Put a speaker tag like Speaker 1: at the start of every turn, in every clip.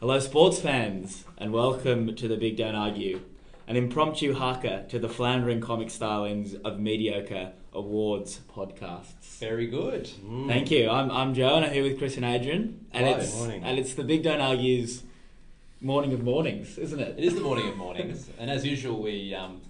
Speaker 1: Hello, sports fans, and welcome to the Big Don't Argue, an impromptu haka to the floundering comic stylings of mediocre awards podcasts.
Speaker 2: Very good.
Speaker 3: Mm.
Speaker 1: Thank you. I'm, I'm Joe, and I'm here with Chris and Adrian, and
Speaker 2: Hello.
Speaker 1: it's
Speaker 3: Morning.
Speaker 1: and it's the Big Don't Argue's morning of mornings, isn't it?
Speaker 2: It is the morning of mornings, and as usual, we um,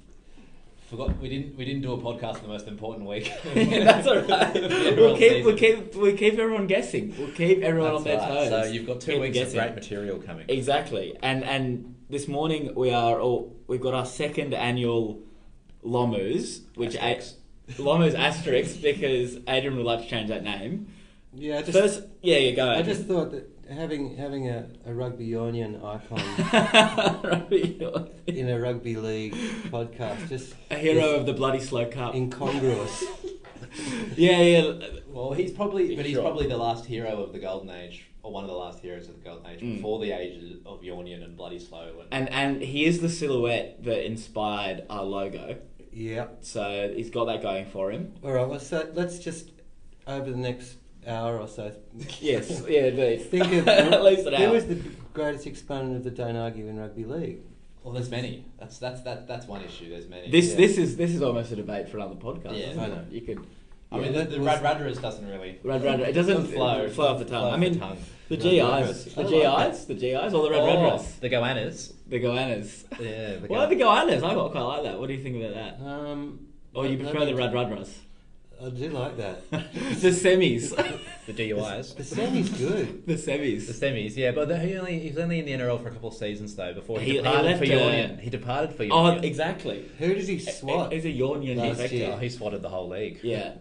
Speaker 2: forgot we didn't we didn't do a podcast in the most important week.
Speaker 1: Yeah, That's alright.
Speaker 2: Everyone's
Speaker 1: we'll keep we'll
Speaker 2: season.
Speaker 1: keep we'll keep everyone guessing. We'll keep everyone on their
Speaker 2: That's right.
Speaker 1: toes.
Speaker 3: So you've got two
Speaker 1: Keep
Speaker 3: weeks
Speaker 1: guessing.
Speaker 3: of great material coming.
Speaker 1: Exactly, and and this morning we are all we've got our second annual Lomus, which a,
Speaker 3: Asterix.
Speaker 1: Lomus asterisk because Adrian would like to change that name.
Speaker 4: Yeah, I just,
Speaker 1: First, uh, yeah, yeah, go.
Speaker 4: I
Speaker 1: Adrian.
Speaker 4: just thought that having having a, a rugby union icon in a rugby league podcast just
Speaker 1: a hero of the bloody slow cup.
Speaker 4: incongruous.
Speaker 1: yeah, yeah.
Speaker 2: Well, he's probably but he's
Speaker 1: Sure.
Speaker 2: probably the last hero of the golden age, or one of the last heroes of the golden age
Speaker 1: Mm.
Speaker 2: before the ages of Yornian and Bloody Slow. And,
Speaker 1: And and he is the silhouette that inspired our logo,
Speaker 4: yeah.
Speaker 1: so he's got that going for him.
Speaker 4: All right. Let's so let's just over the next hour or so.
Speaker 1: Yes, yeah, at least.
Speaker 4: Think of
Speaker 1: at least an
Speaker 4: who
Speaker 1: hour.
Speaker 4: was the greatest exponent of the don't argue in rugby league.
Speaker 2: well, there's many. That's that's that that's one issue. There's many.
Speaker 1: This
Speaker 4: Yeah.
Speaker 1: this is this is almost a debate for another podcast.
Speaker 2: Yeah.
Speaker 1: isn't
Speaker 4: I
Speaker 1: it?
Speaker 4: know.
Speaker 1: You could.
Speaker 2: I mean,
Speaker 4: Yeah.
Speaker 2: the, the Rad Radras doesn't really.
Speaker 1: Rad Radras. It doesn't
Speaker 2: flow,
Speaker 1: flow off the tongue.
Speaker 2: flow
Speaker 1: I
Speaker 2: off
Speaker 1: mean,
Speaker 2: the, tongue.
Speaker 1: The
Speaker 4: Rad
Speaker 1: GIs,
Speaker 4: Radras.
Speaker 1: the
Speaker 2: I like
Speaker 1: GIs, the GIs, or the Red
Speaker 2: Oh,
Speaker 1: Radras,
Speaker 2: the Goannas.
Speaker 1: the Goannas.
Speaker 2: Yeah. The
Speaker 1: Why
Speaker 2: Goannas.
Speaker 1: the Goannas? I quite like that. What do you think about that?
Speaker 4: Um.
Speaker 1: Or Oh, you prefer the Rad Radras?
Speaker 4: I do like that.
Speaker 1: the semis,
Speaker 3: The DUIs.
Speaker 4: The Sammy's good.
Speaker 1: the
Speaker 3: The
Speaker 1: semis.
Speaker 3: semis, yeah, but the, he only he was only in the NRL for a couple of seasons though before he,
Speaker 1: He- he
Speaker 3: departed
Speaker 1: left,
Speaker 3: for
Speaker 1: uh,
Speaker 3: Yornian. He departed for
Speaker 1: Oh,
Speaker 3: Yornian.
Speaker 1: exactly.
Speaker 4: Who did he swat?
Speaker 1: It's a yawn yawn
Speaker 4: Last
Speaker 1: factor.
Speaker 4: year.
Speaker 3: Oh, he swatted the whole league.
Speaker 1: Yeah.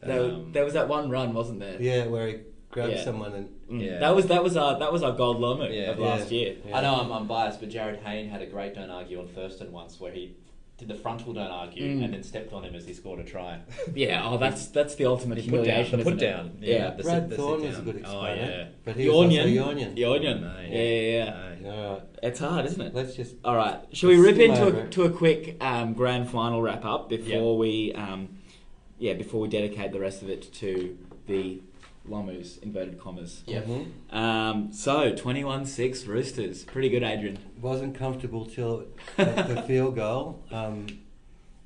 Speaker 1: There,
Speaker 3: Um,
Speaker 1: there was that one run, wasn't there?
Speaker 4: Yeah, where he grabbed
Speaker 1: Yeah.
Speaker 4: someone and
Speaker 1: Mm.
Speaker 3: Yeah.
Speaker 1: That was that was our that was our gold lomo
Speaker 2: Yeah.
Speaker 1: of last
Speaker 4: Yeah.
Speaker 1: year.
Speaker 2: I know I'm, I'm biased, but Jared Hayne had a great don't argue on Thurston once where he did the frontal don't argue
Speaker 1: Mm.
Speaker 2: and then stepped on him as he scored a try.
Speaker 1: Yeah. Oh, that's that's the ultimate
Speaker 3: the put down.
Speaker 1: humiliation.
Speaker 3: The put
Speaker 1: isn't it?
Speaker 3: down.
Speaker 1: Yeah.
Speaker 3: the sit-
Speaker 4: Brad
Speaker 3: the sit
Speaker 4: Thorne was a
Speaker 3: down.
Speaker 4: good exponent.
Speaker 3: Oh yeah.
Speaker 4: But he
Speaker 1: The
Speaker 4: was also
Speaker 1: onion.
Speaker 4: Union.
Speaker 1: The onion.
Speaker 3: Aye.
Speaker 1: Yeah, yeah, yeah.
Speaker 3: Aye.
Speaker 4: All right.
Speaker 1: It's hard, isn't it?
Speaker 4: Let's just
Speaker 1: All right. Shall we rip
Speaker 4: Skip
Speaker 1: into
Speaker 4: over
Speaker 1: a,
Speaker 4: it.
Speaker 1: to a quick um, grand final wrap up before we, um, yeah, before we dedicate the rest of it to the Lomus inverted commas.
Speaker 2: Yeah.
Speaker 4: Mhm.
Speaker 1: Um, so twenty one six Roosters, pretty good, Adrian.
Speaker 4: wasn't comfortable till the field goal. Um,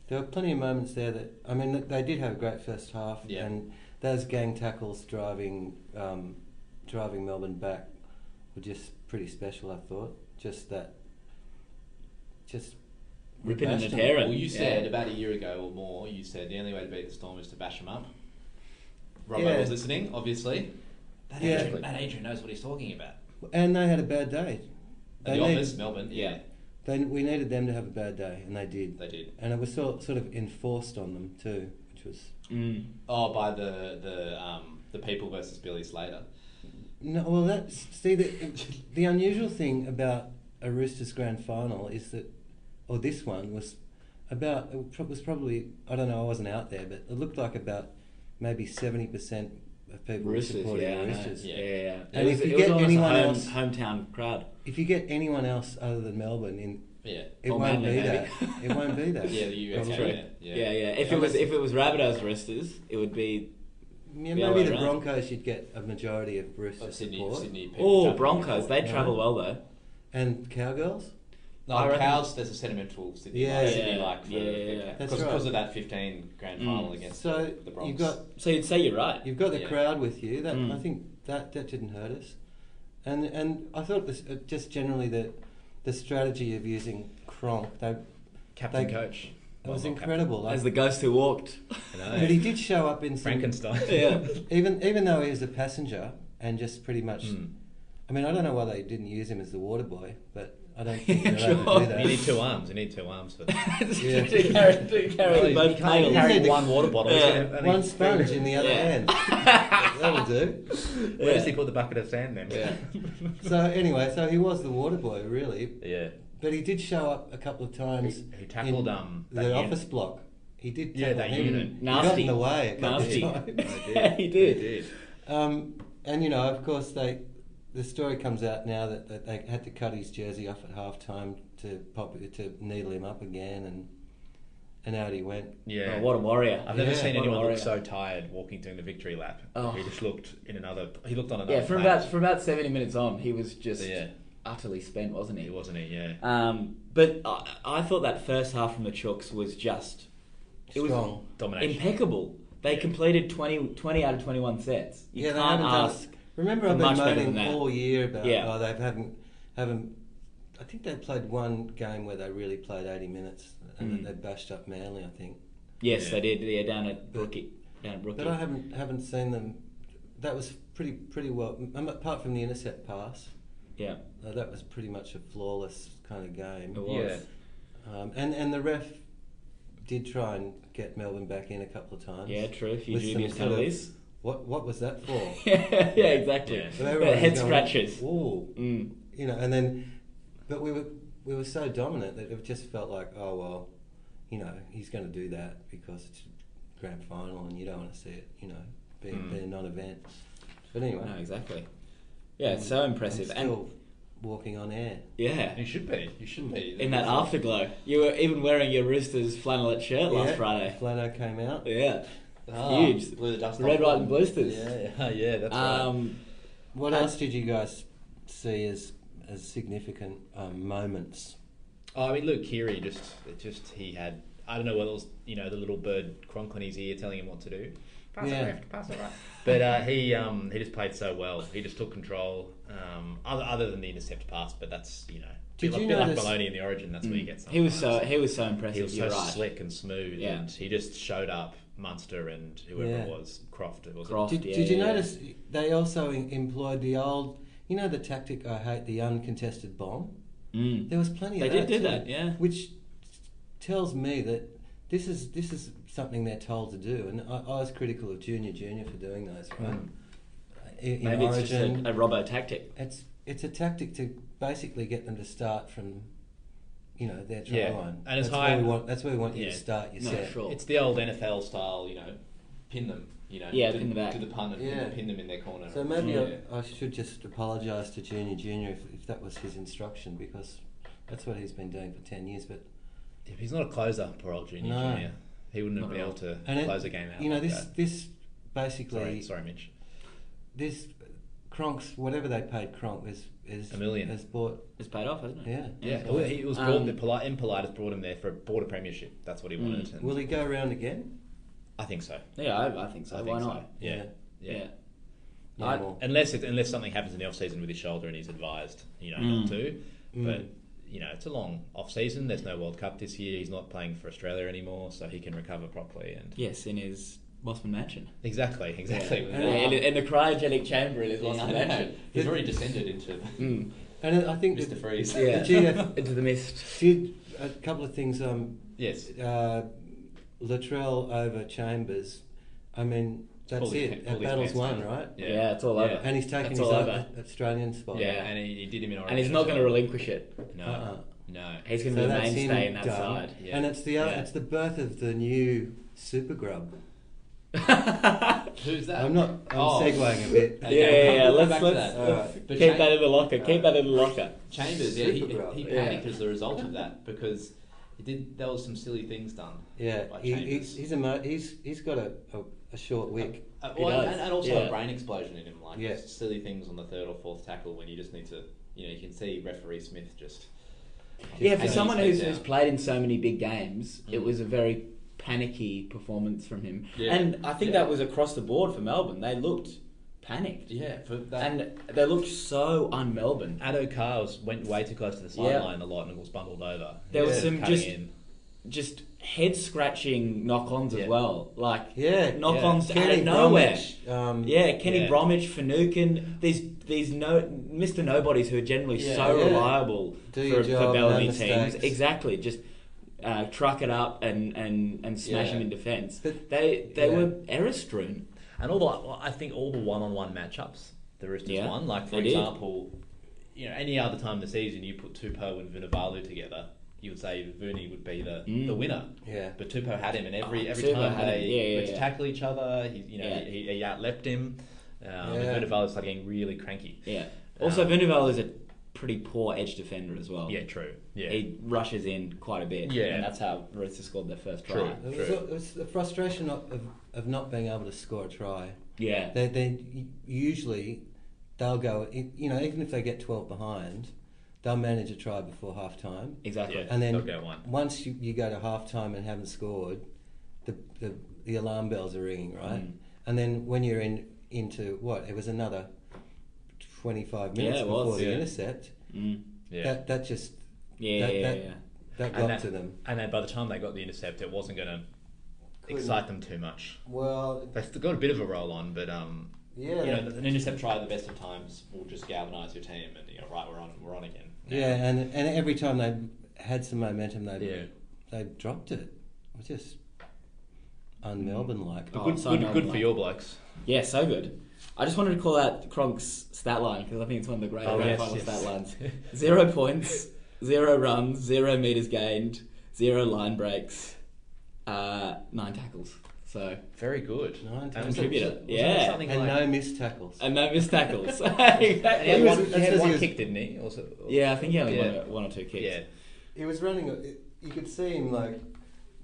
Speaker 4: there were plenty of moments there that I mean they did have a great first half,
Speaker 2: Yeah.
Speaker 4: and those gang tackles driving um, driving Melbourne back were just pretty special. I thought just that, just
Speaker 1: Ripping and
Speaker 4: bashed
Speaker 1: a
Speaker 4: them.
Speaker 1: tearing.
Speaker 2: Well, you said
Speaker 1: Yeah.
Speaker 2: about a year ago or more, you said the only way to beat the Storm is to bash them up. Robbo
Speaker 4: Yeah.
Speaker 2: was listening, obviously. That,
Speaker 4: Yeah.
Speaker 2: Adrian, that Adrian knows what he's talking about.
Speaker 4: And they had a bad day.
Speaker 2: At
Speaker 4: They
Speaker 2: the office,
Speaker 4: needed,
Speaker 2: Melbourne.
Speaker 1: Yeah.
Speaker 4: they, we needed them to have a bad day, and they did.
Speaker 2: They did.
Speaker 4: And it was sort sort of enforced on them too, which was
Speaker 1: Mm.
Speaker 2: Oh, by the the um, the people versus Billy Slater.
Speaker 4: No, well, that's see the the unusual thing about a Roosters grand final is that, or this one was about it pro- was probably I don't know I wasn't out there, but it looked like about maybe seventy percent of people were
Speaker 1: Roosters,
Speaker 4: supporting
Speaker 1: yeah,
Speaker 4: the
Speaker 1: I know.
Speaker 4: Roosters.
Speaker 1: yeah, yeah, yeah.
Speaker 4: And
Speaker 1: It was-
Speaker 4: if you
Speaker 1: it was
Speaker 4: get
Speaker 1: almost a
Speaker 4: anyone
Speaker 1: home-
Speaker 4: else-
Speaker 1: hometown crowd,
Speaker 4: If you get anyone else other than Melbourne in,
Speaker 2: Yeah.
Speaker 4: it
Speaker 1: Or
Speaker 4: won't
Speaker 1: Manly,
Speaker 4: be that.
Speaker 1: Oh, maybe.
Speaker 4: It won't be that.
Speaker 2: Yeah, the US
Speaker 1: That's
Speaker 2: yeah,
Speaker 1: true.
Speaker 2: yeah,
Speaker 1: yeah,
Speaker 2: yeah.
Speaker 1: yeah. If
Speaker 2: Yeah,
Speaker 1: it was
Speaker 2: unless-
Speaker 1: if it was Rabbitohs Roosters, it would be
Speaker 4: Yeah,
Speaker 1: The
Speaker 4: maybe
Speaker 1: other
Speaker 4: the
Speaker 1: way around.
Speaker 4: Broncos should get a majority of Roosters
Speaker 2: Of Sydney,
Speaker 4: support,
Speaker 2: Sydney people
Speaker 1: oh
Speaker 2: jumping
Speaker 1: Broncos.
Speaker 2: forward.
Speaker 1: They
Speaker 4: Yeah.
Speaker 1: travel well though.
Speaker 4: and cowgirls.
Speaker 1: I
Speaker 2: No,
Speaker 1: reckon-
Speaker 2: cows. There's a sentimental Sydney,
Speaker 4: Yeah.
Speaker 2: like,
Speaker 4: Yeah.
Speaker 2: Sydney like for
Speaker 1: Yeah, yeah, yeah.
Speaker 4: That's
Speaker 2: because
Speaker 4: right.
Speaker 2: of that 15 grand
Speaker 1: Mm.
Speaker 2: final against
Speaker 4: So
Speaker 2: the Bronx.
Speaker 4: you've got
Speaker 1: So you'd say you're right.
Speaker 4: You've got the
Speaker 2: Yeah.
Speaker 4: crowd with you. That
Speaker 1: Mm.
Speaker 4: I think that that didn't hurt us, and and I thought this uh, just generally the the strategy of using Kronk that
Speaker 3: Captain
Speaker 4: They-
Speaker 3: coach.
Speaker 4: that was
Speaker 3: Well, not
Speaker 4: incredible. Like,
Speaker 1: As the ghost who walked.
Speaker 3: Captain. I know.
Speaker 4: but he did show up in some,
Speaker 3: Frankenstein.
Speaker 1: Yeah.
Speaker 4: even even though he was a passenger and just pretty much.
Speaker 2: Hmm.
Speaker 3: Mm.
Speaker 4: I mean, I don't know why they didn't use him as the water boy, but I don't think
Speaker 1: Yeah,
Speaker 4: they're sure.
Speaker 1: sure.
Speaker 4: to do that.
Speaker 3: You need two arms. You need two arms for that.
Speaker 4: Yeah.
Speaker 1: To carry- to carry
Speaker 3: Well, you
Speaker 1: both
Speaker 3: can't
Speaker 1: pails.
Speaker 3: carry
Speaker 4: Yeah.
Speaker 3: one water bottle. He's
Speaker 1: Yeah.
Speaker 3: gonna have- I think-
Speaker 4: One sponge in the other
Speaker 1: Yeah.
Speaker 4: hand. That'll do.
Speaker 3: Where
Speaker 1: Yeah.
Speaker 3: does he put the bucket of sand then?
Speaker 1: Yeah.
Speaker 4: So anyway, so he was the water boy, really.
Speaker 3: yeah.
Speaker 4: But he did show up a couple of times.
Speaker 3: He- he tackled,
Speaker 4: in
Speaker 3: um,
Speaker 4: the
Speaker 3: that
Speaker 4: office
Speaker 3: unit.
Speaker 4: block. He did.
Speaker 3: Yeah,
Speaker 4: tackle
Speaker 3: that
Speaker 4: him.
Speaker 3: unit.
Speaker 4: He got
Speaker 1: Nasty.
Speaker 4: in the way. A couple
Speaker 1: Nasty.
Speaker 4: Of times.
Speaker 1: Yeah, he did. Oh,
Speaker 3: He did.
Speaker 4: um, and you know, of course, they. The story comes out now that, that they had to cut his jersey off at half time to pop to needle him up again, and and out he went.
Speaker 3: Yeah.
Speaker 1: Oh, what a warrior.
Speaker 3: I've never
Speaker 4: Yeah,
Speaker 3: seen
Speaker 1: what a
Speaker 3: anyone
Speaker 1: warrior.
Speaker 3: look so tired walking during the victory lap.
Speaker 1: Oh.
Speaker 3: He just looked in another. He looked on another.
Speaker 1: Yeah, from
Speaker 3: planet.
Speaker 1: about from about seventy minutes on, he was just
Speaker 3: Yeah.
Speaker 1: utterly spent, wasn't he?
Speaker 2: It wasn't it, yeah.
Speaker 1: Um, but I, I thought that first half from the Chooks was just it was
Speaker 4: Strong.
Speaker 2: Domination.
Speaker 1: impeccable. They
Speaker 2: Yeah.
Speaker 1: completed 20, 20 out of 21 sets. You
Speaker 4: yeah, they
Speaker 1: can't
Speaker 4: haven't
Speaker 1: ask.
Speaker 4: done. Remember,
Speaker 1: for
Speaker 4: I've been
Speaker 1: much better than
Speaker 4: moaning
Speaker 1: that.
Speaker 4: all year about
Speaker 1: Yeah.
Speaker 4: oh they haven't haven't. I think they played one game where they really played eighty minutes and
Speaker 1: Mm.
Speaker 4: they bashed up Manly. I think,
Speaker 1: Yes,
Speaker 2: Yeah.
Speaker 1: they did. Yeah, down at
Speaker 4: But-
Speaker 1: Brookie. Down at Brookie.
Speaker 4: but I haven't haven't seen them. That was pretty pretty well. um, Apart from the intercept pass,
Speaker 1: Yeah,
Speaker 4: uh, that was pretty much a flawless kind of game.
Speaker 1: it was.
Speaker 2: Yeah.
Speaker 4: Um, and and the ref did try and get Melbourne back in a couple of times.
Speaker 1: Yeah, true. A few
Speaker 4: With some
Speaker 1: dubious
Speaker 4: sort of-
Speaker 1: penalties.
Speaker 4: What what was that for?
Speaker 1: yeah, yeah, exactly.
Speaker 2: Yeah.
Speaker 4: But
Speaker 1: But
Speaker 4: everyone was
Speaker 1: head
Speaker 4: going,
Speaker 1: scratches.
Speaker 4: Whoa.
Speaker 1: Mm.
Speaker 4: you know, and then, but we were we were so dominant that it just felt like, oh well, you know, he's going to do that because it's a grand final and you don't want to see it, you know, be,
Speaker 2: Mm.
Speaker 4: be a non-event. But anyway,
Speaker 1: Hmm. No, exactly. Yeah, it's so
Speaker 4: I'm
Speaker 1: impressive. And
Speaker 4: still walking on air.
Speaker 1: yeah,
Speaker 5: You should be. You should be.
Speaker 1: in that afterglow, you were even wearing your Roosters flannelette shirt last
Speaker 4: Yeah,
Speaker 1: Friday.
Speaker 4: Flano came out.
Speaker 1: Yeah,
Speaker 5: Ah,
Speaker 1: huge.
Speaker 5: blew the dust
Speaker 1: Red,
Speaker 5: off.
Speaker 1: white, and blisters.
Speaker 2: Yeah, yeah, yeah, that's right.
Speaker 1: Um,
Speaker 4: What
Speaker 1: Uh,
Speaker 4: else did you guys see as as significant um, moments?
Speaker 2: Oh, I mean, Luke Keary just, it just he had. I don't know whether it was you know the little bird Cronk on his ear telling him what to do,
Speaker 4: Pass yeah. left.
Speaker 2: but uh, he um, he just played so well. He just took control. Um, other, other than the intercept pass, but that's you know. bit
Speaker 4: Did
Speaker 2: like,
Speaker 4: you
Speaker 2: bit like
Speaker 4: notice-
Speaker 2: Maloney in the Origin, that's where you get.
Speaker 1: Mm. he was so
Speaker 2: sometimes.
Speaker 1: he was so impressive.
Speaker 2: he was so
Speaker 1: you're right.
Speaker 2: slick and smooth,
Speaker 1: Yeah.
Speaker 2: and he just showed up. Munster and whoever
Speaker 4: Yeah.
Speaker 2: it was, Croft. It was
Speaker 1: Croft,
Speaker 4: Did,
Speaker 1: yeah,
Speaker 4: did you
Speaker 1: yeah, yeah.
Speaker 4: notice they also em- employed the old, you know, the tactic I hate, the uncontested bomb.
Speaker 1: Mm.
Speaker 4: There was plenty
Speaker 1: They
Speaker 4: of
Speaker 1: did
Speaker 4: that.
Speaker 1: do
Speaker 4: too,
Speaker 1: that, yeah.
Speaker 4: Which tells me that this is this is something they're told to do, and I, I was critical of Junior Junior for doing those. Right?
Speaker 1: Mm.
Speaker 4: In, in
Speaker 1: Maybe it's just a,
Speaker 4: Origin,
Speaker 1: a robo tactic.
Speaker 4: it's it's a tactic to basically get them to start from, you know, their try
Speaker 2: Yeah,
Speaker 4: line.
Speaker 2: and it's
Speaker 4: that's
Speaker 2: high-
Speaker 4: Where we want, that's where we want you
Speaker 2: Yeah.
Speaker 4: to start your
Speaker 1: No,
Speaker 4: set.
Speaker 1: sure.
Speaker 2: It's the old
Speaker 5: NFL style, you know, pin them. You know,
Speaker 1: Yeah,
Speaker 5: do,
Speaker 1: pin the back.
Speaker 5: do the punt and
Speaker 4: Yeah.
Speaker 5: pin, pin them in their corner.
Speaker 4: So maybe
Speaker 5: yeah.
Speaker 4: I, I should just apologise to Junior Junior if, if that was his instruction because that's what he's been doing for ten years. But
Speaker 2: If he's not a closer, poor old junior,
Speaker 4: No.
Speaker 2: junior. He wouldn't have
Speaker 1: Not
Speaker 2: been
Speaker 1: at
Speaker 2: able
Speaker 1: all.
Speaker 2: to
Speaker 4: and it-
Speaker 2: close a game out.
Speaker 4: You know
Speaker 2: like
Speaker 4: this
Speaker 2: that.
Speaker 4: this basically
Speaker 2: Sorry, sorry, Mitch.
Speaker 4: this Kronk's whatever they paid Kronk is is
Speaker 2: A million.
Speaker 4: has bought
Speaker 1: It's paid off, hasn't it?
Speaker 4: yeah.
Speaker 2: Yeah,
Speaker 1: so-
Speaker 2: he was brought.
Speaker 1: Um,
Speaker 2: the polite, impolitus brought him there for a border premiership. That's what he
Speaker 1: Mm.
Speaker 2: wanted. and
Speaker 4: Will he go around again?
Speaker 2: I think so.
Speaker 1: Yeah, I, I think so.
Speaker 2: I
Speaker 1: Why
Speaker 2: think so.
Speaker 1: not?
Speaker 2: Yeah.
Speaker 1: Yeah.
Speaker 2: yeah,
Speaker 4: Yeah,
Speaker 1: I-
Speaker 4: well,
Speaker 2: Unless it, unless something happens in the off season with his shoulder and he's advised, you know,
Speaker 1: Mm.
Speaker 2: not to.
Speaker 4: Mm.
Speaker 2: But you know, it's a long off season. There's no World Cup this year. He's not playing for Australia anymore, so he can recover properly. And
Speaker 1: Yes, in his Mossman mansion.
Speaker 2: exactly, exactly.
Speaker 1: Yeah.
Speaker 2: With
Speaker 1: And in,
Speaker 2: that.
Speaker 1: in the cryogenic chamber in his
Speaker 5: Well,
Speaker 1: Mossman
Speaker 5: I know.
Speaker 1: mansion.
Speaker 5: He's already descended into
Speaker 1: Mm.
Speaker 4: and I think
Speaker 5: Mr.
Speaker 4: that
Speaker 5: Freeze.
Speaker 1: Yeah.
Speaker 4: The GF
Speaker 1: Into the mist.
Speaker 4: did a couple of things. Um,
Speaker 2: Yes.
Speaker 4: uh, Latrell over Chambers. I mean that's
Speaker 2: Pulled his
Speaker 4: it.
Speaker 2: pa- pulled
Speaker 4: That
Speaker 2: his
Speaker 4: battle's
Speaker 2: pants
Speaker 4: won,
Speaker 2: down.
Speaker 4: right?
Speaker 1: Yeah,
Speaker 2: Yeah.
Speaker 1: it's all
Speaker 2: Yeah.
Speaker 1: over.
Speaker 4: And he's taking
Speaker 1: That's
Speaker 4: his
Speaker 1: all
Speaker 4: own
Speaker 1: over.
Speaker 4: Australian spot.
Speaker 2: Yeah, and he, he did him in Orange.
Speaker 1: And he's
Speaker 2: as
Speaker 1: not going to
Speaker 2: well.
Speaker 1: relinquish it.
Speaker 2: No,
Speaker 4: Uh-uh.
Speaker 2: no.
Speaker 1: He's going
Speaker 4: So
Speaker 1: to be the
Speaker 4: that's
Speaker 1: mainstay
Speaker 4: him
Speaker 1: in that
Speaker 4: done.
Speaker 1: side.
Speaker 2: Yeah.
Speaker 4: And it's the uh,
Speaker 1: Yeah.
Speaker 4: it's the birth of the new super grub.
Speaker 5: Who's that?
Speaker 4: I'm not. I'm
Speaker 5: Oh.
Speaker 4: segueing a bit.
Speaker 1: yeah,
Speaker 5: Yeah,
Speaker 1: yeah,
Speaker 5: we'll
Speaker 1: yeah.
Speaker 5: come
Speaker 1: Let's,
Speaker 5: back to
Speaker 1: let's,
Speaker 5: that.
Speaker 1: let's
Speaker 5: Alright.
Speaker 1: keep
Speaker 5: But Uh, Shane-
Speaker 1: that in the locker. Keep that in the locker.
Speaker 5: Chambers, yeah, he,
Speaker 4: Supergirl.
Speaker 5: he
Speaker 1: Yeah.
Speaker 5: panicked as a result of that because he did. There was some silly things done.
Speaker 4: Yeah,
Speaker 5: by
Speaker 4: he,
Speaker 5: Chambers.
Speaker 4: he's, he's a mo- he's he's got a, a, a short wick.
Speaker 5: Uh,
Speaker 1: He
Speaker 5: well,
Speaker 1: does,
Speaker 5: and, and also
Speaker 1: yeah.
Speaker 5: a brain explosion in him, like
Speaker 4: Yeah.
Speaker 5: silly things on the third or fourth tackle when you just need to, you know, you can see referee Smith just.
Speaker 1: Yeah, for
Speaker 5: Hang
Speaker 1: someone
Speaker 5: his
Speaker 1: who's,
Speaker 5: head
Speaker 1: who's
Speaker 5: down.
Speaker 1: played in so many big games, it
Speaker 5: Mm.
Speaker 1: was a very panicky performance from him.
Speaker 5: Yeah.
Speaker 1: And I think
Speaker 5: Yeah.
Speaker 1: that was across the board for Melbourne. They looked panicked.
Speaker 5: Yeah, for that.
Speaker 1: And they looked so un Melbourne.
Speaker 2: Addo Carr was- went way too close to the
Speaker 1: Yeah.
Speaker 2: sideline a lot and was bundled over.
Speaker 1: There
Speaker 4: was
Speaker 2: Instead of
Speaker 1: some
Speaker 2: cutting
Speaker 1: just-
Speaker 2: in.
Speaker 1: Just head scratching knock ons as
Speaker 2: Yeah.
Speaker 1: well. Like,
Speaker 4: Yeah,
Speaker 1: knock ons out
Speaker 4: Kenny
Speaker 1: of Um, nowhere.
Speaker 4: Bromwich, Um,
Speaker 1: Yeah, Kenny
Speaker 2: Yeah.
Speaker 1: Bromwich, Finucane, these these no Mr. Nobodies who are generally
Speaker 5: Yeah.
Speaker 1: so
Speaker 4: Yeah.
Speaker 1: reliable
Speaker 4: Do
Speaker 1: for,
Speaker 4: your
Speaker 1: for
Speaker 4: job,
Speaker 1: Bellamy
Speaker 4: no
Speaker 1: teams.
Speaker 4: mistakes.
Speaker 1: Exactly, just uh, truck it up and and and smash
Speaker 5: Yeah.
Speaker 1: them in defence.
Speaker 4: But-
Speaker 1: They they
Speaker 4: yeah.
Speaker 1: were error strewn.
Speaker 2: And all the, well, I think all the one-on-one matchups the Roosters
Speaker 1: Yeah,
Speaker 2: won. Like for
Speaker 1: they did.
Speaker 2: example, you know, any other time this season you put Tupou and Vunivalu together, you would say Vuni would be the,
Speaker 1: Mm.
Speaker 2: the winner.
Speaker 4: yeah.
Speaker 2: But Tupou had him, and every
Speaker 1: Oh,
Speaker 2: every
Speaker 1: Tupou
Speaker 2: time
Speaker 1: had him.
Speaker 2: they
Speaker 1: Yeah, yeah,
Speaker 2: went to
Speaker 1: yeah.
Speaker 2: tackle each other, he you know
Speaker 1: Yeah.
Speaker 2: he, he outleapt him. Um,
Speaker 4: Yeah.
Speaker 2: And Vunivalu started getting really cranky.
Speaker 1: Yeah. Also,
Speaker 2: Um,
Speaker 1: Vunivalu is a pretty poor edge defender as well.
Speaker 2: Yeah, true. Yeah,
Speaker 1: He rushes in quite a bit.
Speaker 2: Yeah.
Speaker 1: And that's how Roosters scored their first try.
Speaker 2: True.
Speaker 4: It was,
Speaker 2: True.
Speaker 4: it was the frustration of, of, of not being able to score a try.
Speaker 1: Yeah.
Speaker 4: They, they usually they'll go. You know, even if they get twelve behind, they'll manage a try before half time.
Speaker 1: Exactly.
Speaker 2: Yeah.
Speaker 4: And then
Speaker 2: They'll go one.
Speaker 4: once you, you go to half time and haven't scored, the, the, the alarm bells are ringing, right?
Speaker 1: Mm.
Speaker 4: And then when you're in into what? It was another 25
Speaker 1: Yeah,
Speaker 4: minutes
Speaker 1: it
Speaker 4: before
Speaker 1: was,
Speaker 4: the
Speaker 1: yeah.
Speaker 4: intercept.
Speaker 1: Mm.
Speaker 2: Yeah.
Speaker 4: That, that just
Speaker 1: Yeah,
Speaker 4: That-
Speaker 1: yeah,
Speaker 4: that-
Speaker 1: yeah, yeah.
Speaker 4: that got
Speaker 2: and that-
Speaker 4: to them.
Speaker 2: And then by the time they got the intercept, it wasn't going to
Speaker 4: Couldn't.
Speaker 2: excite them too much.
Speaker 4: Well,
Speaker 2: They still got a bit of a roll on, but um,
Speaker 4: yeah.
Speaker 6: You know, an intercept try at the best of times will just galvanise your team, and you know, right, we're on, we're on again.
Speaker 4: Yeah, and and every time they had some momentum, they
Speaker 2: Yeah.
Speaker 4: they dropped it. It was just un Melbourne like.
Speaker 1: Oh,
Speaker 2: good,
Speaker 1: so
Speaker 2: good,
Speaker 1: no
Speaker 2: good for
Speaker 1: luck.
Speaker 2: your blokes.
Speaker 1: Yeah, so good. I just wanted to call out Kronk's stat line because I think it's one of the great
Speaker 2: Oh,
Speaker 1: grand
Speaker 2: yes,
Speaker 1: final
Speaker 2: yes.
Speaker 1: stat lines. zero points, zero runs, zero meters gained, zero line breaks, uh, nine tackles. So
Speaker 2: Very good.
Speaker 4: Nine
Speaker 2: And
Speaker 4: times.
Speaker 2: was it-
Speaker 1: Contributor,
Speaker 2: was it
Speaker 1: yeah.
Speaker 2: something
Speaker 4: and
Speaker 2: like-
Speaker 4: no missed tackles.
Speaker 1: and no missed tackles.
Speaker 2: And he had
Speaker 1: Exactly.
Speaker 4: He was-
Speaker 2: one, he
Speaker 4: that's
Speaker 2: had
Speaker 4: because
Speaker 2: one
Speaker 4: he was-
Speaker 2: kick, didn't he? Also,
Speaker 1: yeah, I think he only
Speaker 2: Yeah.
Speaker 1: won one or two kicks.
Speaker 2: yeah.
Speaker 4: He was running. You could see him like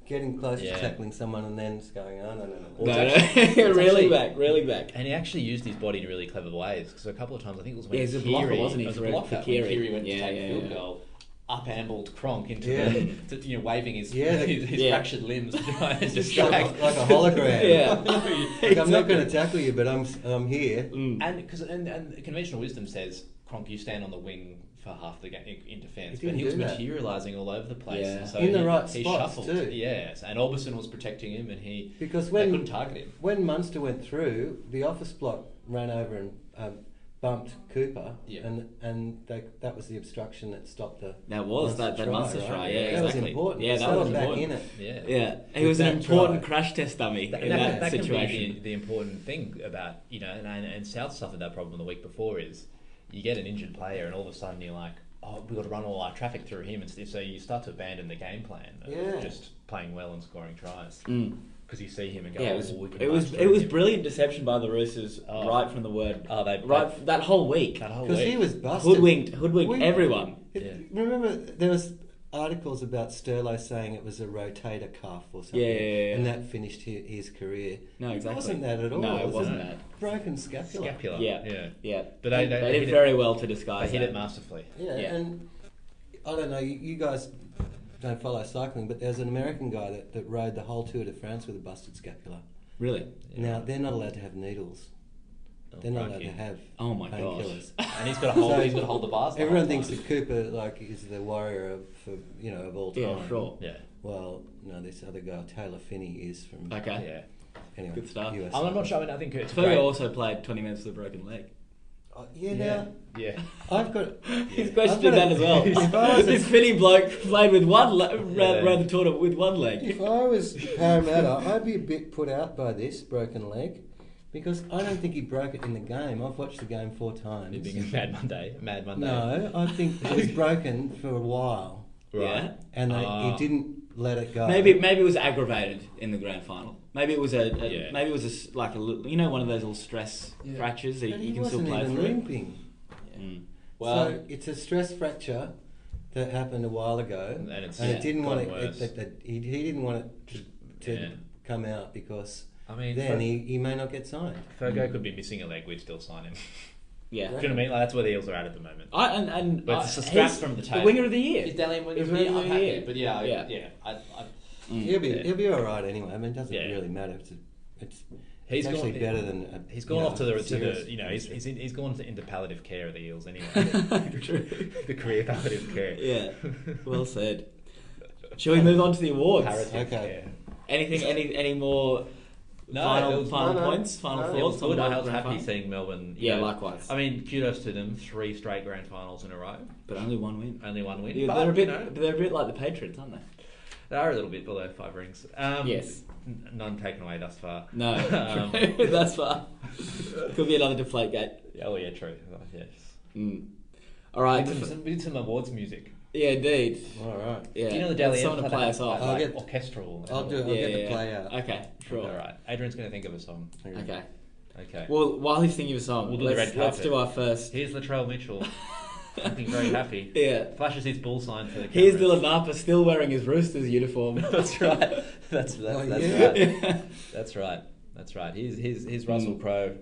Speaker 4: getting close
Speaker 2: Yeah.
Speaker 4: to tackling someone, and then just going, "Oh no, no, no."
Speaker 2: Well,
Speaker 1: No,
Speaker 2: it's
Speaker 1: no,
Speaker 2: it's
Speaker 1: reeling
Speaker 2: actually-
Speaker 1: back, reeling back.
Speaker 2: And he actually used his body in really clever ways because a couple of times I think it was when
Speaker 1: Yeah, he's a blocker,
Speaker 2: Keary-
Speaker 1: wasn't he,
Speaker 2: it was a
Speaker 1: for-
Speaker 2: blocker
Speaker 1: for
Speaker 2: when
Speaker 1: Keary.
Speaker 6: Kiri went
Speaker 1: Yeah,
Speaker 6: to take
Speaker 1: yeah,
Speaker 6: the field
Speaker 1: yeah.
Speaker 6: goal, up ambled Kronk into the,
Speaker 4: Yeah.
Speaker 6: to, you know, waving his
Speaker 4: Yeah.
Speaker 6: his, his
Speaker 1: Yeah.
Speaker 6: fractured limbs to try and
Speaker 4: Just like,
Speaker 6: distract.
Speaker 4: a- like a hologram.
Speaker 1: Yeah.
Speaker 4: Like, I'm not going to tackle you, but I'm s- I'm here.
Speaker 1: Mm.
Speaker 6: And because and, and conventional wisdom says Kronk, you stand on the wing for half the game in defence,
Speaker 4: He
Speaker 6: but he was
Speaker 4: didn't do that.
Speaker 6: materialising all over the place.
Speaker 1: Yeah.
Speaker 6: And so
Speaker 4: In the
Speaker 6: he,
Speaker 4: right
Speaker 6: he
Speaker 4: spots
Speaker 6: shuffled.
Speaker 4: too.
Speaker 6: Yes, and Orbison was protecting him, and he
Speaker 4: Because
Speaker 6: they
Speaker 4: when-
Speaker 6: couldn't target him.
Speaker 4: When Munster went through, the office block ran over and um, bumped Cooper,
Speaker 6: Yeah.
Speaker 4: and and they, that was the obstruction that stopped the.
Speaker 1: That was that that Munster try. Yeah,
Speaker 4: that
Speaker 1: exactly.
Speaker 4: was important.
Speaker 1: Yeah, that
Speaker 4: Set
Speaker 1: was
Speaker 4: him back
Speaker 1: important.
Speaker 4: in it.
Speaker 2: Yeah.
Speaker 1: Yeah, he
Speaker 4: With
Speaker 1: was an
Speaker 4: that
Speaker 1: important
Speaker 4: try.
Speaker 1: crash test dummy
Speaker 2: That,
Speaker 1: in
Speaker 2: that-
Speaker 1: that,
Speaker 2: that can be
Speaker 1: situation.
Speaker 2: the, the important thing about you know, and, and, and South suffered that problem the week before is you get an injured player, and all of a sudden you're like, oh, we've got to run all our traffic through him, and s- so you start to abandon the game plan of
Speaker 4: Yeah.
Speaker 2: just playing well and scoring tries
Speaker 1: Mm.
Speaker 2: because you see him and go,
Speaker 1: Yeah,
Speaker 2: oh,
Speaker 1: it was
Speaker 2: we can
Speaker 1: it
Speaker 2: march
Speaker 1: was it
Speaker 2: through
Speaker 1: was
Speaker 2: him."
Speaker 1: brilliant deception by the Roosters
Speaker 2: Oh.
Speaker 1: right from the word
Speaker 2: Oh, they
Speaker 1: right that whole week.
Speaker 2: that whole
Speaker 4: Because
Speaker 2: week.
Speaker 4: he was busted.
Speaker 1: Oh, Hoodwinked, hoodwinked
Speaker 4: We-
Speaker 1: everyone.
Speaker 4: It-
Speaker 2: Yeah.
Speaker 4: Remember, there was articles about Sterlo saying it was a rotator cuff or something,
Speaker 1: Yeah, yeah, yeah,
Speaker 4: and
Speaker 1: yeah.
Speaker 4: that finished his, his career.
Speaker 1: No, exactly.
Speaker 4: It wasn't that at all.
Speaker 1: No, it
Speaker 4: was
Speaker 1: wasn't
Speaker 4: a
Speaker 1: that.
Speaker 4: Broken scapula.
Speaker 2: Scapula.
Speaker 1: Yeah. uh,
Speaker 2: yeah.
Speaker 1: Yeah,
Speaker 2: But they- they- they
Speaker 1: did
Speaker 2: hit it-
Speaker 1: very well to
Speaker 2: They
Speaker 1: disguise
Speaker 2: hit
Speaker 1: that.
Speaker 2: it masterfully.
Speaker 4: Yeah,
Speaker 1: Yeah.
Speaker 4: and I don't know. You, you guys don't follow cycling, but there's an American guy that, that rode the whole Tour de France with a busted scapula.
Speaker 1: Really?
Speaker 4: Now they're not allowed to have needles.
Speaker 2: Oh,
Speaker 4: They're not allowed
Speaker 2: crikey.
Speaker 4: to have
Speaker 1: Oh my gosh.
Speaker 4: painkillers.
Speaker 6: And he's got to hold.
Speaker 4: So-
Speaker 6: he's got to hold the bars. the whole
Speaker 4: Everyone
Speaker 6: time.
Speaker 4: thinks that Cooper like is the warrior of for, you know of all time.
Speaker 1: Yeah, Oh, sure.
Speaker 2: Yeah.
Speaker 4: Well, no, this other guy Taylor Finney is from
Speaker 1: Okay.
Speaker 2: Yeah.
Speaker 4: anyway.
Speaker 1: Good stuff.
Speaker 4: US
Speaker 2: I'm not sure. I, mean, I think it's
Speaker 1: Cleo
Speaker 2: great.
Speaker 1: also played 20 minutes with a broken leg.
Speaker 4: Uh, yeah,
Speaker 2: Yeah.
Speaker 4: now
Speaker 2: Yeah.
Speaker 4: I've got.
Speaker 1: He's
Speaker 4: I've got
Speaker 1: questioned
Speaker 4: a-
Speaker 1: that as well.
Speaker 4: If I was a-
Speaker 1: this Finny bloke played with one le-
Speaker 2: Yeah.
Speaker 1: ran, ran the tournament with one
Speaker 4: If
Speaker 1: leg.
Speaker 4: I was Parramatta, I'd be a bit put out by this broken leg because I don't think he broke it in the game. I've watched the game four
Speaker 2: It
Speaker 4: times.
Speaker 2: being a Mad Monday. Mad Monday.
Speaker 4: No, I think it was broken for a while
Speaker 2: Right.
Speaker 1: Yeah.
Speaker 4: and they,
Speaker 2: Ah.
Speaker 4: he didn't let it go.
Speaker 1: Maybe maybe it was aggravated in the grand final. Maybe it was a, a
Speaker 2: Yeah.
Speaker 1: maybe it was a s like a little, you know one of those little stress
Speaker 6: Yeah.
Speaker 1: fractures that
Speaker 4: But
Speaker 1: you,
Speaker 4: he
Speaker 1: you can still
Speaker 4: wasn't
Speaker 1: play
Speaker 4: even
Speaker 1: through. it.
Speaker 4: limping.
Speaker 1: Mm.
Speaker 6: Well,
Speaker 4: so it's a stress fracture that happened a while ago,
Speaker 2: And it's
Speaker 1: yeah,
Speaker 4: it didn't want
Speaker 2: gotten
Speaker 4: to. It,
Speaker 2: worse.
Speaker 4: that- that- he, he didn't want it to, to
Speaker 2: Yeah.
Speaker 4: come out because
Speaker 2: I mean,
Speaker 4: then
Speaker 2: Fo-
Speaker 4: he, he may not get signed.
Speaker 1: Hmm.
Speaker 2: Fogo could be missing a leg. We'd still sign him.
Speaker 1: Yeah.
Speaker 2: Do you know what I mean? Like that's where the Eels are at at the moment.
Speaker 1: I, and and
Speaker 2: But
Speaker 1: I-
Speaker 2: it's a strap
Speaker 1: he's
Speaker 2: from the
Speaker 1: The
Speaker 2: tail.
Speaker 1: winger of the year.
Speaker 6: is Dalian winning?
Speaker 1: Is winning
Speaker 6: Yeah, I'm
Speaker 1: the
Speaker 6: happy,
Speaker 1: year.
Speaker 6: but yeah, I-
Speaker 1: Yeah.
Speaker 6: yeah. I, I,
Speaker 1: Mm.
Speaker 4: He'll be
Speaker 2: Yeah.
Speaker 4: he'll be all right anyway. I mean, it doesn't
Speaker 2: Yeah.
Speaker 4: really matter. It's, it's
Speaker 2: He's
Speaker 4: it's actually
Speaker 2: gone-
Speaker 4: better than
Speaker 1: uh,
Speaker 4: a,
Speaker 2: He's
Speaker 4: you
Speaker 2: gone
Speaker 4: know,
Speaker 2: off to the, to
Speaker 4: serious
Speaker 2: the you know he's,
Speaker 4: injury.
Speaker 2: he's, in, he's gone to, into palliative care of the Eels anyway.
Speaker 1: True.
Speaker 2: the career palliative care.
Speaker 1: Yeah. Well said. Shall we move on to the awards?
Speaker 2: Palliative
Speaker 4: Okay.
Speaker 2: care.
Speaker 1: Anything? Any any more
Speaker 6: No, it
Speaker 1: final
Speaker 6: was-
Speaker 1: final
Speaker 4: no, no.
Speaker 1: points? Final
Speaker 4: No,
Speaker 1: thoughts?
Speaker 2: It was
Speaker 1: on
Speaker 2: good.
Speaker 1: the
Speaker 2: I was
Speaker 1: grand
Speaker 2: happy
Speaker 1: final?
Speaker 2: seeing Melbourne. you
Speaker 1: Yeah,
Speaker 2: know,
Speaker 1: likewise.
Speaker 2: I mean, kudos to them. Three straight grand finals in a row.
Speaker 1: But only one win.
Speaker 2: Only one win.
Speaker 1: Yeah,
Speaker 2: but,
Speaker 1: they're a
Speaker 2: you
Speaker 1: bit.
Speaker 2: know,
Speaker 1: They're a bit like the Patriots, aren't they?
Speaker 2: they are a little bit below five rings. Um,
Speaker 1: yes.
Speaker 2: n- None taken away thus far.
Speaker 1: No.
Speaker 2: Um,
Speaker 1: That's far. Could be another deflate gate.
Speaker 2: oh yeah, true. Oh, yes.
Speaker 1: Mm. All right.
Speaker 2: We did some, we did some awards music.
Speaker 1: Yeah, indeed.
Speaker 4: All right,
Speaker 1: Yeah.
Speaker 2: Do you know the
Speaker 1: That's
Speaker 2: Deli
Speaker 1: someone to play us off.
Speaker 4: I'll
Speaker 2: Like,
Speaker 4: get-
Speaker 2: orchestral.
Speaker 4: I'll do. I'll
Speaker 1: Yeah,
Speaker 4: get the
Speaker 1: yeah.
Speaker 4: play out.
Speaker 1: Okay, sure.
Speaker 2: All right. Adrian's going to think of a song.
Speaker 1: Okay.
Speaker 2: Okay.
Speaker 1: Well, while he's thinking of a song,
Speaker 2: We'll do the
Speaker 1: let's,
Speaker 2: red
Speaker 1: let's
Speaker 2: carpet.
Speaker 1: do our first.
Speaker 2: Here's Latrell Mitchell. Looking very happy.
Speaker 1: Yeah.
Speaker 2: Flashes his bull sign to the camera.
Speaker 1: Here's Dylan Napa still wearing his Roosters uniform.
Speaker 2: That's right. That's that's, that's
Speaker 4: yeah.
Speaker 2: right. That's right. That's right. Here's here's here's Russell Crowe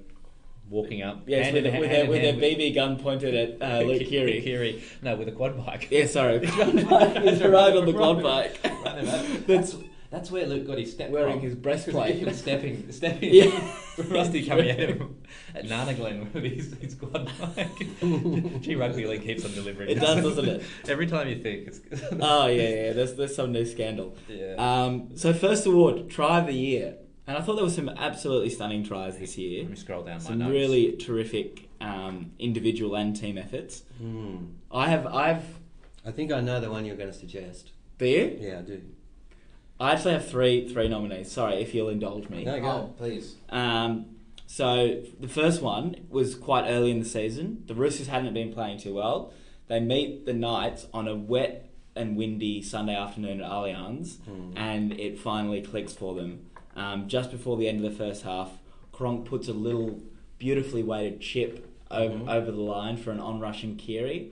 Speaker 2: walking
Speaker 1: Mm.
Speaker 2: up,
Speaker 1: Yes,
Speaker 2: hand
Speaker 1: with,
Speaker 2: in hand-
Speaker 1: with,
Speaker 2: hand
Speaker 1: their,
Speaker 2: in
Speaker 1: with their
Speaker 2: hand
Speaker 1: BB gun pointed at uh, Luke Keary.
Speaker 2: Kiri. No, with a quad bike.
Speaker 1: Yeah, sorry. He's arrived on the quad bike.
Speaker 7: Right there, mate.
Speaker 1: That's
Speaker 7: that's that's where Luke got his step
Speaker 1: wearing
Speaker 7: from.
Speaker 1: his
Speaker 7: 'Cause we get
Speaker 1: breastplate.
Speaker 7: him stepping, stepping.
Speaker 1: Yeah.
Speaker 2: Rusty coming at him at Nana Glen with his, his quad bike. Gee, rugby league keeps on delivering.
Speaker 1: It does, doesn't it?
Speaker 2: Every time you think it's.
Speaker 1: Oh yeah, yeah. There's there's some new scandal.
Speaker 2: Yeah.
Speaker 1: Um, so first award, try of the year, and I thought there were some absolutely stunning tries this year.
Speaker 2: Let me scroll down my
Speaker 1: Some
Speaker 2: notes.
Speaker 1: really terrific um, individual and team efforts.
Speaker 4: Hmm.
Speaker 1: I have I've
Speaker 4: I think I know the one you're going to suggest.
Speaker 1: do you?
Speaker 4: Yeah, I do.
Speaker 1: I actually have three three nominees. Sorry, if you'll indulge me.
Speaker 4: No, go.
Speaker 7: Oh, please.
Speaker 1: Um, so the first one was quite early in the season. The Roosters hadn't been playing too well. They meet the Knights on a wet and windy Sunday afternoon at Allianz, and it finally clicks for them. Um, just before the end of the first half, Kronk puts a little beautifully weighted chip over,
Speaker 7: Mm-hmm.
Speaker 1: over the line for an on-rushing Kiri.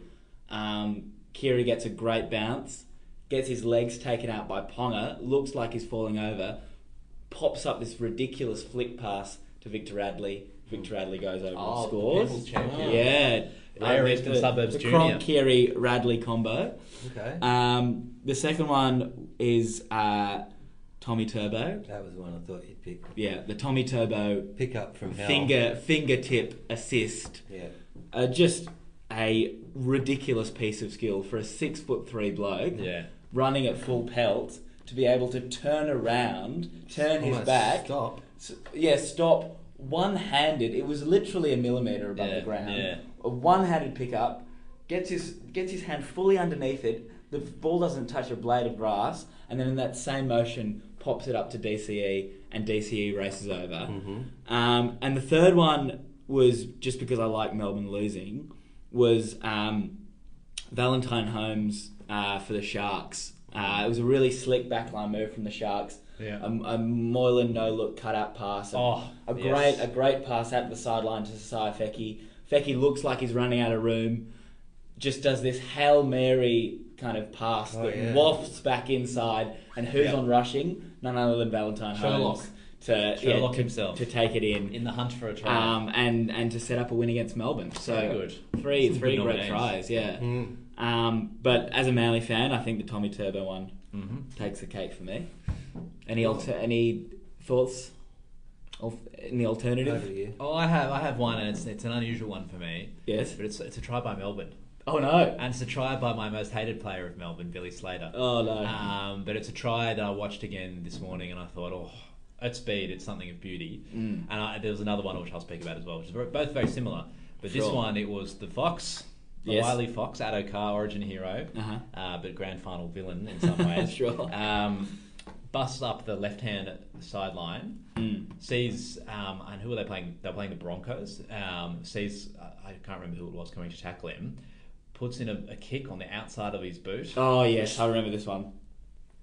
Speaker 1: Um, Kiri gets a great bounce, gets his legs taken out by Ponga, looks like he's falling over, pops up this ridiculous flick pass to Victor Radley. Victor Radley goes over
Speaker 7: Oh,
Speaker 1: and
Speaker 7: the
Speaker 1: scores.
Speaker 7: people's champion.
Speaker 1: Yeah.
Speaker 2: Rare
Speaker 1: Um,
Speaker 2: Eastern
Speaker 1: the-
Speaker 2: Suburbs
Speaker 1: the
Speaker 2: Junior.
Speaker 1: Kronk-Keary Radley combo.
Speaker 4: Okay.
Speaker 1: Um, the second one is uh, Tommy Turbo.
Speaker 4: that was the one I thought you'd pick.
Speaker 1: Yeah, the Tommy Turbo
Speaker 4: Pick up from hell.
Speaker 1: finger fingertip assist.
Speaker 4: Yeah.
Speaker 1: Uh, just a ridiculous piece of skill for a six foot three bloke
Speaker 2: Yeah.
Speaker 1: running at full pelt to be able to turn around, turn his
Speaker 4: Almost
Speaker 1: back,
Speaker 4: Stop.
Speaker 1: S- yeah, stop. One handed. It was literally a millimeter above
Speaker 2: Yeah,
Speaker 1: the ground.
Speaker 2: yeah.
Speaker 1: A one handed pickup gets his gets his hand fully underneath it. The ball doesn't touch a blade of grass, and then in that same motion pops it up to DCE, and DCE races over.
Speaker 2: Hmm.
Speaker 1: Um, and the third one was just because I like Melbourne losing was um, Valentine Holmes uh, for the Sharks. Uh, it was a really slick backline move from the Sharks.
Speaker 2: Yeah.
Speaker 1: A, a Moylan no look cut out pass. A,
Speaker 2: Oh,
Speaker 1: a
Speaker 2: yes.
Speaker 1: great a great pass out the sideline to Sai Fecky. Fecky looks like he's running out of room. Just does this hail mary kind of pass
Speaker 4: Oh,
Speaker 1: that
Speaker 4: yeah.
Speaker 1: wafts back inside, and who's
Speaker 2: Yeah.
Speaker 1: on rushing? None other than Valentine
Speaker 7: Sherlock.
Speaker 1: Holmes to
Speaker 2: Sherlock
Speaker 1: to-
Speaker 2: himself.
Speaker 1: to take it in
Speaker 2: In the hunt for a try.
Speaker 1: um, and and to set up a win against Melbourne. So
Speaker 2: Very good.
Speaker 1: three
Speaker 2: Some
Speaker 1: three
Speaker 2: good
Speaker 1: great
Speaker 2: nominees.
Speaker 1: tries, yeah.
Speaker 4: Mm.
Speaker 1: Um, but as a Manly fan, I think the Tommy Turbo one
Speaker 2: hmm
Speaker 1: takes the cake for me. Any alter- any thoughts? Al- Any
Speaker 4: Over to
Speaker 1: alternative?
Speaker 4: you.
Speaker 2: Oh, I have, I have one, and it's, it's an unusual one for me.
Speaker 1: Yes.
Speaker 2: But it's, it's a try by Melbourne,
Speaker 1: Oh no!
Speaker 2: and it's a try by my most hated player of Melbourne, Billy Slater.
Speaker 1: Oh no!
Speaker 4: Ah.
Speaker 2: Um, but it's a try that I watched again this morning, and I thought, oh, at speed, it's something of beauty.
Speaker 1: Mm.
Speaker 2: And I, there was another one which I'll speak about as well, which is very, both very similar. But this
Speaker 1: Sure.
Speaker 2: one, it was the Fox, the
Speaker 1: Yes.
Speaker 2: Wiley Fox, Addo Car origin hero,
Speaker 1: Uh-huh.
Speaker 2: uh, but grand final villain in some ways.
Speaker 1: Sure.
Speaker 2: Um, busts up the left hand sideline
Speaker 1: Mm.
Speaker 2: sees um, and who are they playing? They're playing the Broncos. Um, sees I I can't remember who it was coming to tackle him. Puts in a, a kick on the outside of his boot.
Speaker 1: Oh yes, I remember this one.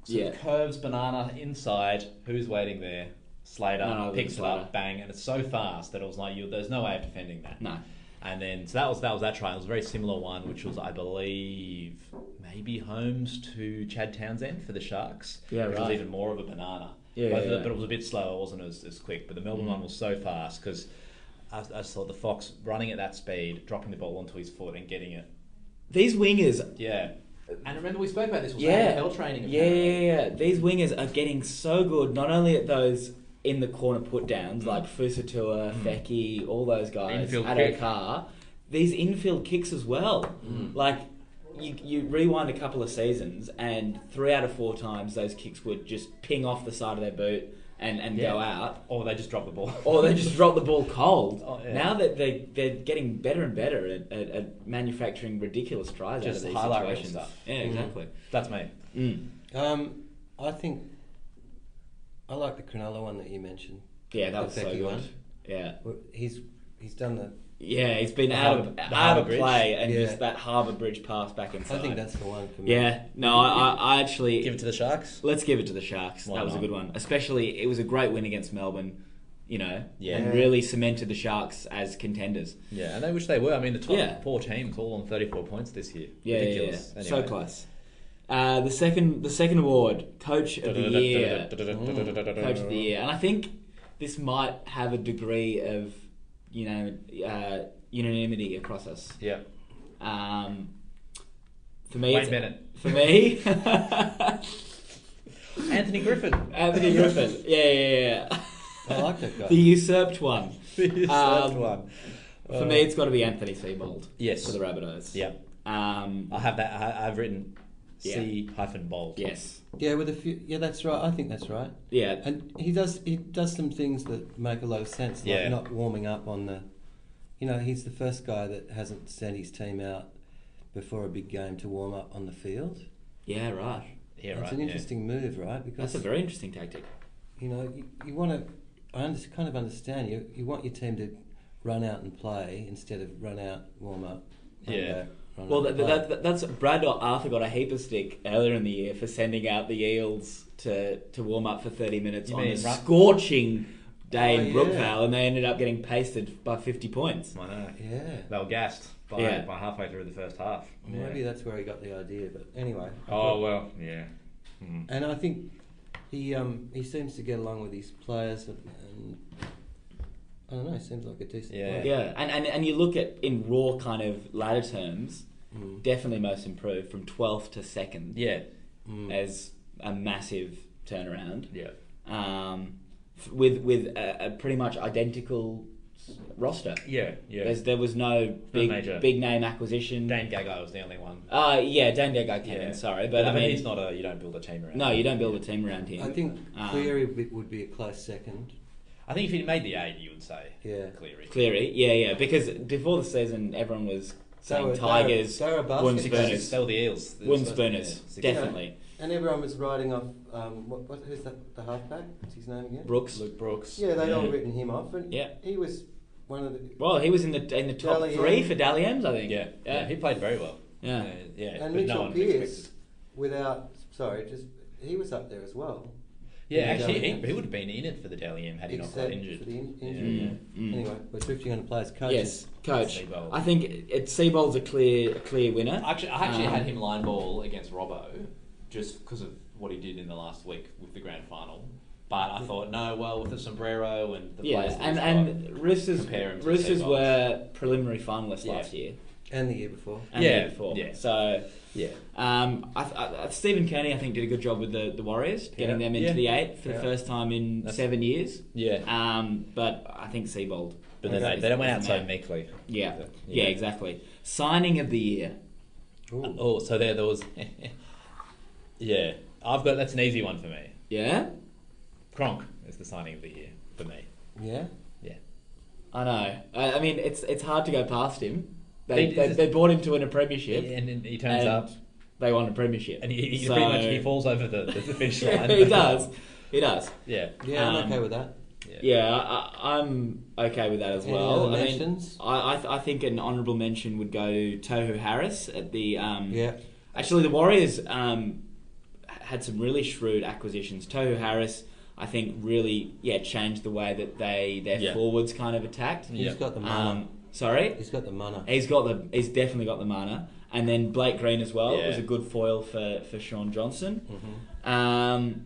Speaker 2: So
Speaker 1: yeah.
Speaker 2: it curves banana inside. Who's waiting there? Slater
Speaker 1: No, no, it's
Speaker 2: picks it
Speaker 1: Slater.
Speaker 2: up, bang, and it's so fast that it was like you. There's no way of defending that.
Speaker 1: No.
Speaker 2: And then so that was that was that try. It was a very similar one, which was I believe maybe Holmes to Chad Townsend for the Sharks.
Speaker 1: Yeah,
Speaker 2: which
Speaker 1: right.
Speaker 2: was even more of a banana.
Speaker 1: Yeah,
Speaker 2: Both
Speaker 1: yeah,
Speaker 2: of the-
Speaker 1: yeah. Mm.
Speaker 2: But it was a bit slower. It wasn't as, as quick. But the Melbourne one was so fast because I, I just thought the Fox running at that speed, dropping the ball onto his foot and getting it.
Speaker 1: These wingers
Speaker 2: Yeah.
Speaker 7: And remember, we spoke about this. Was
Speaker 1: Yeah.
Speaker 7: AFL training.
Speaker 1: Yeah,
Speaker 7: apparently.
Speaker 1: yeah, yeah. These wingers are getting so good, not only at those in the corner put downs, like Fusatua, Fecky, all those guys,
Speaker 2: Mm. Infield
Speaker 1: Addo
Speaker 2: kick. Mm.
Speaker 1: Carr, these infield kicks as well. Like, you, you rewind a couple of seasons, and three out of four times those kicks would just ping off the side of their boot and, and
Speaker 2: Yeah.
Speaker 1: go out.
Speaker 2: Or they just dropped the ball.
Speaker 1: Or they just drop the ball cold.
Speaker 2: Oh, yeah.
Speaker 1: Now that they, they're getting better and better at, at, at manufacturing ridiculous tries
Speaker 2: Just
Speaker 1: out of these
Speaker 2: highlight reel
Speaker 1: situations.
Speaker 2: stuff.
Speaker 1: Yeah, exactly.
Speaker 2: That's me.
Speaker 1: Mm.
Speaker 4: Um, I think I like the Cronulla one that you mentioned.
Speaker 1: Yeah, that
Speaker 4: The
Speaker 1: was so
Speaker 4: Fecky
Speaker 1: good.
Speaker 4: one.
Speaker 1: Yeah.
Speaker 4: Well, he's he's done the.
Speaker 1: Yeah, it's been
Speaker 2: The
Speaker 1: out
Speaker 2: Harbour-
Speaker 1: of,
Speaker 2: the
Speaker 1: out
Speaker 2: Harbour
Speaker 1: of
Speaker 2: Bridge.
Speaker 1: play and
Speaker 4: Yeah.
Speaker 1: just that Harbour Bridge pass back inside.
Speaker 4: I think that's the one for me.
Speaker 1: Yeah, no, I, I, I actually.
Speaker 2: Give it to the Sharks.
Speaker 1: let's give it to the Sharks.
Speaker 2: Why
Speaker 1: that was a
Speaker 2: not?
Speaker 1: good one. Especially, it was a great win against Melbourne, you know,
Speaker 2: Yeah.
Speaker 1: and really cemented the Sharks as contenders.
Speaker 2: Yeah, and they wish they were. I mean, the top
Speaker 1: Yeah.
Speaker 2: four teams all on 34 points this year.
Speaker 1: Yeah, yeah, yeah.
Speaker 2: Ridiculous.
Speaker 1: So close. Uh, the second the second award, Coach of the Mm. Year. Coach of the Year. And I think this might have a degree of unanimity, uh, unanimity across us.
Speaker 3: Yeah.
Speaker 1: Um, for me,
Speaker 3: Wayne
Speaker 1: it's-
Speaker 3: Bennett.
Speaker 1: For me,
Speaker 3: Anthony Griffin.
Speaker 1: Anthony Griffin. Yeah, yeah, yeah.
Speaker 4: I like that guy.
Speaker 1: the usurped one.
Speaker 3: Usurped
Speaker 1: Um,
Speaker 3: one. Uh,
Speaker 1: For me, it's got to be Anthony Seabold.
Speaker 3: Yes.
Speaker 1: For the Rabbitohs.
Speaker 3: Yeah.
Speaker 1: Um,
Speaker 3: I have that. I, I've written
Speaker 1: Yeah.
Speaker 3: C hyphen bold.
Speaker 1: yes.
Speaker 4: Yeah, with a few. Yeah, that's right. I think that's right.
Speaker 1: Yeah.
Speaker 4: And he does he does some things that make a lot of sense, like
Speaker 3: Yeah.
Speaker 4: not warming up on the. You know, he's the first guy that hasn't sent his team out before a big game to warm up on the field.
Speaker 1: yeah, right.
Speaker 3: Yeah,
Speaker 4: That's
Speaker 3: right.
Speaker 4: an
Speaker 3: yeah.
Speaker 4: interesting move, right? Because
Speaker 1: That's a very interesting tactic.
Speaker 4: you know you, you want to. I under, kind of understand you. You want your team to run out and play instead of run out warm up. run
Speaker 3: Yeah.
Speaker 4: back, run
Speaker 1: Well,
Speaker 4: out
Speaker 1: that,
Speaker 4: and play.
Speaker 1: that, that, that's Brad or Arthur got a heap of stick earlier in the year for sending out the Eels to, to warm up for 30 minutes
Speaker 3: You
Speaker 1: on
Speaker 3: mean
Speaker 1: a
Speaker 3: Ru-
Speaker 1: scorching day
Speaker 4: Oh,
Speaker 1: in
Speaker 4: yeah.
Speaker 1: Brookvale, and they ended up getting pasted by 50 points.
Speaker 3: I know.
Speaker 4: yeah.
Speaker 3: They were gassed by,
Speaker 1: Yeah.
Speaker 3: by halfway through the first half.
Speaker 4: Maybe that's where he got the idea, but anyway. I
Speaker 3: Oh
Speaker 4: thought-
Speaker 3: well, yeah. Hmm.
Speaker 4: And I think he um, he seems to get along with his players, and, and I don't know. He seems like a decent
Speaker 3: Yeah.
Speaker 4: player.
Speaker 1: Yeah, and, and, and you look at in raw kind of ladder terms,
Speaker 4: Mm.
Speaker 1: definitely most improved from 12th to 2nd
Speaker 3: Yeah.
Speaker 4: Mm.
Speaker 1: as a massive turnaround.
Speaker 3: Yeah.
Speaker 1: Um, f- with with a, a pretty much identical s- roster.
Speaker 3: Yeah. Yeah.
Speaker 1: There's, there was no big
Speaker 3: major.
Speaker 1: big name acquisition.
Speaker 3: Dane Gagai was the only one.
Speaker 1: Uh, yeah, Dan Dego came
Speaker 3: Yeah.
Speaker 1: in, sorry. But I mean,
Speaker 3: he's not a. You don't build a team around.
Speaker 1: no,
Speaker 3: him.
Speaker 1: you don't build a team around him.
Speaker 4: I think
Speaker 1: Um,
Speaker 4: Cleary would- would be a close second.
Speaker 3: I think if he made the eight, you would say.
Speaker 4: Yeah.
Speaker 3: Cleary.
Speaker 1: Cleary, yeah, yeah. Because before the season, everyone was saying
Speaker 4: were- they were-
Speaker 1: Tigers,
Speaker 4: they were above
Speaker 1: Worms
Speaker 4: six-
Speaker 1: Burners.
Speaker 3: They were the Eels. They were
Speaker 1: Worms
Speaker 3: supposed to be,
Speaker 1: Burners,
Speaker 3: yeah, six-
Speaker 1: definitely.
Speaker 4: And everyone was writing off. Um, what, what, who's that? The halfback? What's his name again?
Speaker 1: Brooks.
Speaker 3: Luke Brooks.
Speaker 4: Yeah, they'd all
Speaker 1: Yeah.
Speaker 4: written him off, and
Speaker 1: Yeah.
Speaker 4: he was one of the.
Speaker 1: Well, he was in the in the top
Speaker 4: Dally
Speaker 1: three
Speaker 4: M.
Speaker 1: for Dally M's, I think.
Speaker 3: Yeah. Yeah. He played very well.
Speaker 1: Yeah.
Speaker 3: Uh, yeah.
Speaker 4: and
Speaker 3: but no
Speaker 4: Mitchell
Speaker 3: one
Speaker 4: Pearce,
Speaker 3: expected-
Speaker 4: without sorry, just he was up there as well.
Speaker 3: Yeah,
Speaker 4: Yeah,
Speaker 3: actually,
Speaker 4: Daly
Speaker 3: he,
Speaker 4: M.
Speaker 3: he would have been in it for the Daly M had he not got
Speaker 4: Except
Speaker 3: injured.
Speaker 4: for the in-
Speaker 3: Yeah,
Speaker 4: injury.
Speaker 3: yeah.
Speaker 1: Mm.
Speaker 4: Anyway, we're drifting on to players.
Speaker 1: Yes,
Speaker 4: Coaches.
Speaker 1: coach.
Speaker 3: Seabold.
Speaker 1: I think it, Seabold's a clear a clear winner.
Speaker 2: Actually, I actually
Speaker 1: Um,
Speaker 2: had him line ball against Robbo just because of what he did in the last week with the grand final. But I thought, no, well, with the sombrero and the
Speaker 1: Yeah,
Speaker 2: players that
Speaker 1: and
Speaker 2: he's
Speaker 1: and Roosters
Speaker 2: compare him to
Speaker 1: Roosters
Speaker 2: Seabold.
Speaker 1: were preliminary finalists
Speaker 2: Yeah.
Speaker 1: last year
Speaker 4: And the year before.
Speaker 1: and the
Speaker 3: Yeah,
Speaker 1: year before.
Speaker 3: yeah.
Speaker 1: So
Speaker 3: Yeah.
Speaker 1: um, I, I, I- Stephen Kearney, I think, did a good job with the, the Warriors, getting
Speaker 3: Yeah.
Speaker 1: them into
Speaker 3: Yeah.
Speaker 1: the eight for the
Speaker 4: Yeah.
Speaker 1: first time in
Speaker 3: That's-
Speaker 1: seven years.
Speaker 3: Yeah.
Speaker 1: Um, but I think Seabold.
Speaker 3: But then
Speaker 1: Okay.
Speaker 3: they, they don't went out so
Speaker 1: Yeah.
Speaker 3: meekly.
Speaker 1: Yeah.
Speaker 3: Yeah.
Speaker 1: yeah, exactly. Signing of the year.
Speaker 4: Ooh.
Speaker 3: Oh, so there, there was. yeah, I've got. That's an easy one for me.
Speaker 1: Yeah,
Speaker 3: Kronk is the signing of the year for me.
Speaker 4: Yeah.
Speaker 3: Yeah,
Speaker 1: I know. I, I mean, it's it's hard to go past him. They
Speaker 3: They-
Speaker 1: they, they bought him to win a premiership.
Speaker 3: and, and he turns
Speaker 1: And-
Speaker 3: up,
Speaker 1: They won a premiership.
Speaker 3: and he, he
Speaker 1: So-
Speaker 3: pretty much he falls over the, the finish
Speaker 1: Yeah,
Speaker 3: line.
Speaker 1: he does. He does.
Speaker 3: Yeah,
Speaker 4: Yeah, I'm
Speaker 1: Um,
Speaker 4: okay with that.
Speaker 3: yeah.
Speaker 1: Yeah, I, I'm okay with that as
Speaker 4: Any
Speaker 1: well.
Speaker 4: other
Speaker 1: I, mean,
Speaker 4: mentions?
Speaker 1: I, I, th- I think an honourable mention would go to Tohu Harris at the. Um,
Speaker 4: Yeah.
Speaker 1: Actually, the Warriors um, h- had some really shrewd acquisitions. Tohu Harris, I think, really yeah changed the way that they their
Speaker 3: Yeah.
Speaker 1: forwards kind of attacked.
Speaker 4: He's
Speaker 3: Yeah.
Speaker 4: got the mana.
Speaker 1: Um, sorry,
Speaker 4: he's got the mana.
Speaker 1: he's got the he's definitely got the mana, and then Blake Green as well
Speaker 3: Yeah.
Speaker 1: was a good foil for for Sean Johnson.
Speaker 4: hmm
Speaker 1: Um,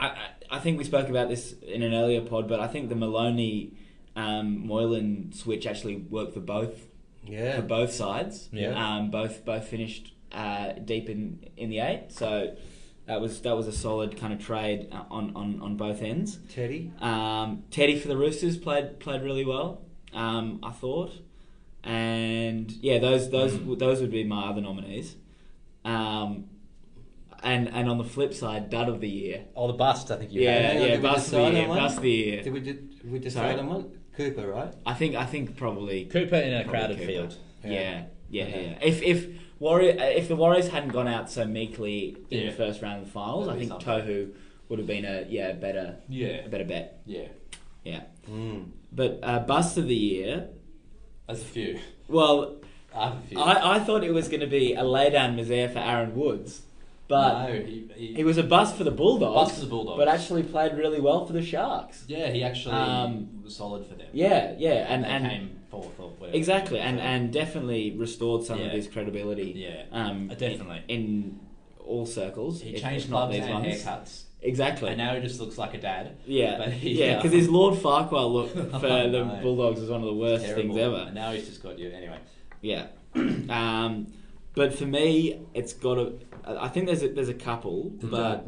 Speaker 1: I, I I think we spoke about this in an earlier pod, but I think the Maloney um, Moylan switch actually worked for both
Speaker 4: Yeah.
Speaker 1: for both sides.
Speaker 3: Yeah.
Speaker 1: Um, both both finished uh, deep in, in the eight, so that was that was a solid kind of trade uh, on, on, on both ends.
Speaker 4: Teddy.
Speaker 1: Um, Teddy for the Roosters played played really well. Um, I thought, and yeah, those those
Speaker 3: Mm.
Speaker 1: those would be my other nominees. Um, and and on the flip side, dud of the year.
Speaker 3: Oh, the bust. I think you
Speaker 1: Yeah,
Speaker 4: Hang
Speaker 3: had.
Speaker 4: on,
Speaker 1: yeah,
Speaker 4: did we
Speaker 1: bust of the
Speaker 4: decide
Speaker 1: year,
Speaker 4: on one?
Speaker 1: bust of the year.
Speaker 4: Did we did, did we decide
Speaker 1: Sorry?
Speaker 4: on one? Cooper, right?
Speaker 1: I think I think probably
Speaker 3: Cooper in a
Speaker 1: Probably
Speaker 3: crowded
Speaker 1: Cooper.
Speaker 3: field.
Speaker 1: Yeah, yeah, yeah.
Speaker 4: Okay.
Speaker 1: If if Warrior if the Warriors hadn't gone out so meekly in
Speaker 2: Yeah.
Speaker 1: the first round of the finals, I
Speaker 2: That'd be
Speaker 1: think
Speaker 2: something.
Speaker 1: Tohu would have been a yeah better
Speaker 2: Yeah.
Speaker 1: a better bet.
Speaker 2: Yeah.
Speaker 1: Yeah,
Speaker 4: Mm.
Speaker 1: but uh, bust of the year.
Speaker 2: That's a few.
Speaker 1: Well,
Speaker 2: I have a few.
Speaker 1: I, I thought it was going to be a lay down Mazaire for Aaron Woods, but
Speaker 2: no, he, he,
Speaker 1: he was a bust for the Bulldogs,
Speaker 2: Bust for the Bulldogs.
Speaker 1: but actually played really well for the Sharks.
Speaker 2: yeah, he actually
Speaker 1: Um,
Speaker 2: was solid for them.
Speaker 1: Yeah, yeah, and
Speaker 2: They
Speaker 1: and
Speaker 2: came fourth or whatever.
Speaker 1: exactly, and
Speaker 2: So-
Speaker 1: and definitely restored some of
Speaker 2: Yeah.
Speaker 1: his credibility.
Speaker 2: yeah,
Speaker 1: Um,
Speaker 3: Uh, definitely.
Speaker 1: in, in all circles.
Speaker 2: he
Speaker 1: if-
Speaker 2: changed
Speaker 1: if not
Speaker 2: clubs
Speaker 1: these
Speaker 2: and
Speaker 1: ones.
Speaker 2: haircuts.
Speaker 1: Exactly.
Speaker 2: And now he just looks like a dad.
Speaker 1: Yeah,
Speaker 2: But he,
Speaker 1: yeah,
Speaker 2: uh,
Speaker 1: because his Lord Farquhar look for
Speaker 2: I
Speaker 1: the
Speaker 2: know.
Speaker 1: Bulldogs was one of the worst
Speaker 2: terrible.
Speaker 1: things ever.
Speaker 2: And now he's just got you. Anyway,
Speaker 1: Yeah, um, but for me, it's got to. I think there's a, there's a couple, but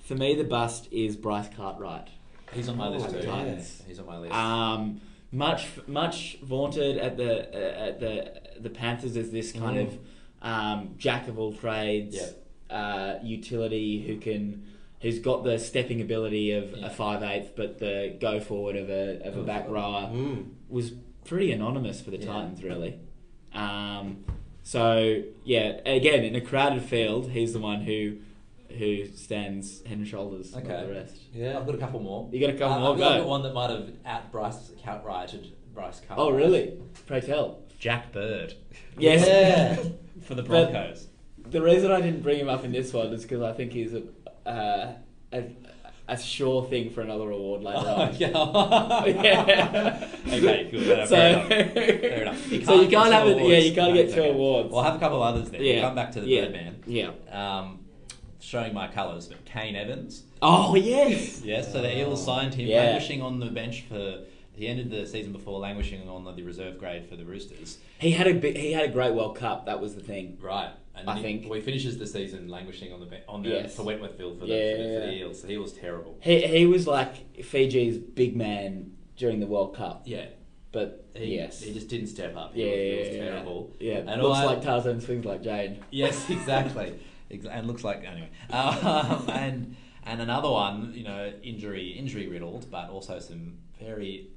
Speaker 1: for me, the bust is Bryce Cartwright.
Speaker 2: he's on my
Speaker 4: Oh,
Speaker 2: list too.
Speaker 1: yeah.
Speaker 2: He's on my list.
Speaker 1: Um, much much vaunted at the uh, at the the Panthers as this kind of um, jack of all trades
Speaker 2: Yep.
Speaker 1: uh, utility who can who's got the stepping ability of
Speaker 2: Yeah.
Speaker 1: a five eighth, but the go Mm-hmm. forward of a of a back rower
Speaker 4: Mm.
Speaker 1: was pretty anonymous for the
Speaker 2: Yeah.
Speaker 1: Titans really. Um, so yeah, again in a crowded field, he's the one who who stands head and shoulders
Speaker 2: Okay.
Speaker 1: above the rest.
Speaker 4: Yeah.
Speaker 2: I've got a couple more.
Speaker 1: You got a couple
Speaker 2: Uh,
Speaker 1: more?
Speaker 2: I've got
Speaker 1: Go.
Speaker 2: one that might have out Bryce outrighted Bryce Carter.
Speaker 1: Oh really? Pray tell.
Speaker 3: Jack Bird
Speaker 1: Yes.
Speaker 2: Yeah.
Speaker 3: for the
Speaker 1: But-
Speaker 3: Broncos.
Speaker 1: The reason I didn't bring him up in this one is because I think he's a, uh, a a sure thing for another award later on.
Speaker 2: Oh, yeah.
Speaker 1: Yeah.
Speaker 3: Okay, good. Uh,
Speaker 1: so,
Speaker 3: fair enough. Fair enough.
Speaker 1: so you
Speaker 2: get
Speaker 1: can't
Speaker 2: two
Speaker 1: have it. Yeah,
Speaker 2: awards.
Speaker 1: you can't
Speaker 2: No,
Speaker 1: get
Speaker 2: it's
Speaker 1: two
Speaker 2: okay.
Speaker 1: awards.
Speaker 2: We'll have a couple others then.
Speaker 1: yeah.
Speaker 2: We'll come back to the
Speaker 1: yeah.
Speaker 2: Birdman.
Speaker 1: Yeah.
Speaker 2: Um, showing my colours, but Kane Evans.
Speaker 1: Oh yes.
Speaker 2: Yeah, so the Eels signed him,
Speaker 1: Yeah.
Speaker 2: languishing on the bench for. He ended the season before languishing on the reserve grade for the Roosters.
Speaker 1: He had a big, he had a great World Cup. That was the thing.
Speaker 2: Right, and
Speaker 1: I
Speaker 2: he,
Speaker 1: think.
Speaker 2: well, he finishes the season languishing on the be- on the
Speaker 1: Yes.
Speaker 2: for Wentworth Field for the,
Speaker 1: Yeah,
Speaker 2: for, the,
Speaker 1: yeah,
Speaker 2: for the
Speaker 1: yeah.
Speaker 2: Eels. He was terrible.
Speaker 1: He he was like Fiji's big man during the World Cup.
Speaker 2: Yeah,
Speaker 1: But
Speaker 2: he,
Speaker 1: yes.
Speaker 2: he just didn't step up. He
Speaker 1: yeah,
Speaker 2: was,
Speaker 1: yeah,
Speaker 2: he was
Speaker 1: yeah, yeah.
Speaker 2: terrible.
Speaker 1: Yeah, looks
Speaker 2: and all I-
Speaker 1: like Tarzan, swings like Jane.
Speaker 2: Yes, exactly. Ex- and looks like anyway. Um, and and another one, you know, injury injury riddled, but also some very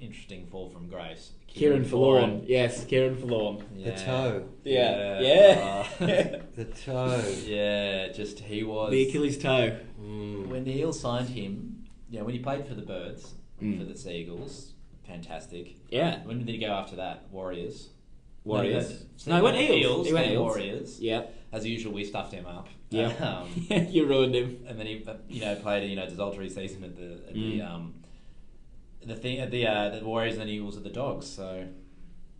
Speaker 2: interesting fall from grace.
Speaker 1: Kieran Forlorn, yes, Kieran Forlorn.
Speaker 2: Yeah.
Speaker 4: The toe.
Speaker 1: Yeah,
Speaker 2: Yeah. Ah.
Speaker 1: yeah.
Speaker 4: The toe.
Speaker 2: Yeah, just he was.
Speaker 1: the Achilles toe.
Speaker 4: Mm.
Speaker 2: When the Eels signed him, yeah, when he played for the Birds,
Speaker 1: Mm.
Speaker 2: for the Seagulls, fantastic.
Speaker 1: Yeah.
Speaker 2: When did he go after that? Warriors.
Speaker 1: Warriors.
Speaker 2: No,
Speaker 1: No, he went
Speaker 2: no,
Speaker 1: Eels.
Speaker 2: Eels,
Speaker 1: He went
Speaker 2: then
Speaker 1: Eels.
Speaker 2: Warriors.
Speaker 1: Yep.
Speaker 2: As usual, we stuffed him up.
Speaker 1: Yep.
Speaker 2: Um,
Speaker 1: you ruined him.
Speaker 2: and then he uh, you know played a you know desultory season at the at the
Speaker 1: Mm.
Speaker 2: um the thing at the uh, the Warriors and the Eagles at the Dogs. So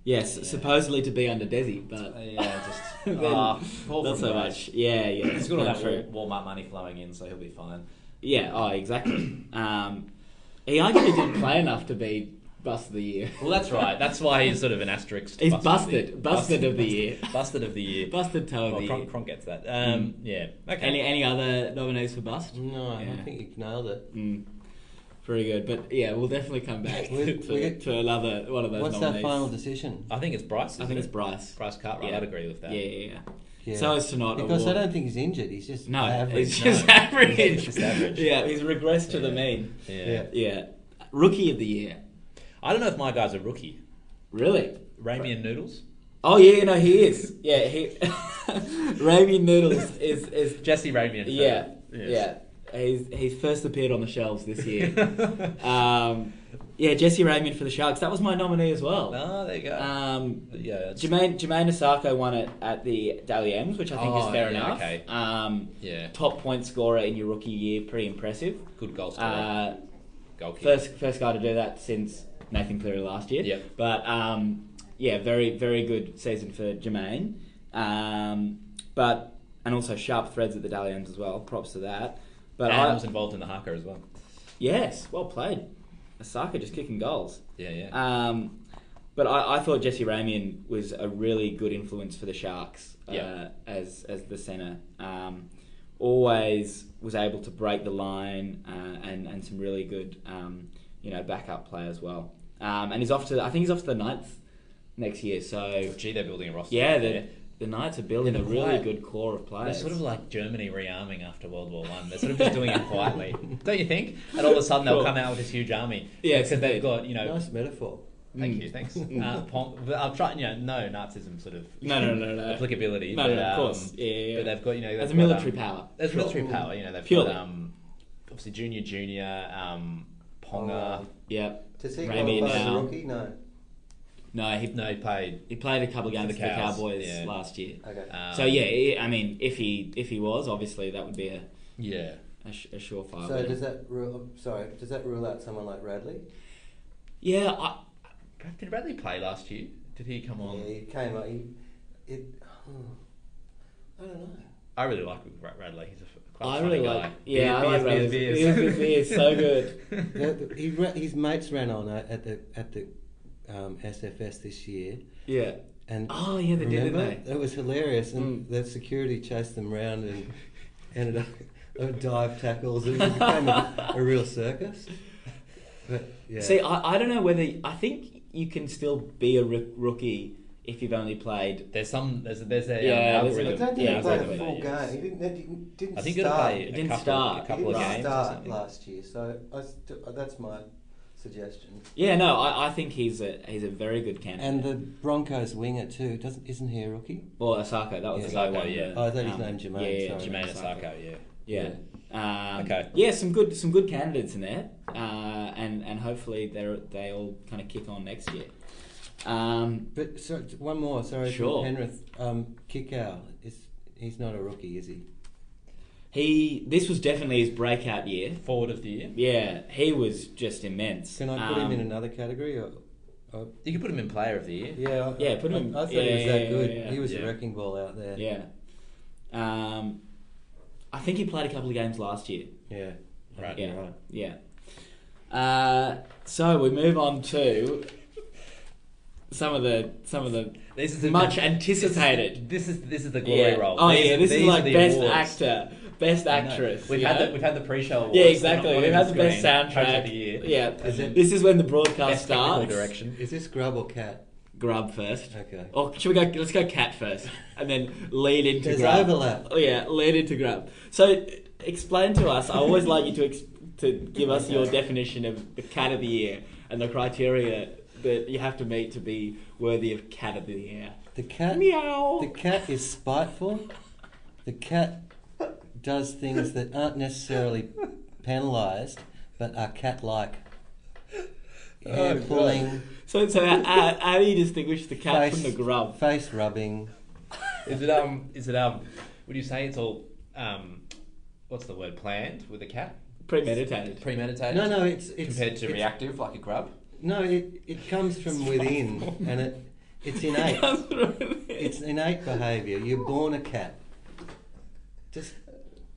Speaker 1: Yes,
Speaker 2: Yeah.
Speaker 1: supposedly to be under Desi, but
Speaker 2: uh, yeah, just
Speaker 1: Then-
Speaker 2: ah, poor
Speaker 1: not
Speaker 2: from
Speaker 1: so
Speaker 2: Bryce.
Speaker 1: much. Yeah, yeah.
Speaker 2: He's got all
Speaker 1: not
Speaker 2: that
Speaker 1: true.
Speaker 2: Wal- Walmart money flowing in, so he'll be fine.
Speaker 1: Yeah. Oh, exactly. Um, he arguably didn't play enough to be bust of the year.
Speaker 2: Well, that's right. That's
Speaker 3: That's why he's sort of an asterisk.
Speaker 1: He's
Speaker 3: of the-
Speaker 1: busted, busted of the year.
Speaker 3: Busted of the year.
Speaker 1: busted toe of
Speaker 3: Well,
Speaker 1: the year. Hmm.
Speaker 3: Cronk, Cronk gets that. Um, Yeah. Okay.
Speaker 1: Any any other nominees for bust?
Speaker 4: No,
Speaker 1: Yeah.
Speaker 4: I think you nailed it.
Speaker 1: Mm. Pretty good, but yeah, we'll definitely come back
Speaker 4: We-
Speaker 1: to,
Speaker 4: we-
Speaker 1: to another one of those.
Speaker 4: What's our
Speaker 1: nominees. Uh,
Speaker 4: final decision?
Speaker 3: I think it's Bryce.
Speaker 1: I
Speaker 3: isn't
Speaker 1: think it's
Speaker 3: it?
Speaker 1: Bryce.
Speaker 3: Bryce Cartwright.
Speaker 1: Yeah.
Speaker 3: I'd agree with
Speaker 1: Yeah,
Speaker 3: that.
Speaker 1: yeah, yeah.
Speaker 4: Yeah.
Speaker 1: So it's tonight.
Speaker 4: because
Speaker 1: award.
Speaker 4: I don't think he's injured. He's just
Speaker 1: No,
Speaker 4: average.
Speaker 1: he's
Speaker 3: no.
Speaker 1: just average.
Speaker 3: He's just average.
Speaker 1: Yeah, he's regressed to the
Speaker 3: Yeah.
Speaker 1: mean.
Speaker 3: Yeah.
Speaker 4: Yeah.
Speaker 1: Yeah, rookie of the year.
Speaker 3: I don't know if my guy's a rookie.
Speaker 1: Really?
Speaker 3: Ramian Noodles.
Speaker 1: Oh yeah, no, he is. Yeah, he. Ramen noodles is is.
Speaker 3: Jesse Ramian. for-
Speaker 1: Yeah,
Speaker 3: Yes.
Speaker 1: yeah. He's he's first appeared on the shelves this year. um, yeah, Jesse Raymond for the Sharks. That was my nominee as well.
Speaker 3: Oh, there you go.
Speaker 1: Um,
Speaker 3: yeah. that's-
Speaker 1: Jermaine Jermaine Osako won it at the Daly M's, which I think
Speaker 3: Oh,
Speaker 1: is fair
Speaker 3: yeah,
Speaker 1: enough.
Speaker 3: okay.
Speaker 1: Um,
Speaker 3: Yeah.
Speaker 1: top point scorer in your rookie year, pretty impressive.
Speaker 3: Good goal scorer.
Speaker 1: Uh,
Speaker 3: goal kick.
Speaker 1: first first guy to do that since Nathan Cleary last year.
Speaker 3: Yep.
Speaker 1: But um, yeah, very very good season for Jermaine. Um, but and also sharp threads at the Daly M's as well. Props to that. But
Speaker 3: and
Speaker 1: I,
Speaker 3: was involved in the haka as well.
Speaker 1: yes, well played. Osaka just kicking goals.
Speaker 3: Yeah, yeah.
Speaker 1: Um, but I, I thought Jesse Ramian was a really good influence for the Sharks uh,
Speaker 3: Yeah.
Speaker 1: as as the centre. Um, always was able to break the line uh, and and some really good um, you know backup play as well. Um, and he's off to I think he's off to the ninth next year. So
Speaker 3: Gee, they're building a roster.
Speaker 1: yeah,
Speaker 3: out
Speaker 1: the
Speaker 3: there.
Speaker 1: the Knights are building a
Speaker 3: They're
Speaker 1: really
Speaker 3: quiet.
Speaker 1: good core of
Speaker 3: They're
Speaker 1: players.
Speaker 3: sort of like Germany rearming after World War One. They're sort of just doing it quietly, don't you think? And all of a sudden they'll
Speaker 1: Sure.
Speaker 3: come out with this huge army.
Speaker 1: Yeah,
Speaker 3: except they've
Speaker 1: indeed.
Speaker 3: got you know.
Speaker 4: nice metaphor.
Speaker 3: Thank
Speaker 1: Mm.
Speaker 3: you, thanks.
Speaker 1: Mm.
Speaker 3: Uh, pom- but I've tried, you know, no Nazism sort of
Speaker 1: no no no no
Speaker 3: applicability.
Speaker 1: no,
Speaker 3: but,
Speaker 1: no, of course
Speaker 3: um,
Speaker 1: yeah, yeah, yeah.
Speaker 3: But they've got you know
Speaker 1: as a
Speaker 3: they've got,
Speaker 1: military
Speaker 3: um,
Speaker 1: power
Speaker 3: There's
Speaker 1: Sure.
Speaker 3: military power, you know. They've
Speaker 1: Purely.
Speaker 3: got um, obviously junior, junior, um, Ponga.
Speaker 4: Oh.
Speaker 1: yeah
Speaker 4: Does he
Speaker 1: Raimi
Speaker 4: qualify as a
Speaker 1: now.
Speaker 4: rookie? No.
Speaker 1: no he
Speaker 3: no, he played.
Speaker 1: He played a couple of games
Speaker 3: the
Speaker 1: for the
Speaker 3: Cows,
Speaker 1: Cowboys
Speaker 3: yeah.
Speaker 1: last year.
Speaker 4: Okay.
Speaker 3: Um,
Speaker 1: so yeah, he- I mean, if he if he was, obviously that would be a
Speaker 3: yeah.
Speaker 1: a, sh- a surefire.
Speaker 4: so
Speaker 1: winner.
Speaker 4: does that rule? Sorry, does that rule out someone like Radley?
Speaker 1: yeah, I,
Speaker 3: Did Bradley play last year? Did he come on?
Speaker 4: Yeah, he came. He, it, hmm, I don't know.
Speaker 3: I really like Ra- Radley. He's a f-
Speaker 1: I really
Speaker 3: funny
Speaker 1: like.
Speaker 3: guy.
Speaker 1: Yeah, I like Beers, beers, beers, beers, so good.
Speaker 4: The- the- he ra- his mates ran on uh, at the at the um, SFS this year,
Speaker 1: Yeah.
Speaker 4: and
Speaker 1: Oh yeah, they did,
Speaker 4: remember
Speaker 1: didn't they?
Speaker 4: it was hilarious, and
Speaker 1: Mm.
Speaker 4: that security chased them round and ended up with dive tackles, and it became a, a real circus. But yeah,
Speaker 1: See, I, I don't know whether I think you can still be a rook- rookie if you've only played.
Speaker 3: There's some. There's a, there's a
Speaker 1: Yeah,
Speaker 3: um,
Speaker 1: there's a-
Speaker 4: I
Speaker 3: algorithm.
Speaker 4: don't think
Speaker 1: Yeah,
Speaker 4: he
Speaker 1: I
Speaker 4: played
Speaker 1: remember
Speaker 4: a
Speaker 1: that,
Speaker 4: full game.
Speaker 3: yes.
Speaker 4: He didn't, he didn't- didn't
Speaker 3: I think you got to
Speaker 4: start.
Speaker 3: play a
Speaker 1: It didn't
Speaker 3: couple,
Speaker 1: start.
Speaker 3: a
Speaker 4: He
Speaker 3: couple of
Speaker 1: It
Speaker 4: didn't
Speaker 1: didn't
Speaker 3: games. Or
Speaker 4: start
Speaker 3: something.
Speaker 4: last year, so I st- uh, that's my suggestion.
Speaker 1: Yeah, no, I, I think he's a he's a very good candidate.
Speaker 4: And the Broncos winger too doesn't isn't he a rookie?
Speaker 1: well, Osaka, that was
Speaker 4: Yeah.
Speaker 1: the guy
Speaker 3: Osaka,
Speaker 1: one.
Speaker 3: yeah.
Speaker 4: Oh, I thought his name Jermaine,
Speaker 1: Yeah, yeah,
Speaker 4: sorry.
Speaker 3: Jermaine Osako, yeah.
Speaker 1: Yeah. Um,
Speaker 3: Okay.
Speaker 1: Yeah, some good some good candidates in there, uh, and and hopefully they are they all kind of kick on next year. Um,
Speaker 4: But so, one more, sorry,
Speaker 1: Sure.
Speaker 4: from Penrith. Um, Kickow is he's not a rookie, is he?
Speaker 1: he this was definitely his breakout year.
Speaker 3: Forward of the year.
Speaker 1: Yeah, he was just immense.
Speaker 4: Can I put
Speaker 1: Um,
Speaker 4: him in another category? Or, or
Speaker 3: You could put him in player of the year.
Speaker 4: yeah, I-
Speaker 1: Yeah, put him in-
Speaker 4: I, I thought
Speaker 1: yeah,
Speaker 4: he was
Speaker 1: yeah,
Speaker 4: that
Speaker 1: yeah,
Speaker 4: good.
Speaker 1: yeah,
Speaker 4: he was
Speaker 3: yeah.
Speaker 4: a wrecking ball out there.
Speaker 1: Yeah. Um, I think he played a couple of games last year.
Speaker 4: yeah, I
Speaker 3: Right.
Speaker 4: think you're
Speaker 1: Yeah.
Speaker 4: right.
Speaker 1: Yeah. Uh, so we move on to some of the some of the
Speaker 3: This is the-
Speaker 1: much anticipated.
Speaker 3: This is this is the glory roll.
Speaker 1: Oh
Speaker 3: These
Speaker 1: yeah,
Speaker 3: are-
Speaker 1: this
Speaker 3: these
Speaker 1: is
Speaker 3: are
Speaker 1: like
Speaker 3: the
Speaker 1: best
Speaker 3: awards.
Speaker 1: actor, best
Speaker 3: I know.
Speaker 1: actress.
Speaker 3: We've
Speaker 1: you
Speaker 3: had
Speaker 1: know?
Speaker 3: the we've had the pre-show. Awards.
Speaker 1: yeah,
Speaker 3: They're
Speaker 1: exactly.
Speaker 3: not
Speaker 1: We've had the
Speaker 3: even
Speaker 1: best
Speaker 3: screened. Coach
Speaker 1: soundtrack.
Speaker 3: of the year.
Speaker 1: Yeah,
Speaker 4: Is it-
Speaker 1: this is when the broadcast
Speaker 3: Best technical
Speaker 1: starts.
Speaker 3: direction.
Speaker 4: Is this grub or cat?
Speaker 1: Grub first.
Speaker 4: Okay.
Speaker 1: Or should we go? Let's go cat first, and then lead into
Speaker 4: There's
Speaker 1: grub.
Speaker 4: overlap.
Speaker 1: Oh yeah, lead into grub. So explain to us. I always like you to ex- to give us your definition of the cat of the year and the criteria that you have to meet to be worthy of cat of the year.
Speaker 4: The cat.
Speaker 1: Meow.
Speaker 4: The cat is spiteful. The cat does things that aren't necessarily penalised, but are cat-like. Hair
Speaker 3: God.
Speaker 4: pulling,
Speaker 1: So so how, how, how do you distinguish the cat from the grub?
Speaker 4: face rubbing.
Speaker 3: Is it um? Is it um? Would you say it's all um? What's the word? Planned with a cat?
Speaker 1: Premeditated.
Speaker 3: Premeditated.
Speaker 4: No, no, it's it's
Speaker 3: compared to
Speaker 4: it's-
Speaker 3: reactive, like a grub.
Speaker 4: No, it, it comes from within, and it it's innate. it's innate behaviour. You're born a cat. Just,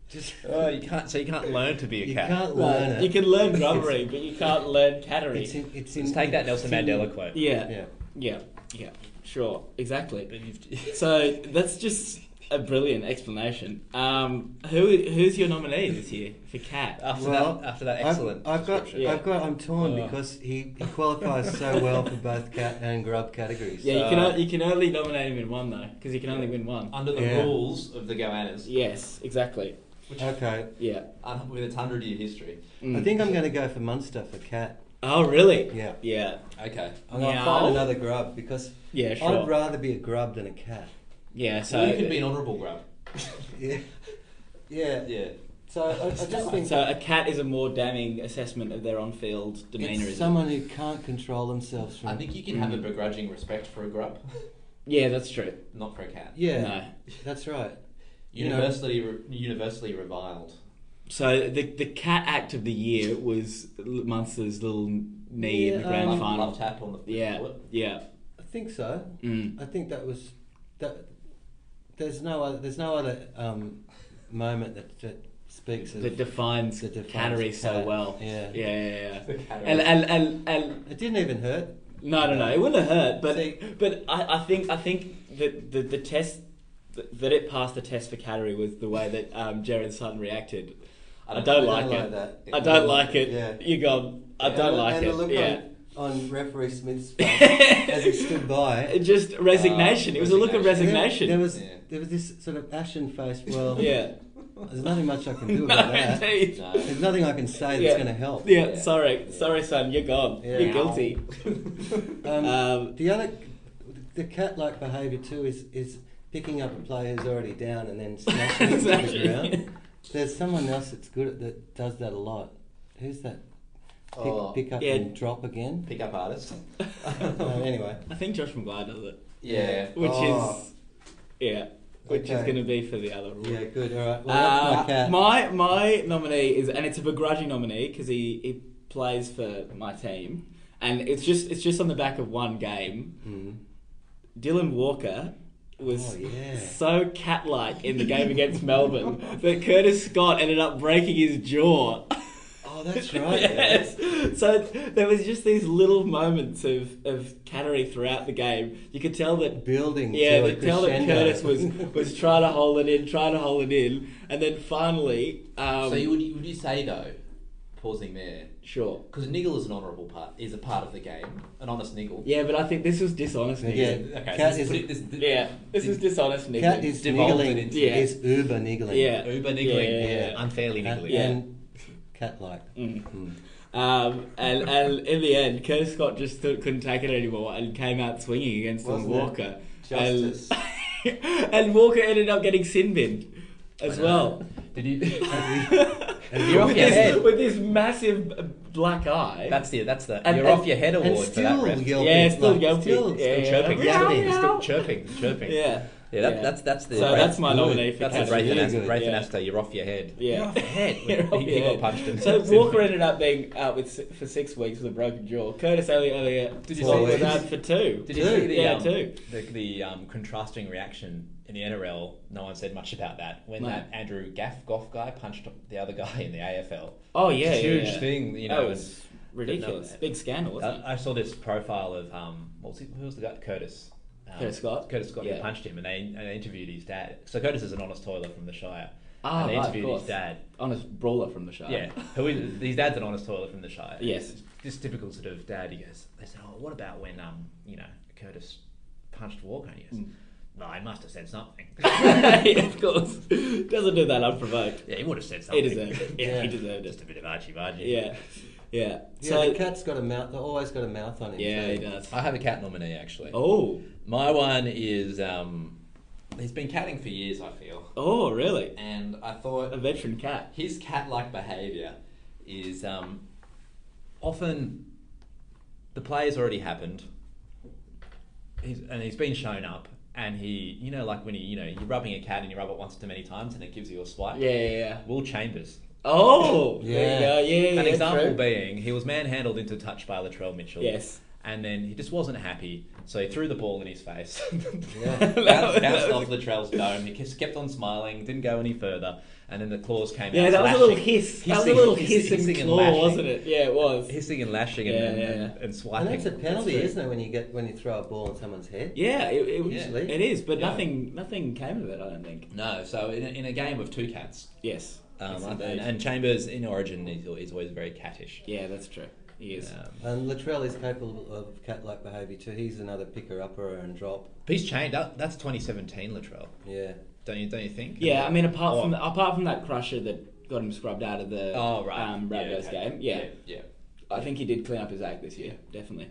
Speaker 4: just
Speaker 3: Oh, you can't. So you can't learn to be a
Speaker 4: you
Speaker 3: cat.
Speaker 4: can't learn it.
Speaker 1: You can learn grubbery, but you can't learn cattery.
Speaker 4: It's in, it's in,
Speaker 3: Let's take that
Speaker 4: it's
Speaker 3: Nelson
Speaker 4: in-
Speaker 3: Mandela quote.
Speaker 1: yeah, yeah,
Speaker 4: Yeah.
Speaker 1: yeah, Sure, exactly.
Speaker 3: But you've-
Speaker 1: So that's just a brilliant explanation. Um, who who's your nominee this year for cat?
Speaker 3: after
Speaker 4: Well,
Speaker 3: that, after that
Speaker 4: I've-
Speaker 3: excellent.
Speaker 4: I've, got,
Speaker 3: description.
Speaker 1: Yeah. Uh.
Speaker 4: I've got, I'm torn
Speaker 3: Oh.
Speaker 4: because he, he qualifies so well for both cat and grub categories.
Speaker 1: Yeah, you can
Speaker 3: Uh,
Speaker 1: o- you can only nominate him in one though, because you can only win one.
Speaker 3: Under the
Speaker 4: Yeah.
Speaker 3: rules of the Goannas,
Speaker 1: Yes, exactly.
Speaker 4: Okay.
Speaker 1: Yeah.
Speaker 3: un- with its hundred-year history.
Speaker 1: Mm.
Speaker 4: I think I'm going to go for Munster for cat.
Speaker 1: Oh really?
Speaker 4: Yeah.
Speaker 1: Yeah.
Speaker 3: Okay.
Speaker 4: I'm going to
Speaker 1: Meow.
Speaker 4: find another grub because
Speaker 1: Yeah.
Speaker 4: I'd
Speaker 1: Sure.
Speaker 4: rather be a grub than a cat.
Speaker 1: Yeah.
Speaker 3: So
Speaker 1: So
Speaker 3: you could be an honourable grub.
Speaker 4: Yeah. Yeah.
Speaker 3: yeah.
Speaker 4: So I, I just think
Speaker 1: so a cat is a more damning assessment of their on-field demeanour. is
Speaker 4: it's someone who can't control themselves from.
Speaker 3: I think you can have a begrudging respect for a grub,
Speaker 1: Yeah, that's true.
Speaker 3: not for a cat.
Speaker 4: yeah,
Speaker 1: No.
Speaker 4: that's right. You know-
Speaker 3: Universally, re- universally reviled.
Speaker 1: So the the cat act of the year was L- Munster's little knee in the
Speaker 4: Yeah,
Speaker 1: grand
Speaker 4: um,
Speaker 3: Love,
Speaker 1: final.
Speaker 3: love tap on the
Speaker 1: Yeah,
Speaker 3: foot.
Speaker 1: yeah.
Speaker 4: I think so.
Speaker 1: Mm.
Speaker 4: I think that was that. There's no other. There's no other um, moment that, that speaks of
Speaker 1: That defines,
Speaker 4: that defines
Speaker 1: Cannery so
Speaker 4: cat.
Speaker 1: well.
Speaker 4: Yeah.
Speaker 1: yeah, yeah. yeah.
Speaker 3: The cat
Speaker 1: And, and, and, and
Speaker 4: It didn't even hurt.
Speaker 1: no, no, no. It wouldn't have hurt, but
Speaker 4: See-
Speaker 1: but I, I think I think that the, the test th- that it passed the test for Cattery was the way that um, Jared Sutton reacted. I don't, like, it.
Speaker 4: that.
Speaker 1: I don't like it.
Speaker 4: Yeah.
Speaker 1: You're gone. I don't
Speaker 4: and,
Speaker 1: like
Speaker 4: and
Speaker 1: it.
Speaker 4: the look
Speaker 1: yeah.
Speaker 4: on, on referee Smith's face as he stood by.
Speaker 1: Just resignation.
Speaker 3: Uh,
Speaker 1: it was a look of
Speaker 4: And then
Speaker 1: resignation.
Speaker 4: Oh, There was
Speaker 3: Yeah.
Speaker 4: there was this sort of ashen face. Well,
Speaker 1: yeah.
Speaker 4: There's nothing much I can do
Speaker 1: No,
Speaker 4: about that.
Speaker 1: indeed.
Speaker 3: No.
Speaker 4: There's nothing I can say that's
Speaker 1: Yeah.
Speaker 4: going to help.
Speaker 1: Yeah,
Speaker 3: Yeah.
Speaker 1: sorry,
Speaker 3: Yeah.
Speaker 1: sorry, son, you're gone.
Speaker 4: Yeah.
Speaker 1: You're guilty.
Speaker 4: Um,
Speaker 1: Um,
Speaker 4: the other, the cat-like behaviour too is is picking up a player who's already down and then smashing him to the
Speaker 1: Smashing,
Speaker 4: ground.
Speaker 1: yeah.
Speaker 4: There's someone else that's good at that does that a lot. Who's that? Pick,
Speaker 3: Oh,
Speaker 4: pick up
Speaker 1: yeah.
Speaker 4: and drop again.
Speaker 3: Pick up artist.
Speaker 4: Oh, anyway,
Speaker 1: I think Josh McGuire does it,
Speaker 3: Yeah.
Speaker 1: which
Speaker 4: Oh.
Speaker 1: is yeah, which is
Speaker 4: Okay.
Speaker 1: going to be for the other rule.
Speaker 4: yeah, good. All right. Well, that's my
Speaker 1: Uh,
Speaker 4: cat.
Speaker 1: my my nominee is, and it's a begrudging nominee because he, he plays for my team,
Speaker 4: Hmm.
Speaker 1: and it's just it's just on the back of one game.
Speaker 4: Mm.
Speaker 1: Dylan Walker was
Speaker 4: Oh, yeah.
Speaker 1: so cat-like in the game against Melbourne that Curtis Scott ended up breaking his jaw.
Speaker 4: Oh, that's right.
Speaker 1: yes. So there was just these little moments of, of cattery throughout the game. You could tell that
Speaker 4: Building.
Speaker 1: yeah,
Speaker 4: to
Speaker 1: the
Speaker 4: a
Speaker 1: tell that
Speaker 4: crescendo.
Speaker 1: Curtis was was trying to hold it in, trying to hold it in, and then finally, um,
Speaker 2: so you would, would you say though, pausing there,
Speaker 1: sure,
Speaker 2: because niggle is an honourable part, is a part of the game, an honest niggle.
Speaker 1: yeah, but I think this was dishonest.
Speaker 4: Yeah.
Speaker 1: niggling.
Speaker 2: Okay.
Speaker 4: Cat
Speaker 2: so
Speaker 4: is-
Speaker 2: this, put it, this, this,
Speaker 1: yeah, this is dishonest.
Speaker 4: Cat
Speaker 1: niggling.
Speaker 4: is
Speaker 2: Devolved
Speaker 4: niggling.
Speaker 2: it into-
Speaker 1: Yeah.
Speaker 4: Is uber niggling.
Speaker 1: yeah,
Speaker 2: Uber niggling,
Speaker 1: Yeah, Uh,
Speaker 4: yeah, yeah.
Speaker 2: unfairly
Speaker 4: And, Hmm.
Speaker 2: niggling.
Speaker 1: Yeah.
Speaker 4: cat like.
Speaker 1: Mm. Um, and, and in the end, Curtis Scott just th- couldn't take it anymore and came out swinging against Tom
Speaker 4: Wasn't it
Speaker 1: Walker.
Speaker 4: justice?
Speaker 1: And, and Walker ended up getting sin binned as
Speaker 2: I know.
Speaker 1: well.
Speaker 2: Did you?
Speaker 4: And
Speaker 2: You're off
Speaker 1: with,
Speaker 2: your
Speaker 1: this,
Speaker 2: head.
Speaker 1: with this massive uh, black eye.
Speaker 2: That's the that's the
Speaker 1: And-
Speaker 2: you're
Speaker 1: and-
Speaker 2: off your head award
Speaker 4: And
Speaker 2: for that
Speaker 4: still
Speaker 2: ref.
Speaker 4: yelping.
Speaker 1: Yeah, still
Speaker 4: like,
Speaker 1: yelping.
Speaker 4: Still,
Speaker 1: Yeah,
Speaker 2: Still
Speaker 1: yeah.
Speaker 2: chirping,
Speaker 1: Meow,
Speaker 2: still being-
Speaker 1: meow.
Speaker 2: still chirping, chirping.
Speaker 1: yeah.
Speaker 2: Yeah, that,
Speaker 1: Yeah.
Speaker 2: that's that's the.
Speaker 1: So that's my
Speaker 4: Good.
Speaker 1: nominee for Cat
Speaker 2: That's the
Speaker 1: of
Speaker 2: Braith
Speaker 1: the
Speaker 2: and
Speaker 1: Year.
Speaker 4: Really
Speaker 2: Asta,
Speaker 4: good,
Speaker 2: Braith and
Speaker 1: yeah.
Speaker 2: Asta, you're off your head.
Speaker 1: Yeah.
Speaker 2: You're off your head.
Speaker 1: You're off your
Speaker 2: he, he
Speaker 1: head.
Speaker 2: got punched. And
Speaker 1: So Walker ended up being out with si- for six weeks with a broken jaw. Curtis Elliott Elliott
Speaker 2: Did you
Speaker 1: was
Speaker 4: see this?
Speaker 1: out for two.
Speaker 2: Did you see the,
Speaker 1: yeah,
Speaker 2: um,
Speaker 1: two.
Speaker 2: the, the um, contrasting reaction in the NRL? No one said much about that when
Speaker 1: No.
Speaker 2: that Andrew Gaff Goff guy punched the other guy in the AFL.
Speaker 1: Oh yeah,
Speaker 2: huge
Speaker 1: yeah.
Speaker 2: thing, you know.
Speaker 1: That was ridiculous.
Speaker 2: No,
Speaker 1: Big scandal,
Speaker 2: and
Speaker 1: wasn't it?
Speaker 2: Uh, I, I saw this profile of um, what was he, who was the guy? Curtis. Um,
Speaker 1: Curtis Scott?
Speaker 2: Curtis Scott
Speaker 1: Yeah.
Speaker 2: who punched him, and they, and they interviewed his dad. So Curtis is an honest toiler from the Shire.
Speaker 1: Ah,
Speaker 2: and they
Speaker 1: right, of
Speaker 2: interviewed
Speaker 1: course.
Speaker 2: his dad.
Speaker 1: Honest brawler from the show.
Speaker 2: Yeah, who is his dad's an honest toiler from the Shire.
Speaker 1: Yes.
Speaker 2: It's just typical sort of dad. He goes, they said, oh, what about when um, you know, Curtis punched Walker? And he goes,
Speaker 1: Mm.
Speaker 2: no, I must have said something.
Speaker 1: yeah, of course. Doesn't do that unprovoked.
Speaker 2: yeah, he would have said
Speaker 1: He
Speaker 2: something.
Speaker 1: deserved it. Yeah, he
Speaker 4: Yeah.
Speaker 1: deserved
Speaker 2: just
Speaker 1: it.
Speaker 2: a bit of argy bargy.
Speaker 1: Yeah, yeah.
Speaker 4: Yeah,
Speaker 1: So
Speaker 4: the cat's got a mouth. Always got a mouth on him.
Speaker 1: yeah,
Speaker 4: too.
Speaker 1: he does.
Speaker 2: I have a cat nominee actually.
Speaker 1: Oh,
Speaker 2: My one is um, he's been catting for years. I feel.
Speaker 1: oh, really?
Speaker 2: and I
Speaker 1: A
Speaker 2: thought
Speaker 1: veteran cat.
Speaker 2: his cat-like behaviour is um, often the play has already happened, he's, and he's been shown up, and he, you know, like when he, you know, you're rubbing a cat and you rub it once too many times, and it gives you a swipe.
Speaker 1: Yeah, yeah, yeah.
Speaker 2: Will Chambers.
Speaker 1: Oh,
Speaker 4: Yeah.
Speaker 1: There you go. Yeah,
Speaker 2: An
Speaker 1: yeah,
Speaker 2: example
Speaker 1: true.
Speaker 2: being, he was manhandled into touch by Latrell Mitchell.
Speaker 1: Yes.
Speaker 2: And then he just wasn't happy, so he threw the ball in his face.
Speaker 4: Yeah.
Speaker 2: bounced, bounced off Latrell's dome. He just kept on smiling, didn't go any further, and then the claws came out.
Speaker 1: Yeah, that was a little
Speaker 2: lashing.
Speaker 1: hiss. That was a
Speaker 2: Hissing-
Speaker 1: little
Speaker 2: hiss-
Speaker 1: hiss and
Speaker 2: hissing and
Speaker 1: claw,
Speaker 2: lashing.
Speaker 1: wasn't it? Yeah, it was.
Speaker 2: Hissing and lashing and,
Speaker 1: Yeah,
Speaker 2: and,
Speaker 1: yeah,
Speaker 2: and,
Speaker 1: yeah.
Speaker 2: swiping.
Speaker 4: And that's a penalty,
Speaker 1: That's true.
Speaker 4: isn't it? When you get when you throw a ball in someone's head.
Speaker 1: Yeah, it, it, was-
Speaker 4: Usually.
Speaker 1: it is, but
Speaker 2: Yeah.
Speaker 1: nothing nothing came of it, I don't think.
Speaker 2: No, so in a, in a game of two cats,
Speaker 1: Yes.
Speaker 2: um,
Speaker 1: Yes,
Speaker 2: and,
Speaker 1: indeed.
Speaker 2: and Chambers in Origin is, al- is always very cattish.
Speaker 1: yeah, that's true. He is.
Speaker 2: Um,
Speaker 4: And Latrell is capable of cat-like behaviour too. He's another picker-upper and drop.
Speaker 2: he's changed. That, that's 2017 Latrell,
Speaker 4: Yeah.
Speaker 2: don't you? Don't you think?
Speaker 1: Yeah, I mean, apart
Speaker 2: Or-
Speaker 1: from the, apart from that crusher that got him scrubbed out of the
Speaker 2: Oh right,
Speaker 1: um, Rabbitohs
Speaker 2: okay.
Speaker 1: game, yeah,
Speaker 2: yeah.
Speaker 1: I think he did clean up his act this year, definitely.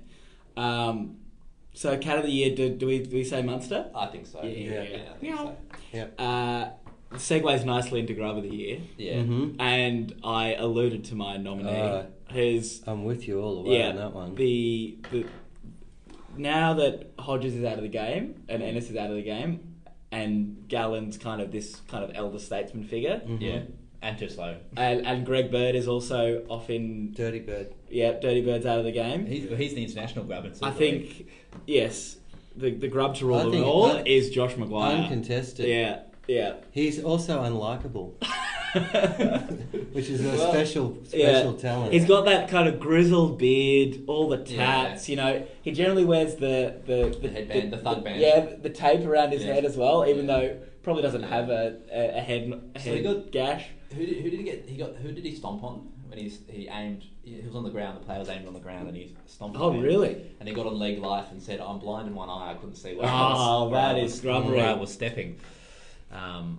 Speaker 1: Um, so, cat of the year, do, do we do we say Munster?
Speaker 2: I think so.
Speaker 1: Yeah,
Speaker 4: yeah,
Speaker 1: yeah, I think so.
Speaker 4: Yeah.
Speaker 1: Uh, segues nicely into Grub of the year,
Speaker 2: Yeah.
Speaker 4: Mhm.
Speaker 1: and I alluded to my nominee,
Speaker 4: Uh,
Speaker 1: who's
Speaker 4: I'm with you all the way
Speaker 1: yeah
Speaker 4: on that one.
Speaker 1: the the now that Hodges is out of the game and Ennis is out of the game, and Gallen's kind of this kind of elder statesman figure.
Speaker 4: Mm-hmm.
Speaker 2: Yeah. And too slow.
Speaker 1: And, and Greg Bird is also off in
Speaker 4: Dirty bird.
Speaker 1: yeah, Dirty Bird's out of the game.
Speaker 2: He's, he's the international grab. in
Speaker 1: I
Speaker 2: Super League.
Speaker 1: think yes, the the grub to
Speaker 4: I
Speaker 1: rule them
Speaker 4: think-
Speaker 1: all
Speaker 4: I-
Speaker 1: is Josh Maguire.
Speaker 4: Uncontested.
Speaker 1: Yeah, yeah.
Speaker 4: He's also unlikable, which is a
Speaker 2: Well,
Speaker 4: special
Speaker 1: Yeah.
Speaker 4: special talent.
Speaker 1: He's got that kind of grizzled beard, all the
Speaker 2: Yeah.
Speaker 1: tats. You know, he generally wears the the,
Speaker 2: The headband, the thug band.
Speaker 1: Yeah, the tape around his
Speaker 2: Yeah.
Speaker 1: head as well. Even
Speaker 2: Yeah.
Speaker 1: though probably doesn't have a a, a head, a
Speaker 2: So he
Speaker 1: head
Speaker 2: got-
Speaker 1: gash.
Speaker 2: Who did, who did he get? He got who did he stomp on when he he aimed? He was on the ground. The player was aimed on the ground, and he stomped.
Speaker 1: Oh,
Speaker 2: on him.
Speaker 1: really?
Speaker 2: And he got on leg life and said, "I'm blind in one eye. I couldn't see where I
Speaker 1: Oh,
Speaker 2: was, where
Speaker 1: that
Speaker 2: I
Speaker 1: is
Speaker 2: was,
Speaker 1: grubbery.
Speaker 2: where I was stepping." Um,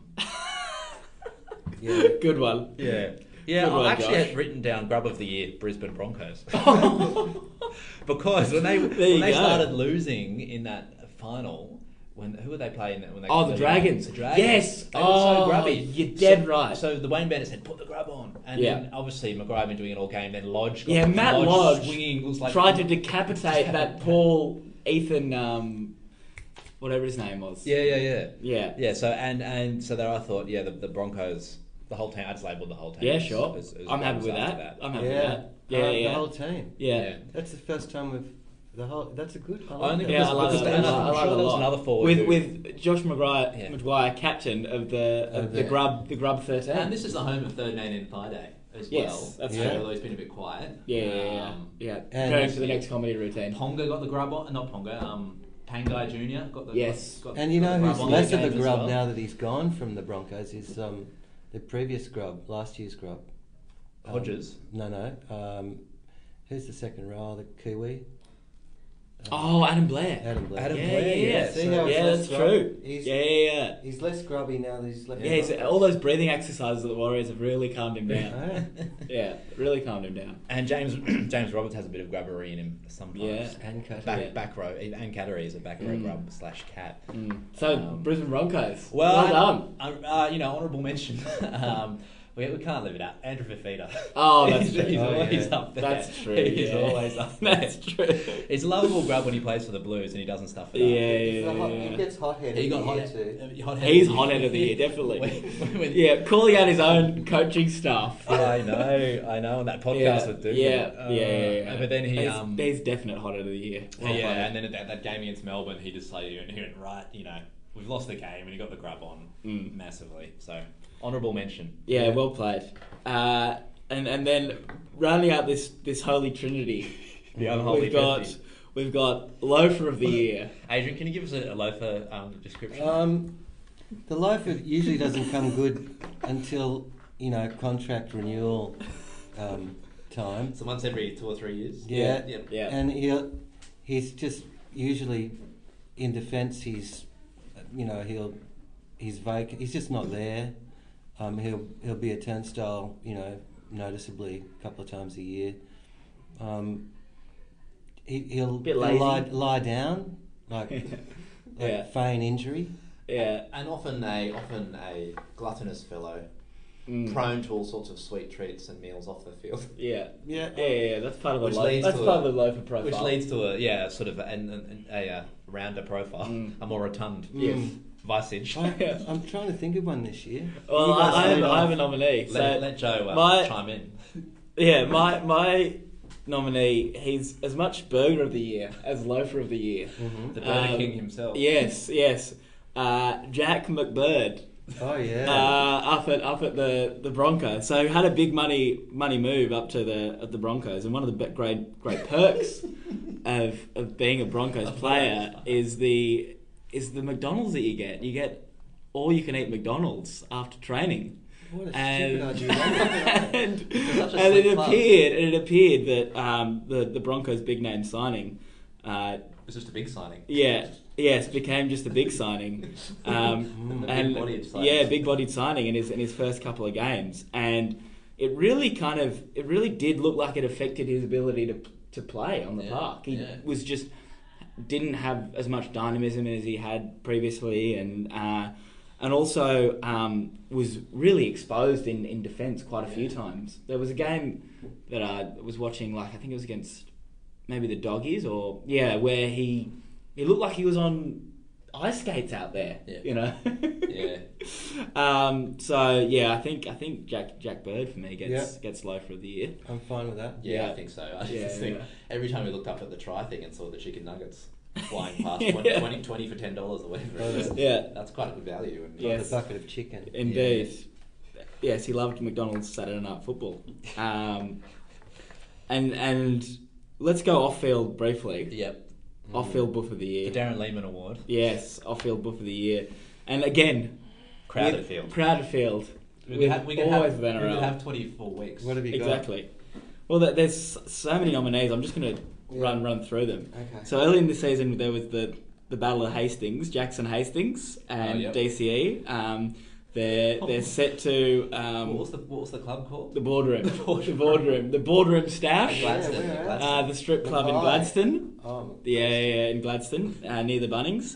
Speaker 4: Yeah.
Speaker 1: Good one.
Speaker 2: yeah, yeah.
Speaker 1: Good
Speaker 2: I
Speaker 1: work,
Speaker 2: actually
Speaker 1: Josh.
Speaker 2: had written down grub of the year Brisbane Broncos because when they when
Speaker 1: There you
Speaker 2: they
Speaker 1: go.
Speaker 2: started losing in that final. When, who were they playing that when they
Speaker 1: Oh, the
Speaker 2: they-
Speaker 1: Dragons.
Speaker 2: The Dragons.
Speaker 1: Yes.
Speaker 2: They were
Speaker 1: Oh,
Speaker 2: so grubby.
Speaker 1: you're dead
Speaker 2: So-
Speaker 1: right.
Speaker 2: So the Wayne Bennett said, "Put the grub on," and
Speaker 1: Yeah.
Speaker 2: then obviously McGrath been doing it all game. Then Lodge. Got
Speaker 1: Yeah, Matt
Speaker 2: Lodge,
Speaker 1: Lodge
Speaker 2: swinging was like
Speaker 1: tried to decapitate that Paul Ethan, um, whatever his name was.
Speaker 2: Yeah, yeah, yeah.
Speaker 1: yeah.
Speaker 2: Yeah, so and and so there I thought, yeah, the, the Broncos, the whole team. I just labelled the whole team.
Speaker 1: Yeah,
Speaker 2: as-
Speaker 1: sure.
Speaker 2: as- as
Speaker 1: I'm happy
Speaker 2: Broncos
Speaker 1: with that.
Speaker 2: after
Speaker 1: I'm happy
Speaker 4: yeah.
Speaker 1: with that. Yeah,
Speaker 4: Uh,
Speaker 1: yeah.
Speaker 4: The whole team.
Speaker 1: yeah.
Speaker 2: Yeah.
Speaker 4: That's the first time we've The whole that's a good. I
Speaker 2: Only
Speaker 4: like
Speaker 1: Yeah,
Speaker 2: because,
Speaker 1: I like
Speaker 2: because
Speaker 1: that.
Speaker 2: there was-
Speaker 1: I
Speaker 2: I'm
Speaker 1: like
Speaker 2: sure
Speaker 1: that a
Speaker 2: there was
Speaker 1: lot.
Speaker 2: another forward
Speaker 1: with
Speaker 2: who-
Speaker 1: with Josh McGuire,
Speaker 2: Yeah.
Speaker 1: McGuire, captain of the of
Speaker 4: Oh,
Speaker 1: the
Speaker 4: yeah.
Speaker 1: Grub the Grub Thirteen.
Speaker 3: And this is the home of Third Man in Pie Day as
Speaker 1: Yes,
Speaker 3: well.
Speaker 1: that's
Speaker 4: Yeah. true.
Speaker 3: Although it's been a bit quiet.
Speaker 1: yeah, yeah, yeah,
Speaker 3: Um,
Speaker 1: yeah.
Speaker 4: and-
Speaker 1: Preparing for the next comedy routine.
Speaker 3: Ponga got the grub on, not Ponga, um, Pangai Jr. got the
Speaker 1: Yes.
Speaker 3: got,
Speaker 4: And you
Speaker 3: got
Speaker 4: know
Speaker 3: the grub
Speaker 4: who's
Speaker 3: on
Speaker 4: less
Speaker 3: their
Speaker 4: of a
Speaker 3: game as
Speaker 4: grub
Speaker 3: well.
Speaker 4: now that he's gone from the Broncos is um, the previous grub, last year's grub. Um,
Speaker 2: Hodges.
Speaker 4: No, no. Um, who's the second row? The Kiwi.
Speaker 1: Oh, Adam Blair.
Speaker 4: Adam Blair.
Speaker 2: Adam
Speaker 1: yeah,
Speaker 2: Blair,
Speaker 1: yeah,
Speaker 2: yeah.
Speaker 1: yeah.
Speaker 2: See
Speaker 4: how it's
Speaker 1: yeah,
Speaker 4: less
Speaker 1: that's
Speaker 4: grub?
Speaker 1: true.
Speaker 4: He's-
Speaker 1: yeah, yeah, yeah.
Speaker 4: Uh, He's less grubby now that he's left.
Speaker 1: Yeah, he's, all those breathing exercises at the Warriors have really calmed him down.
Speaker 4: Yeah.
Speaker 1: yeah, really calmed him down.
Speaker 2: And James James Roberts has a bit of grubbery in him sometimes.
Speaker 1: Yeah.
Speaker 4: and cut.
Speaker 2: Back,
Speaker 1: Yeah.
Speaker 2: back row, and Cattery is a back row
Speaker 1: Mm.
Speaker 2: grub slash cat.
Speaker 1: Mm. So
Speaker 2: Um,
Speaker 1: Brisbane Broncos.
Speaker 2: Well,
Speaker 1: Well, done.
Speaker 2: Uh, uh, you know, honourable mention. um, we, we can't leave it out. Andrew Fafita.
Speaker 1: Oh, that's
Speaker 2: he's,
Speaker 1: true.
Speaker 2: He's
Speaker 4: Oh,
Speaker 2: always
Speaker 4: yeah.
Speaker 2: up there.
Speaker 1: That's true.
Speaker 2: He's
Speaker 1: yeah.
Speaker 2: always up there.
Speaker 1: That's true.
Speaker 2: He's a lovable grub when he plays for the Blues and he doesn't stuff it
Speaker 1: Yeah,
Speaker 2: up.
Speaker 1: yeah, yeah.
Speaker 4: gets hot headed.
Speaker 2: He got hot,
Speaker 1: He's hot headed of the year, definitely. yeah, calling out his own coaching staff.
Speaker 2: I know, I know, and that podcast
Speaker 1: yeah,
Speaker 2: with Dugan.
Speaker 1: yeah, yeah,
Speaker 2: Uh,
Speaker 1: yeah, yeah.
Speaker 2: But then he,
Speaker 1: he's,
Speaker 2: um,
Speaker 1: he's definite hot of the year. Well
Speaker 2: yeah,
Speaker 1: hotted.
Speaker 2: and then at that, that game against Melbourne, he decided he went, he went right. You know, we've lost the game, and he got the grub on
Speaker 1: Mm.
Speaker 2: massively. So honourable mention.
Speaker 1: Yeah, well played. Uh, and and then rounding out this this holy trinity,
Speaker 2: The unholy
Speaker 1: we've got
Speaker 2: fifty.
Speaker 1: we've got loafer of the year.
Speaker 2: Adrian, can you give us a, a loafer um, description?
Speaker 4: Um, the life it usually doesn't come good until you know contract renewal um, time.
Speaker 3: So once every two or three years.
Speaker 4: Yeah.
Speaker 3: Yeah.
Speaker 1: Yeah.
Speaker 4: And he he's just usually in defence. He's you know he'll he's vacant. He's just not there. Um, he'll he'll be a turnstile. You know, noticeably a couple of times a year. Um, he, he'll,
Speaker 1: Bit
Speaker 4: he'll
Speaker 1: lazy.
Speaker 4: lie lie down like, like
Speaker 1: Yeah.
Speaker 4: feign injury.
Speaker 1: Yeah.
Speaker 3: And often a often a gluttonous fellow,
Speaker 1: Mm.
Speaker 3: prone to all sorts of sweet treats and meals off the field.
Speaker 1: Yeah. Yeah,
Speaker 4: Yeah.
Speaker 1: yeah, yeah, that's part of the
Speaker 3: Which
Speaker 1: loafer.
Speaker 3: leads
Speaker 1: That's
Speaker 3: to
Speaker 1: part
Speaker 3: a-
Speaker 1: of the loafer profile.
Speaker 2: Which leads to a yeah, sort of an, an, a uh, rounder profile,
Speaker 1: Mm.
Speaker 2: a more rotund
Speaker 1: Yes.
Speaker 2: visage.
Speaker 4: Hmm. I, I'm trying to think of one this year.
Speaker 1: Well,
Speaker 4: You guys
Speaker 1: I, I, have,
Speaker 4: lead
Speaker 1: I
Speaker 4: off.
Speaker 1: have a nominee. So
Speaker 2: let, let Joe uh,
Speaker 1: my-
Speaker 2: chime in.
Speaker 1: yeah, my my nominee. He's as much burger of the year as loafer of the year.
Speaker 4: Mhm.
Speaker 2: The Burger
Speaker 1: Um,
Speaker 2: King himself.
Speaker 1: Yes, yes. Uh, Jack McBird.
Speaker 4: Oh yeah.
Speaker 1: uh, up at up at the the Broncos. So had a big money money move up to the at the Broncos, and one of the be- great great perks of of being a Broncos player is the is the McDonald's that you get. You get all you can eat McDonald's after training.
Speaker 4: what a
Speaker 1: And,
Speaker 4: stupid idea.
Speaker 1: and,
Speaker 3: Such a
Speaker 1: and it
Speaker 3: slick club.
Speaker 1: appeared and it appeared that um, the the Broncos big name signing uh,
Speaker 3: It's just a big signing.
Speaker 1: yeah, yes, became just a big signing, um,
Speaker 3: Mm. A
Speaker 1: and
Speaker 3: big-bodied signing.
Speaker 1: yeah, big-bodied signing in his in his first couple of games, and it really kind of it really did look like it affected his ability to to play on the
Speaker 3: Yeah,
Speaker 1: park. He
Speaker 3: yeah.
Speaker 1: was just didn't have as much dynamism as he had previously, and uh, and also um, was really exposed in, in defence quite a few times. There was a game that I was watching, like I think it was against maybe the doggies or yeah, where he he looked like he was on ice skates out there.
Speaker 3: Yeah.
Speaker 1: You know.
Speaker 3: Yeah.
Speaker 1: Um, so yeah, I think I think Jack Jack Bird for me gets
Speaker 4: Yeah.
Speaker 1: gets loafer of the year.
Speaker 4: I'm fine with that.
Speaker 3: Yeah,
Speaker 1: Yeah.
Speaker 3: I think so. I
Speaker 1: Yeah,
Speaker 3: just think
Speaker 1: yeah.
Speaker 3: every time we looked up at the try thing and saw the chicken nuggets flying past,
Speaker 1: Yeah.
Speaker 3: 20, 20, 20 for $10 or whatever it is,
Speaker 1: Yeah.
Speaker 3: that's quite a good value. And
Speaker 1: Yes. uh,
Speaker 4: Like a bucket of chicken.
Speaker 1: Indeed. Yes, he loved McDonald's Saturday Night Football. Um, and and let's go off field briefly.
Speaker 2: Yep.
Speaker 3: Mm.
Speaker 1: Off field buff of the
Speaker 2: The
Speaker 1: year.
Speaker 2: Darren Lehman Award.
Speaker 1: Yes, off field buff of the year. And again,
Speaker 2: Crowded
Speaker 1: with-
Speaker 2: field.
Speaker 1: Crowded field.
Speaker 3: We
Speaker 1: We've
Speaker 3: could have, we could
Speaker 1: always
Speaker 3: have,
Speaker 1: been
Speaker 3: we could
Speaker 1: around.
Speaker 3: have 24 weeks.
Speaker 4: What have you
Speaker 1: Exactly. Well, there- there's so many nominees. I'm just going to
Speaker 4: Yeah.
Speaker 1: run run through them.
Speaker 4: got? Okay.
Speaker 1: So early in the season, there was the the Battle of Hastings, Jackson Hastings, and
Speaker 3: Oh, yep.
Speaker 1: DCE. Um, they're they're set to um,
Speaker 3: what, was the, what was the club called?
Speaker 1: the boardroom,
Speaker 3: The
Speaker 1: the boardroom,
Speaker 3: boardroom.
Speaker 1: the boardroom, stash,
Speaker 4: Yeah,
Speaker 3: Gladstone.
Speaker 4: where
Speaker 3: Gladstone.
Speaker 1: uh, the strip club in
Speaker 4: Mackay.
Speaker 1: Gladstone.
Speaker 4: um,
Speaker 1: Yeah, yeah, yeah, in Gladstone, uh, near the Bunnings.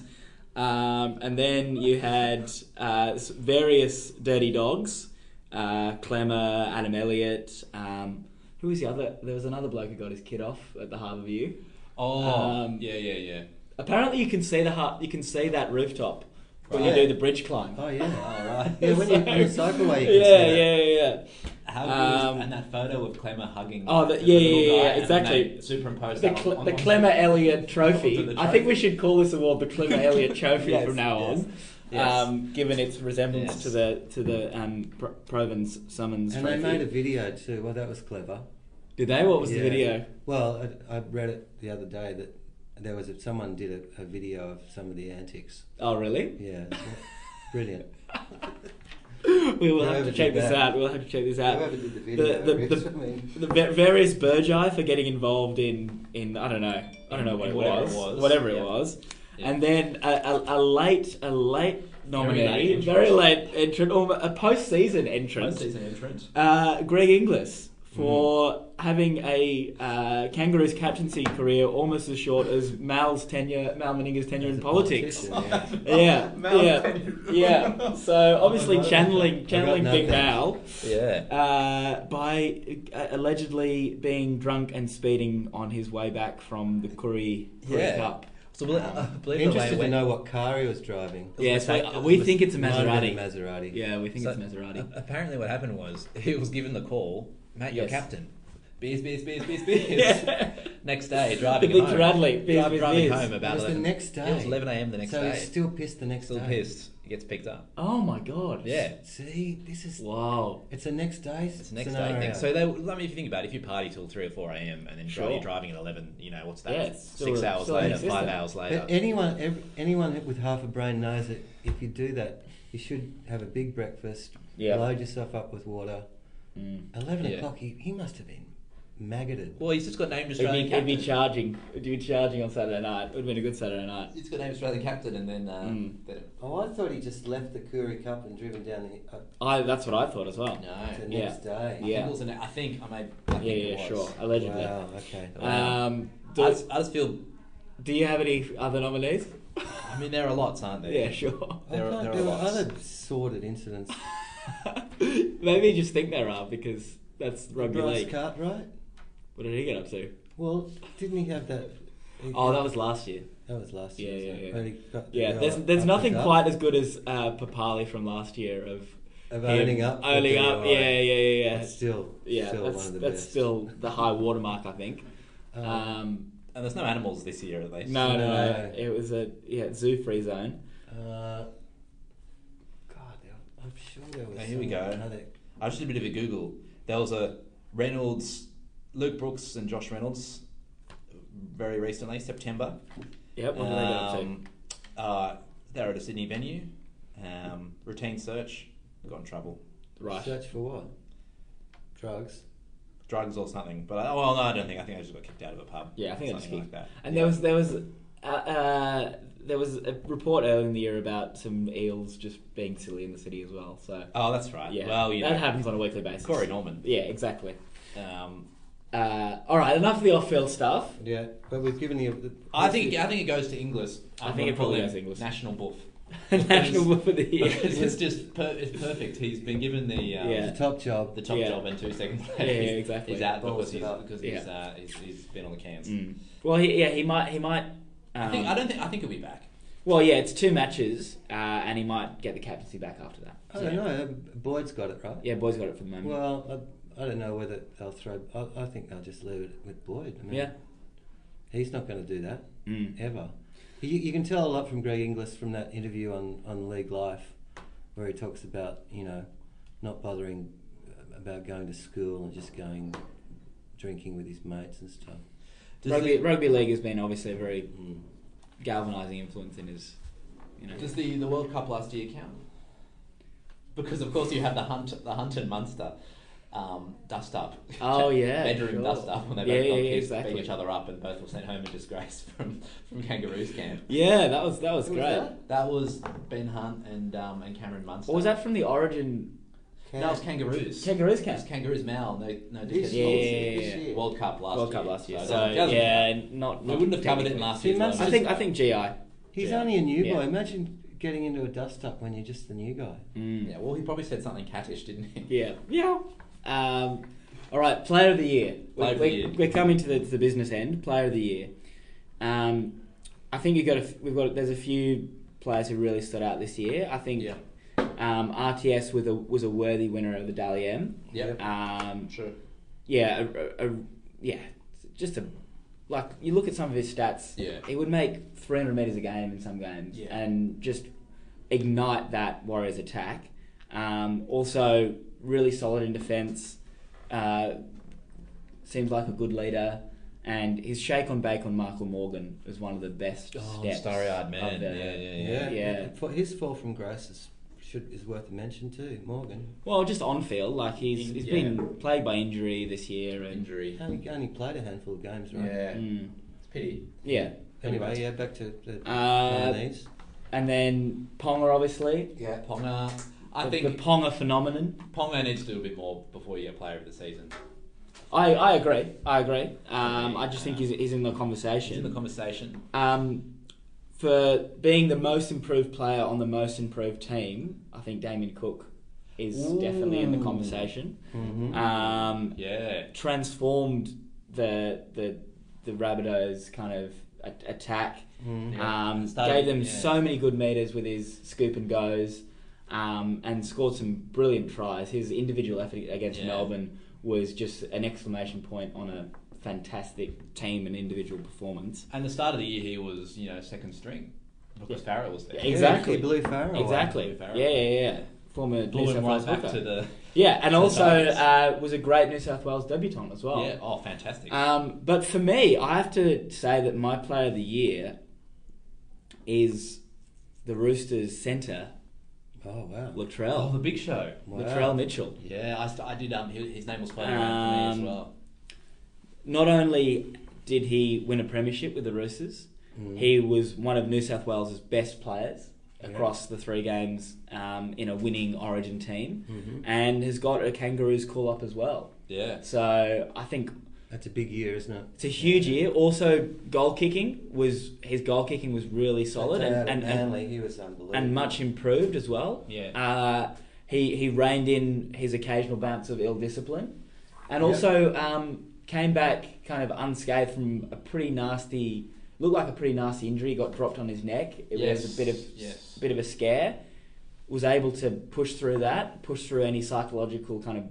Speaker 1: Um, and then you had uh, s- various dirty dogs, uh, Clemmer, Adam Elliott. Um, who was the other? There was another bloke who got his kid off at the Harbour View.
Speaker 2: Oh,
Speaker 1: Um,
Speaker 2: yeah, yeah, yeah.
Speaker 1: Apparently, you can see the har- you can see that rooftop when
Speaker 4: Right.
Speaker 1: you do the bridge climb.
Speaker 4: Oh yeah.
Speaker 3: Oh, right.
Speaker 4: Yeah, when you on the cycleway, you can
Speaker 1: yeah,
Speaker 4: see
Speaker 1: yeah, yeah, yeah.
Speaker 2: How good
Speaker 1: Um,
Speaker 2: is, and that photo of Clemmer hugging.
Speaker 1: Oh, the- yeah,
Speaker 2: little
Speaker 1: yeah, yeah,
Speaker 2: guy,
Speaker 1: yeah,
Speaker 2: and
Speaker 1: exactly.
Speaker 2: they Superimpose
Speaker 1: The,
Speaker 2: that
Speaker 1: Cle-
Speaker 2: on, on
Speaker 1: the
Speaker 2: on-
Speaker 1: Clemmer Elliott
Speaker 2: onto
Speaker 1: Trophy.
Speaker 2: the
Speaker 1: I think
Speaker 2: trophy.
Speaker 1: we should call this award the Clemmer Elliott Trophy
Speaker 2: Yes,
Speaker 1: from now
Speaker 2: yes,
Speaker 1: on,
Speaker 2: yes.
Speaker 1: um, given its resemblance
Speaker 2: Yes.
Speaker 1: to the to the um, Pro- Provence summons.
Speaker 4: And they
Speaker 1: trophy.
Speaker 4: made a video too. Well, that was clever.
Speaker 1: Did they? What was
Speaker 4: Yeah.
Speaker 1: the video?
Speaker 4: Well, I, I read it the other day that there was a, someone did a, a video of some of the antics.
Speaker 1: Oh, really?
Speaker 4: Yeah, brilliant.
Speaker 1: We will have
Speaker 4: Whoever
Speaker 1: to check
Speaker 4: did
Speaker 1: this
Speaker 4: that.
Speaker 1: out. We'll have to check this out.
Speaker 8: Whoever did the video,
Speaker 1: the-
Speaker 8: Rich,
Speaker 1: the-
Speaker 8: I mean,
Speaker 1: The va- various Burgi for getting involved in in I don't know I don't know what
Speaker 2: In
Speaker 1: it
Speaker 2: whatever
Speaker 1: was,
Speaker 2: it was.
Speaker 1: whatever it
Speaker 2: Yeah.
Speaker 1: was,
Speaker 2: Yeah.
Speaker 1: and then a, a, a late a late nominee, very
Speaker 2: late
Speaker 1: late,
Speaker 2: entrant.
Speaker 1: entrant, or a post season entrant,
Speaker 2: Postseason entrance.
Speaker 1: uh, Greg Inglis for having a uh, Kangaroos captaincy career almost as short as Mal's tenure, Mal Meninga's tenure
Speaker 4: As
Speaker 1: in
Speaker 4: a
Speaker 1: politics.
Speaker 4: politician, yeah.
Speaker 1: Yeah,
Speaker 2: Mal's
Speaker 1: yeah,
Speaker 2: tenure.
Speaker 1: yeah. So obviously
Speaker 2: I got
Speaker 1: channeling channeling Big
Speaker 4: nothing.
Speaker 1: Mal
Speaker 2: Yeah.
Speaker 1: uh, by uh, allegedly being drunk and speeding on his way back from the Curry, Curry
Speaker 2: Yeah.
Speaker 1: Cup.
Speaker 2: So believe, I believe the way
Speaker 4: Interested
Speaker 2: it
Speaker 4: to
Speaker 2: went-
Speaker 4: know what car he was driving.
Speaker 1: Yeah,
Speaker 2: Yes,
Speaker 1: so
Speaker 2: we-
Speaker 1: we think it's a
Speaker 4: Might have
Speaker 1: Maserati.
Speaker 4: been a Maserati.
Speaker 1: Yeah, we think
Speaker 2: So-
Speaker 1: it's Maserati.
Speaker 2: a- apparently, what happened was he was given the call, Matt, you're
Speaker 1: Yes.
Speaker 2: captain. Beers, beers, beers, beers, beers.
Speaker 1: Yeah.
Speaker 2: Next day, driving
Speaker 1: The big
Speaker 2: home.
Speaker 1: Bradley, beers,
Speaker 2: Drive-
Speaker 1: beers,
Speaker 2: driving
Speaker 1: beers.
Speaker 2: home
Speaker 4: It
Speaker 2: about
Speaker 4: was the
Speaker 2: 11.
Speaker 4: next day.
Speaker 2: It was 11 a.m. the next
Speaker 4: so
Speaker 2: day.
Speaker 4: he's still pissed the next
Speaker 2: Still
Speaker 4: day.
Speaker 2: pissed. He gets picked up.
Speaker 1: Oh my god!
Speaker 2: Yeah.
Speaker 4: See, this is
Speaker 1: Wow.
Speaker 4: it's a next day.
Speaker 2: It's the next
Speaker 4: scenario.
Speaker 2: day thing. So they, I mean, if you think about it, if you party till 3 or 4 a.m. and then
Speaker 1: Sure.
Speaker 2: drive, you're driving at 11, you know, what's that?
Speaker 1: Yeah, it's
Speaker 2: Six
Speaker 1: still-
Speaker 2: hours
Speaker 1: still
Speaker 2: later,
Speaker 1: existent.
Speaker 2: five hours later.
Speaker 4: But anyone, ev anyone with half a brain knows that if you do that, you should have a big breakfast,
Speaker 1: Yeah.
Speaker 4: load yourself up with water.
Speaker 1: Mm.
Speaker 4: Eleven
Speaker 2: Yeah.
Speaker 4: o'clock, he, he must have been maggoted.
Speaker 2: well, he's just got named
Speaker 1: It'd be,
Speaker 2: Australian
Speaker 1: it'd be
Speaker 2: captain.
Speaker 1: charging. It'd be charging on Saturday night. It would have been a good Saturday night.
Speaker 8: it's got name Australian captain, and then, uh,
Speaker 1: Mm.
Speaker 8: then-
Speaker 4: Oh, I thought he just left the Koori Cup and driven down the, up
Speaker 1: I. That's what I thought as well.
Speaker 8: no,
Speaker 4: the
Speaker 1: Oh, Yeah.
Speaker 4: next day.
Speaker 8: I think
Speaker 1: Yeah.
Speaker 8: it was an, I think I may. I think
Speaker 1: Yeah,
Speaker 8: it
Speaker 1: yeah,
Speaker 8: was.
Speaker 1: sure. Allegedly.
Speaker 4: Wow. Okay.
Speaker 2: Wow.
Speaker 1: Um,
Speaker 2: I
Speaker 1: do,
Speaker 2: just, I just feel,
Speaker 1: do you have any other nominees?
Speaker 2: I mean, there are lots, aren't there?
Speaker 1: Yeah, sure.
Speaker 4: I
Speaker 2: There are-
Speaker 4: can't-
Speaker 2: there are
Speaker 4: there were
Speaker 2: lots.
Speaker 4: other sordid incidents.
Speaker 1: Maybe you just think there are because that's rugby
Speaker 4: Bryce
Speaker 1: league.
Speaker 4: Cartwright.
Speaker 1: What did he get up to?
Speaker 4: Well, didn't he have that? he-
Speaker 1: Oh, that was last year.
Speaker 4: that was last year.
Speaker 1: Yeah,
Speaker 4: wasn't
Speaker 1: yeah,
Speaker 4: it?
Speaker 1: yeah.
Speaker 4: When he got the uh,
Speaker 1: Yeah,
Speaker 4: girl
Speaker 1: there's
Speaker 4: up-
Speaker 1: there's
Speaker 4: up
Speaker 1: nothing
Speaker 4: and up
Speaker 1: quite as good as uh, Papali from last year of
Speaker 4: of
Speaker 1: him
Speaker 4: owning up. with
Speaker 1: owning
Speaker 4: the
Speaker 1: up.
Speaker 4: guy.
Speaker 1: Yeah, yeah, yeah, yeah.
Speaker 4: That's still,
Speaker 1: yeah,
Speaker 4: still
Speaker 1: that's
Speaker 4: one of the
Speaker 1: that's
Speaker 4: best.
Speaker 1: still the high watermark, I think.
Speaker 4: Um,
Speaker 1: um,
Speaker 2: And there's no animals this year, at least.
Speaker 1: no, no, no,
Speaker 4: no.
Speaker 1: It was a yeah zoo free zone.
Speaker 4: Uh, God, there- I'm sure there was.
Speaker 2: Oh, here we
Speaker 4: some-
Speaker 2: go.
Speaker 4: another-
Speaker 2: I just did a bit of a Google. There was a Reynolds, Luke Brooks and Josh Reynolds, very recently, September.
Speaker 1: Yep, what did they get up to?
Speaker 2: Um, uh, they were at a Sydney venue. Um, routine search, got in trouble.
Speaker 1: Right.
Speaker 4: Search for what? Drugs.
Speaker 2: Drugs or something. But, I, well, no, I don't think. I think I just got kicked out of a pub.
Speaker 1: Yeah, I think that's
Speaker 2: something
Speaker 1: good.
Speaker 2: like that.
Speaker 1: And there was there was uh, uh, there was a report earlier in the year about some eels just being silly in the city as well. So
Speaker 2: Oh, that's right.
Speaker 1: yeah,
Speaker 2: Well, you
Speaker 1: that
Speaker 2: know,
Speaker 1: happens on a weekly basis.
Speaker 2: Corey Norman.
Speaker 1: Yeah, exactly.
Speaker 2: Um,
Speaker 1: Uh, all right, enough of the off-field stuff.
Speaker 4: Yeah, but we've given you. The,
Speaker 2: I think I think it goes to Inglis.
Speaker 1: I think it probably goes to Inglis.
Speaker 2: National buff.
Speaker 1: National Wolf of the Year.
Speaker 2: Because it's just per, it's perfect. He's been given the um,
Speaker 1: Yeah.
Speaker 4: the top job.
Speaker 2: the top
Speaker 1: Yeah.
Speaker 2: job in two second place.
Speaker 1: Yeah, yeah, exactly.
Speaker 2: He's out
Speaker 4: Balls
Speaker 2: because
Speaker 4: it
Speaker 2: he's
Speaker 4: up.
Speaker 2: because he's,
Speaker 1: Yeah.
Speaker 2: uh, he's he's been on the cans.
Speaker 1: Mm. Well, he, yeah, he might he might. Um,
Speaker 2: I think I don't think I think he'll be back.
Speaker 1: Well, yeah, it's two matches, uh, and he might get the captaincy back after that.
Speaker 4: I don't know. Oh, Boyd's got it right.
Speaker 1: Yeah, boys got it for the moment.
Speaker 4: Well, I, I don't know whether they'll throw. I, I think they'll just leave it with Boyd. I mean,
Speaker 1: yeah.
Speaker 4: He's not going to do that
Speaker 1: Mm.
Speaker 4: ever. You, you can tell a lot from Greg Inglis from that interview on, on League Life, where he talks about you know not bothering uh, about going to school and just going drinking with his mates and stuff.
Speaker 2: Does
Speaker 1: Rugby,
Speaker 2: the,
Speaker 1: rugby league has been obviously a very
Speaker 4: Mm.
Speaker 1: galvanising influence in his, you know.
Speaker 2: does the, the World Cup last year count? Because of course you had the hunt the hunt and Munster um, dust up.
Speaker 1: Oh, yeah,
Speaker 2: bedroom
Speaker 1: sure.
Speaker 2: dust up when they
Speaker 1: Yeah,
Speaker 2: both got
Speaker 1: yeah, yeah,
Speaker 2: pissed,
Speaker 1: exactly.
Speaker 2: beat each other up and both were sent home in disgrace from from Kangaroos camp.
Speaker 1: yeah, that was that was
Speaker 4: Who
Speaker 1: great.
Speaker 4: was
Speaker 2: That was Ben Hunt and um, and Cameron Munster.
Speaker 1: Or was that from the Origin?
Speaker 2: That was Kangaroos.
Speaker 1: Kangaroos
Speaker 2: It was
Speaker 1: camp.
Speaker 2: Kangaroos Mal. No, no.
Speaker 8: This
Speaker 1: Yeah,
Speaker 2: Dickhead Bulls.
Speaker 1: yeah, yeah,
Speaker 8: this
Speaker 1: yeah.
Speaker 8: year.
Speaker 2: World Cup last
Speaker 1: World
Speaker 2: year.
Speaker 1: Cup last year.
Speaker 2: it
Speaker 1: So,
Speaker 2: doesn't- it doesn't
Speaker 1: yeah,
Speaker 2: count.
Speaker 1: not.
Speaker 2: We
Speaker 1: not
Speaker 2: wouldn't have covered it in last
Speaker 4: See,
Speaker 2: year's.
Speaker 4: Munster's-
Speaker 1: I think I think GI.
Speaker 4: He's
Speaker 2: Yeah.
Speaker 4: only a new
Speaker 1: Yeah.
Speaker 4: boy. Imagine getting into a dust up when you're just the new guy.
Speaker 1: Mm.
Speaker 2: Yeah, well, he probably said something cattish, didn't he?
Speaker 1: Yeah. Yeah. Um, all right, player of the year.
Speaker 2: Player
Speaker 1: We're,
Speaker 2: of the
Speaker 1: we're,
Speaker 2: year.
Speaker 1: we're coming to the, to the business end. Player of the year. Um, I think you got a, f- we've got there's a few players who really stood out this year. I think
Speaker 2: Yeah.
Speaker 1: Um, RTS with a, was a worthy winner of the Dally M.
Speaker 8: Yep.
Speaker 1: Um,
Speaker 8: True.
Speaker 1: yeah, a, a, a- yeah, just a like you look at some of his stats.
Speaker 8: Yeah.
Speaker 1: he would make 300 meters a game in some games,
Speaker 8: Yeah.
Speaker 1: and just ignite that Warriors attack. Um, also, really solid in defence. Uh, seems like a good leader, and his shake on bake on Michael Morgan was one of the best.
Speaker 2: Oh,
Speaker 1: steps
Speaker 2: starry-eyed man.
Speaker 1: of
Speaker 2: Yeah,
Speaker 1: the-
Speaker 2: yeah, yeah.
Speaker 4: Yeah.
Speaker 1: Yeah.
Speaker 4: For his fall from grace is should is worth a mention too. Morgan
Speaker 1: Well, just on field, like he's he's
Speaker 8: Yeah.
Speaker 1: been plagued by injury this year, and
Speaker 8: Injury.
Speaker 4: only, only played a handful of games, right?
Speaker 8: Yeah.
Speaker 1: Mm,
Speaker 8: It's a pity.
Speaker 1: yeah.
Speaker 4: Anyway, yeah, back to the
Speaker 1: Uh,
Speaker 4: nominees.
Speaker 1: And then Ponga, obviously.
Speaker 8: Yeah,
Speaker 2: uh,
Speaker 8: Ponga. I
Speaker 1: the,
Speaker 8: think
Speaker 1: the Ponga phenomenon.
Speaker 8: Ponga needs to do a bit more before you get player of the season.
Speaker 1: I, I agree. I agree. Um, I just think he's, he's in the conversation.
Speaker 8: He's in the conversation.
Speaker 1: um, for being the most improved player on the most improved team, I think Damien Cook is definitely in the conversation.
Speaker 4: Mhm.
Speaker 1: Um,
Speaker 8: Yeah.
Speaker 1: transformed the the the Rabbitohs kind of a- attack.
Speaker 4: Mm.
Speaker 1: Um,
Speaker 8: Started-
Speaker 1: gave them
Speaker 8: yeah.
Speaker 1: so many good meters with his scoop and goes, um, and scored some brilliant tries. His individual effort against
Speaker 8: Yeah.
Speaker 1: Melbourne was just an exclamation point on a fantastic team and individual performance.
Speaker 2: And the start of the year, he was you know second string because Farrell was there.
Speaker 1: Yeah, exactly.
Speaker 4: Yeah, he blew Farrell.
Speaker 1: exactly.
Speaker 2: Farrell.
Speaker 1: Yeah, yeah, yeah. Former
Speaker 2: Blew
Speaker 1: New
Speaker 2: him
Speaker 1: South
Speaker 2: right
Speaker 1: Wales
Speaker 2: back
Speaker 1: hooker.
Speaker 2: to the
Speaker 1: yeah, and
Speaker 2: to the
Speaker 1: also
Speaker 2: Tigers.
Speaker 1: uh, was a great New South Wales debutant as well.
Speaker 2: yeah. Oh, fantastic.
Speaker 1: Um, but for me, I have to say that my player of the year is the Roosters centre
Speaker 4: Oh wow.
Speaker 2: oh, the
Speaker 1: Latrell.
Speaker 2: big show.
Speaker 4: Wow.
Speaker 1: Latrell Mitchell.
Speaker 2: Yeah, I, st- I did. Um, his, his name was playing around for
Speaker 1: Um,
Speaker 2: me as well.
Speaker 1: not only did he win a premiership with the Roosters,
Speaker 4: Mm.
Speaker 1: he was one of New South Wales' best players across the three games um, in a winning Origin team,
Speaker 4: Mm-hmm.
Speaker 1: and has got a Kangaroos call up as well.
Speaker 8: Yeah.
Speaker 1: So I think
Speaker 4: That's a big year, isn't it?
Speaker 1: it's a huge year. Also, goal kicking was his goal kicking was really solid and, and, and
Speaker 4: Manly, he was unbelievable.
Speaker 1: and much improved as well.
Speaker 2: Yeah.
Speaker 1: Uh, he he reined in his occasional bouts of ill discipline, and also um, came back kind of unscathed from a pretty nasty looked like a pretty nasty injury. He Got dropped on his neck. It
Speaker 8: Yes,
Speaker 1: was a bit of
Speaker 8: yes.
Speaker 1: bit of a scare. Was able to push through that, push through any psychological kind of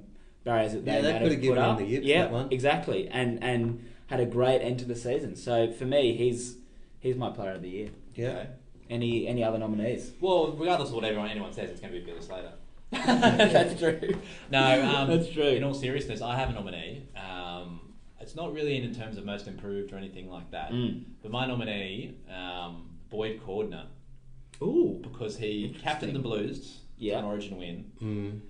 Speaker 1: barriers that
Speaker 4: Yeah,
Speaker 1: they
Speaker 4: that
Speaker 1: might have
Speaker 4: could have
Speaker 1: put
Speaker 4: given him
Speaker 1: up.
Speaker 4: the yips,
Speaker 1: yeah,
Speaker 4: that one.
Speaker 1: exactly, and and had a great end to the season. So for me, he's he's my player of the year.
Speaker 4: Yeah.
Speaker 8: Okay.
Speaker 1: Any any other nominees?
Speaker 8: Well, regardless of what everyone anyone says, it's going to be Billy Slater.
Speaker 1: That's true.
Speaker 2: No, um,
Speaker 1: That's true.
Speaker 2: In all seriousness, I have a nominee. Um, it's not really in terms of most improved or anything like that.
Speaker 1: Mm.
Speaker 2: But my nominee, um, Boyd Cordner,
Speaker 1: Ooh.
Speaker 2: because he captained the Blues to
Speaker 1: Yeah.
Speaker 2: an Origin win,
Speaker 4: Mm.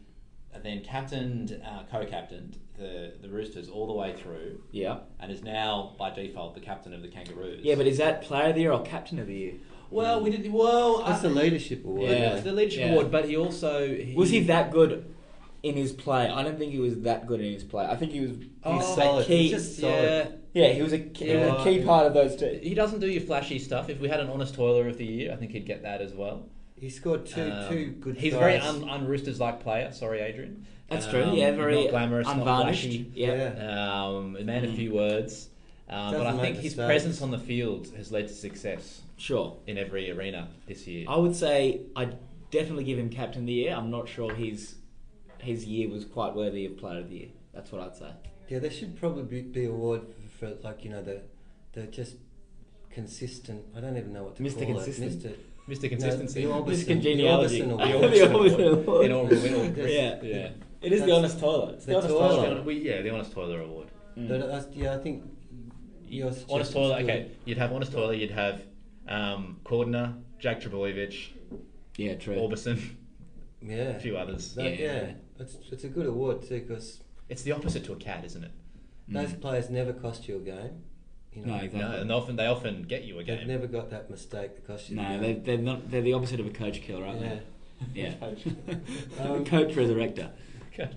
Speaker 2: and then captained, uh, co-captained the the Roosters all the way through,
Speaker 1: Yeah.
Speaker 2: and is now by default the captain of the Kangaroos.
Speaker 1: Yeah, but is that player of the year or captain of the year?
Speaker 2: well, we did well.
Speaker 4: That's
Speaker 2: I-
Speaker 4: the leadership award.
Speaker 1: Yeah.
Speaker 4: really.
Speaker 2: it's the leadership
Speaker 1: Yeah.
Speaker 2: award, but he also
Speaker 1: Was he that good in his play? I don't think he was that good in his play. I think he was.
Speaker 4: Oh,
Speaker 1: a
Speaker 4: solid.
Speaker 1: Key,
Speaker 4: He's just
Speaker 2: Yeah,
Speaker 4: solid.
Speaker 1: yeah, he was a key, he was a
Speaker 2: Yeah.
Speaker 1: key part of those two.
Speaker 2: he doesn't do your flashy stuff. If we had an honest toiler of the year, I think he'd get that as well.
Speaker 4: He scored two
Speaker 2: Um,
Speaker 4: two good.
Speaker 2: He's a very
Speaker 4: tries.
Speaker 2: un, un-Roosters like player. Sorry, Adrian.
Speaker 1: That's
Speaker 2: Um,
Speaker 1: true. Yeah, very
Speaker 2: not glamorous, not
Speaker 1: unvarnished. Hmm.
Speaker 2: flashy.
Speaker 1: yeah.
Speaker 2: Um, a man of few words. Um, but
Speaker 4: Doesn't
Speaker 2: I
Speaker 4: make
Speaker 2: think his
Speaker 4: mistakes.
Speaker 2: presence on the field has led to success
Speaker 1: sure.
Speaker 2: in every arena this year.
Speaker 1: I would say I would definitely give him captain of the year. I'm not sure his his year was quite worthy of player of the year. That's what I'd say.
Speaker 4: Yeah, there should probably be award for, for like you know the the just consistent. I don't even know what to
Speaker 1: Mr.
Speaker 4: call
Speaker 1: Consistent.
Speaker 4: it. Mr.
Speaker 2: Mr. Consistency.
Speaker 4: No, the
Speaker 1: Mr.
Speaker 4: Orbison,
Speaker 1: Congeniality.
Speaker 4: The Orbison
Speaker 1: The
Speaker 4: award.
Speaker 1: Orbison award.
Speaker 2: In all, in all,
Speaker 1: Yeah.
Speaker 2: yeah.
Speaker 1: It is the
Speaker 4: That's-
Speaker 1: honest toilet. It's the,
Speaker 4: the
Speaker 1: honest
Speaker 4: toilet.
Speaker 1: toilet.
Speaker 2: Well, we- yeah, the Honest Toiler Award.
Speaker 4: But uh, I- yeah, I think your
Speaker 2: Mm. Honest
Speaker 4: suggestion's
Speaker 2: Toiler,
Speaker 4: good.
Speaker 2: okay. You'd have Honest Toiler, you'd have um, Cordner, Jack Trebojevic,
Speaker 1: Yeah, true.
Speaker 2: Orbison,
Speaker 4: Yeah.
Speaker 2: a few others.
Speaker 4: That- yeah. It's it's a good award too because
Speaker 2: It's the opposite to a cat, isn't it?
Speaker 1: Mm.
Speaker 4: those players never cost you a game. You know,
Speaker 1: No, exactly.
Speaker 2: Mm. No, and often they often get you a
Speaker 4: they've
Speaker 2: game.
Speaker 4: never got that mistake that cost you.
Speaker 1: No,
Speaker 4: the
Speaker 1: they're,
Speaker 4: game.
Speaker 1: they're not. They're the opposite of a coach killer, aren't
Speaker 4: Yeah.
Speaker 1: they? Yeah.
Speaker 8: Coach.
Speaker 4: Um,
Speaker 1: coach resurrector.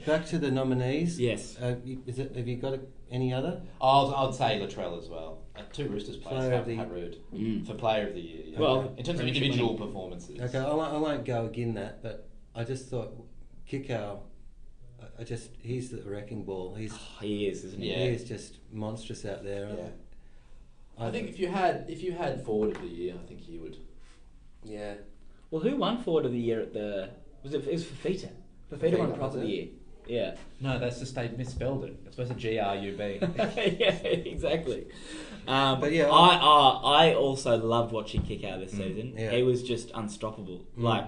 Speaker 4: Back to the nominees.
Speaker 1: Yes.
Speaker 4: Uh, you- is it, have you got a, any other?
Speaker 8: I'll, I'd say Latrell as well. Uh, two Roosters players.
Speaker 4: Player
Speaker 8: How,
Speaker 4: of the-
Speaker 8: how rude.
Speaker 1: Mm.
Speaker 8: For player of the year. Yeah.
Speaker 1: Well,
Speaker 8: in terms of
Speaker 1: premiership
Speaker 8: individual
Speaker 1: winning.
Speaker 8: performances.
Speaker 4: Okay, I won't, I won't go again that, but I just thought Kikau, I- I just he's the wrecking ball. He's
Speaker 1: Oh, He is, isn't he?
Speaker 8: Yeah.
Speaker 4: he is just monstrous out there.
Speaker 8: Yeah.
Speaker 4: I,
Speaker 8: I think if you had if you had forward of the year, I think he would.
Speaker 4: yeah.
Speaker 1: Well, who won forward of the year at the? Was Was it, it was Fafita. Fafita won
Speaker 8: Fafita,
Speaker 1: prop of the
Speaker 8: was
Speaker 1: year.
Speaker 8: it?
Speaker 1: Yeah.
Speaker 3: No, that's just they misspelled it. It's supposed to G R U B.
Speaker 1: yeah, exactly. Um,
Speaker 4: But yeah, Mm,
Speaker 1: I uh, I also loved watching Kick Out this season.
Speaker 4: yeah.
Speaker 1: He was just unstoppable.
Speaker 4: Mm.
Speaker 1: Like,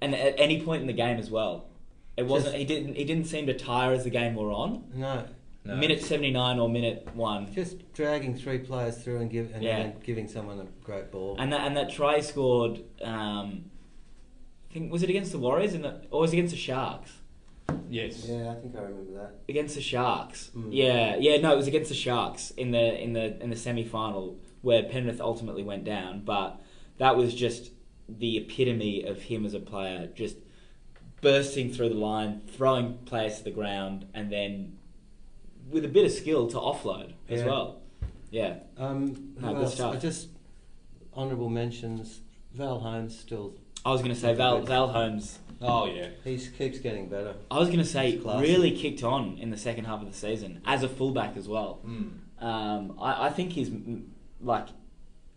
Speaker 1: and at any point in the game as well, it wasn't.
Speaker 4: Just-
Speaker 1: he didn't. He didn't seem to tire as the game wore on.
Speaker 4: No,
Speaker 3: No.
Speaker 1: Minute seventy nine or minute one,
Speaker 4: just dragging three players through and give and
Speaker 1: Yeah.
Speaker 4: then giving someone a great ball.
Speaker 1: and that and that try scored. Um, I think was it against the Warriors in the, or was it against the Sharks?
Speaker 3: Yes.
Speaker 4: yeah, I think I remember that.
Speaker 1: Against the Sharks.
Speaker 4: Mm.
Speaker 1: Yeah, yeah, no, it was against the Sharks in the in the in the semi final where Penrith ultimately went down, but that was just the epitome of him as a player, just bursting through the line, throwing players to the ground, and then with a bit of skill to offload as
Speaker 4: Yeah.
Speaker 1: well. Yeah.
Speaker 4: Um, who
Speaker 1: No, good
Speaker 4: else?
Speaker 1: stuff.
Speaker 4: I just honourable mentions. Val Holmes still.
Speaker 1: I was gonna say Val Val Holmes
Speaker 8: Oh yeah.
Speaker 4: He keeps getting better.
Speaker 1: I was gonna say
Speaker 4: He's classy.
Speaker 1: really kicked on in the second half of the season as a fullback as well.
Speaker 8: Hmm.
Speaker 3: Mm.
Speaker 1: Um, I, I think he's mm, like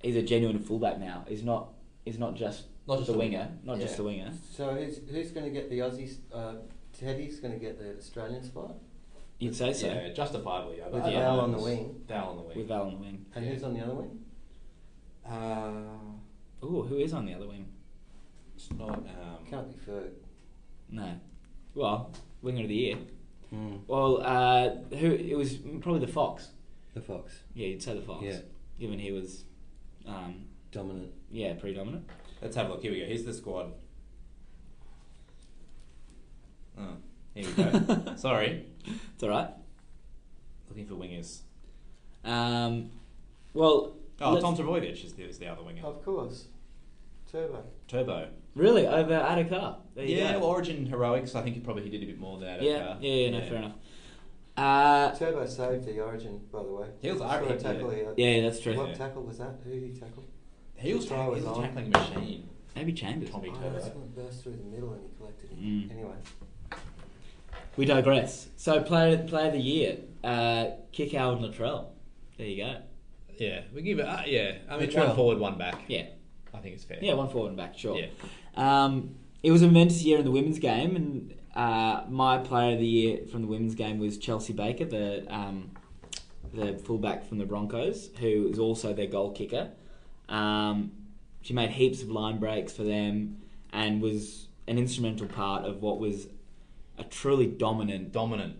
Speaker 1: he's a genuine fullback now. He's not he's not just
Speaker 8: Not just
Speaker 1: the
Speaker 8: a
Speaker 1: winger,
Speaker 8: winger.
Speaker 1: not just
Speaker 8: Yeah.
Speaker 1: the winger.
Speaker 4: So who's who's going to get the Aussie? Uh, Teddy's going to get the Australian spot
Speaker 1: You'd say so
Speaker 8: Yeah, justifiably. Yeah,
Speaker 4: with
Speaker 8: but-
Speaker 4: Val on the wing.
Speaker 8: Down on the wing.
Speaker 1: with Val on the wing.
Speaker 4: And who's on the other wing?
Speaker 8: Uh,
Speaker 1: Ooh, who is on the other wing?
Speaker 8: it's not. Um,
Speaker 4: Can't be Ferg.
Speaker 1: No, well, winger of the year.
Speaker 4: Hmm.
Speaker 1: Well, uh, who it was probably the Fox.
Speaker 4: The Fox
Speaker 1: Yeah, you'd say the Fox.
Speaker 4: Yeah.
Speaker 1: Given he was, um,
Speaker 4: dominant.
Speaker 1: yeah, predominant.
Speaker 8: Let's have a look. Here we go. Here's the squad. Oh, here we go. Sorry.
Speaker 1: It's all right.
Speaker 8: Looking for wingers.
Speaker 1: Um, well,
Speaker 8: Oh,
Speaker 1: let's-
Speaker 8: Tom Trbojevic is the, is the other winger.
Speaker 4: Of course, Turbo.
Speaker 8: Turbo.
Speaker 1: really over Adakar. There you
Speaker 8: yeah,
Speaker 1: go.
Speaker 8: well, Origin Heroics. I think probably he did a bit more than that.
Speaker 1: yeah, yeah, yeah, no, fair enough. Uh,
Speaker 4: Turbo saved the Origin, by the way.
Speaker 8: He was
Speaker 4: Saw a
Speaker 8: irate,
Speaker 4: tackle
Speaker 8: yeah.
Speaker 4: he had.
Speaker 1: yeah, yeah, that's true.
Speaker 4: What
Speaker 8: Yeah.
Speaker 4: tackle was that? Who did he tackle?
Speaker 8: He was,
Speaker 4: Turbo
Speaker 8: tack- he
Speaker 4: was
Speaker 8: was a
Speaker 4: on.
Speaker 8: tackling machine.
Speaker 1: Maybe Chambers.
Speaker 8: Tommy
Speaker 4: Oh,
Speaker 8: Turbo.
Speaker 4: that's one burst through the middle and he collected it.
Speaker 1: Mm.
Speaker 4: Anyway,
Speaker 1: We digress. So player player of the year, uh, kick out Latrell. There you go.
Speaker 3: Yeah, we give it. Uh, yeah, I mean,
Speaker 4: Latrell.
Speaker 3: one forward, one back.
Speaker 1: Yeah,
Speaker 3: I think it's fair.
Speaker 1: yeah, one forward and back. Sure.
Speaker 3: Yeah.
Speaker 1: Um, it was a momentous year in the women's game, and uh, my player of the year from the women's game was Chelsea Baker, the um, the fullback from the Broncos, who is also their goal kicker. Um, she made heaps of line breaks for them, and was an instrumental part of what was a truly dominant
Speaker 3: Dominant.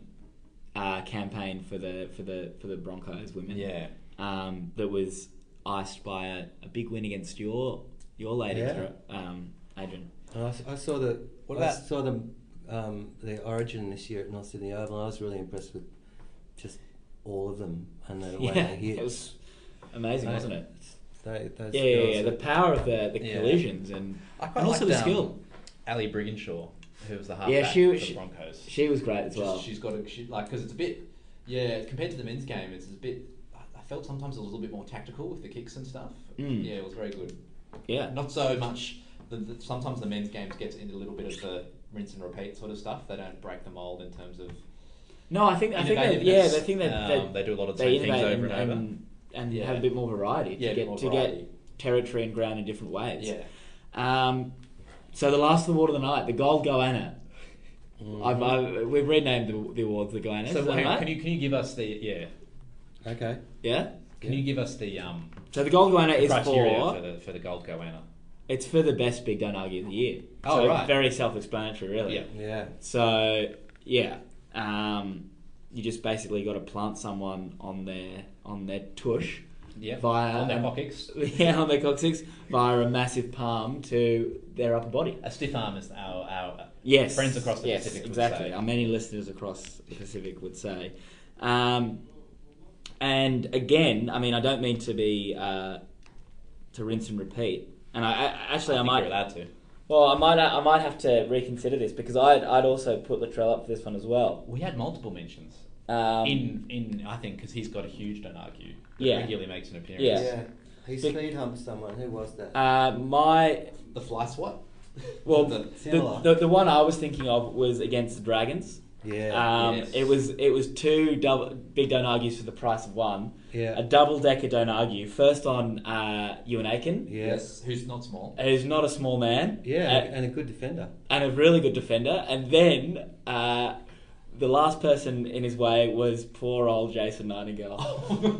Speaker 1: uh, campaign for the for the for the Broncos women.
Speaker 3: Yeah.
Speaker 1: Um, that was iced by a, a big win against your your lady,
Speaker 4: Yeah.
Speaker 1: um, Adrian.
Speaker 4: I, s- I saw the
Speaker 8: What
Speaker 4: I
Speaker 8: about-
Speaker 4: saw the um, the Origin this year at North Sydney Oval. I was really impressed with just all of them and the way
Speaker 1: Yeah,
Speaker 4: they hit.
Speaker 1: it was amazing,
Speaker 4: They-
Speaker 1: wasn't it?
Speaker 4: They, those
Speaker 1: Yeah, yeah,
Speaker 4: girls
Speaker 1: yeah,
Speaker 4: are-
Speaker 1: the power of the, the
Speaker 3: Yeah.
Speaker 1: collisions and,
Speaker 3: I quite
Speaker 1: and also the
Speaker 3: liked, um,
Speaker 1: skill.
Speaker 3: Ali Brigginshaw, who was the halfback
Speaker 1: Yeah, she-
Speaker 3: for the
Speaker 1: she-
Speaker 3: Broncos.
Speaker 1: She was great as
Speaker 8: Just-
Speaker 1: well.
Speaker 8: she's got a she, like because it's a bit yeah compared to the men's game it's a bit I I felt sometimes it was a little bit more tactical with the kicks and stuff.
Speaker 1: Mm.
Speaker 8: Yeah, it was very good.
Speaker 1: Yeah,
Speaker 8: Not so much. The, the, sometimes the men's games gets into a little bit of the rinse and repeat sort of stuff. They don't break the mold in terms of
Speaker 1: no, I think I think that yeah, I think that
Speaker 3: um,
Speaker 1: that
Speaker 3: they do a lot of the
Speaker 1: they
Speaker 3: same things
Speaker 1: innovate
Speaker 3: over
Speaker 1: and,
Speaker 3: and, over.
Speaker 1: and, and
Speaker 8: Yeah.
Speaker 1: have a bit more variety
Speaker 8: yeah a
Speaker 1: to
Speaker 8: bit
Speaker 1: get
Speaker 8: more
Speaker 1: to
Speaker 8: variety.
Speaker 1: get territory and ground in different ways.
Speaker 8: yeah.
Speaker 1: Um, so the last award of the night, the Gold Goanna.
Speaker 4: Mm.
Speaker 1: I've, i we've renamed the, the awards the Goanna.
Speaker 3: Mm. So
Speaker 1: is that
Speaker 3: hang on,
Speaker 1: right?
Speaker 3: can you can you give us the yeah?
Speaker 4: okay.
Speaker 1: yeah.
Speaker 3: Can
Speaker 4: Yeah.
Speaker 3: you give us the um
Speaker 1: So the Gold Goanna is
Speaker 3: criteria for,
Speaker 1: for
Speaker 3: the for the gold goanna?
Speaker 1: it's for the best big don't argue of the year.
Speaker 3: Oh,
Speaker 1: so
Speaker 3: right.
Speaker 1: Very self-explanatory, really.
Speaker 3: Yeah.
Speaker 4: Yeah.
Speaker 1: So yeah, um, you just basically got to plant someone on their on their tush
Speaker 3: Yeah,
Speaker 1: via
Speaker 3: on their cock kicks.
Speaker 1: yeah on their coccyx via a massive palm to their upper body.
Speaker 3: A stiff arm is our our
Speaker 1: Yes.
Speaker 3: friends across the
Speaker 1: yes,
Speaker 3: Pacific would
Speaker 1: Exactly.
Speaker 3: say.
Speaker 1: Our many listeners across the Pacific would say. Um, and again, I mean, I don't mean to be uh, to rinse and repeat. And I, I actually, I,
Speaker 3: think
Speaker 1: might.
Speaker 3: you're allowed to.
Speaker 1: Well, I might. I might have to reconsider this because I'd, I'd also put Latrell up for this one as well.
Speaker 3: We had multiple mentions
Speaker 1: Um,
Speaker 3: in in I think because he's got a huge don't argue. That
Speaker 1: Yeah.
Speaker 3: regularly makes an appearance.
Speaker 1: Yeah.
Speaker 4: He
Speaker 1: Big-
Speaker 4: speed humped someone. Who was that?
Speaker 1: uh, my
Speaker 8: The fly swat.
Speaker 1: well,
Speaker 8: The-
Speaker 1: the, the, the one I was thinking of was against the Dragons.
Speaker 4: Yeah.
Speaker 1: Um,
Speaker 8: Yes.
Speaker 1: It was it was two double big don't argues for the price of one.
Speaker 4: yeah.
Speaker 1: A double decker don't argue. First on uh, Ewan Aiken,
Speaker 4: yeah.
Speaker 8: Yes, who's not small.
Speaker 1: who's not a small man.
Speaker 4: Yeah,
Speaker 1: uh,
Speaker 4: and a good defender.
Speaker 1: and a really good defender. And then uh, the last person in his way was poor old Jason Nightingale.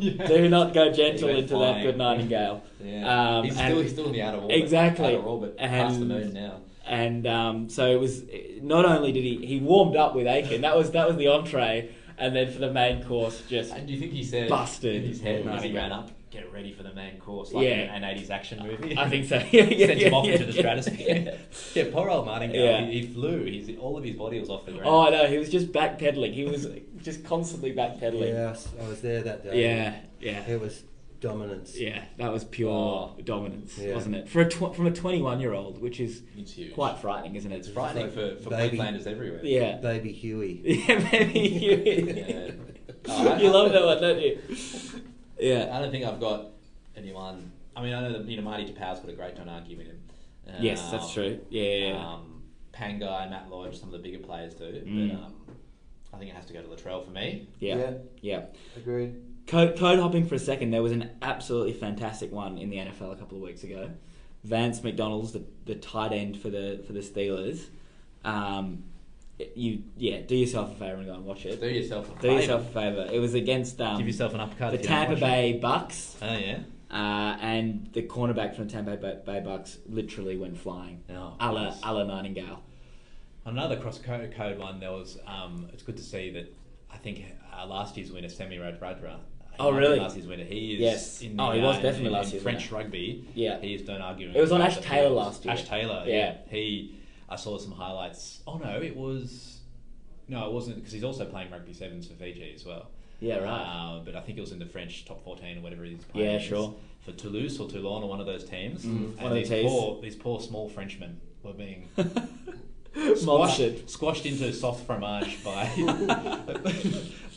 Speaker 8: yeah.
Speaker 1: Do not go gentle
Speaker 8: He went
Speaker 1: into that
Speaker 8: flying.
Speaker 1: good Nightingale.
Speaker 8: Yeah.
Speaker 1: Um,
Speaker 8: he's,
Speaker 1: and-
Speaker 8: still, he's still in the outer orbit.
Speaker 1: Exactly.
Speaker 8: Outer orbit, past the
Speaker 1: And-
Speaker 8: moon now.
Speaker 1: And um, so it was. Not only did he he warmed up with Aiken. That was that was the entree, and then for the main course, just
Speaker 8: And do you think he said
Speaker 1: Busted.
Speaker 8: in his head
Speaker 1: Yeah.
Speaker 8: when he ran up, get ready for the main course, like
Speaker 1: Yeah.
Speaker 8: an, an 80s action movie?
Speaker 1: I think so. yeah, yeah,
Speaker 2: Sent him
Speaker 1: yeah,
Speaker 2: off into
Speaker 1: yeah,
Speaker 2: the
Speaker 1: yeah,
Speaker 2: stratosphere.
Speaker 1: yeah.
Speaker 2: Yeah, poor old Nightingale.
Speaker 1: Yeah.
Speaker 2: He, he flew. His, all of his body was off the ground.
Speaker 1: Oh, I know. He was just backpedaling. He was just constantly backpedaling.
Speaker 4: Yeah, I s- I was there that day.
Speaker 1: Yeah, yeah,
Speaker 4: It was dominance.
Speaker 1: yeah. That was pure dominance,
Speaker 4: Yeah.
Speaker 1: wasn't it? For a tw- from a twenty-one-year-old, which is
Speaker 8: It's huge.
Speaker 1: quite frightening, isn't it?
Speaker 8: It's frightening
Speaker 4: like
Speaker 8: for, for
Speaker 4: baby-
Speaker 8: Queenslanders everywhere.
Speaker 1: Yeah,
Speaker 4: Baby Huey.
Speaker 1: yeah. Maybe you,
Speaker 8: Yeah.
Speaker 1: you love that one, don't you? Yeah.
Speaker 8: I don't think I've got anyone. I mean, I know that you know Marty Kapow's got a great don't argue with him. Um,
Speaker 1: Yes, that's true. Yeah, yeah, yeah.
Speaker 8: Um, Pangai and Matt Lodge, some of the bigger players do,
Speaker 1: Mm.
Speaker 8: but um, I think it has to go to Latrell for me.
Speaker 1: yeah. yeah.
Speaker 4: agreed.
Speaker 1: Code, code hopping for a second. There was an absolutely fantastic one in the NFL a couple of weeks ago. Vance McDonald's the, the tight end for the for the Steelers. Um, you yeah, do yourself a favor and go and watch it.
Speaker 8: Do yourself a
Speaker 1: Do
Speaker 8: favour.
Speaker 1: yourself a favor. It was against um,
Speaker 2: Give yourself an uppercut.
Speaker 1: the
Speaker 2: if you don't
Speaker 1: Tampa
Speaker 2: watch it.
Speaker 1: Bay Bucks,
Speaker 2: Oh yeah.
Speaker 1: uh, and the cornerback from the Tampa Bay, Bay Bucks literally went flying.
Speaker 2: No.
Speaker 1: a la, a la Nightingale.
Speaker 2: Another cross co- code one. There was. Um, it's good to see that. I think uh, last year's winner, Semi Radradra. he
Speaker 1: Oh,
Speaker 2: might be
Speaker 1: really?
Speaker 2: Last year's winner. He is.
Speaker 1: Yes.
Speaker 2: In the,
Speaker 1: Oh, he was
Speaker 2: uh,
Speaker 1: definitely
Speaker 2: in,
Speaker 1: last
Speaker 2: in
Speaker 1: year's
Speaker 2: French rugby.
Speaker 1: Yeah.
Speaker 2: He is don't argue.
Speaker 1: It was on Ash Taylor last year.
Speaker 2: Ash Taylor.
Speaker 1: Yeah.
Speaker 2: He. I saw some highlights. Oh no, it was. No, it wasn't because he's also playing rugby sevens for Fiji as well.
Speaker 1: Yeah, right.
Speaker 2: Uh, but I think it was in the French top 14 or whatever it is. playing
Speaker 1: Yeah,
Speaker 2: against
Speaker 1: sure.
Speaker 2: For Toulouse or Toulon or one of those teams. and
Speaker 1: one of the
Speaker 2: these,
Speaker 1: teams.
Speaker 2: poor, these poor small Frenchmen were being
Speaker 1: Monstered.
Speaker 2: Um, squashed, squashed into soft fromage by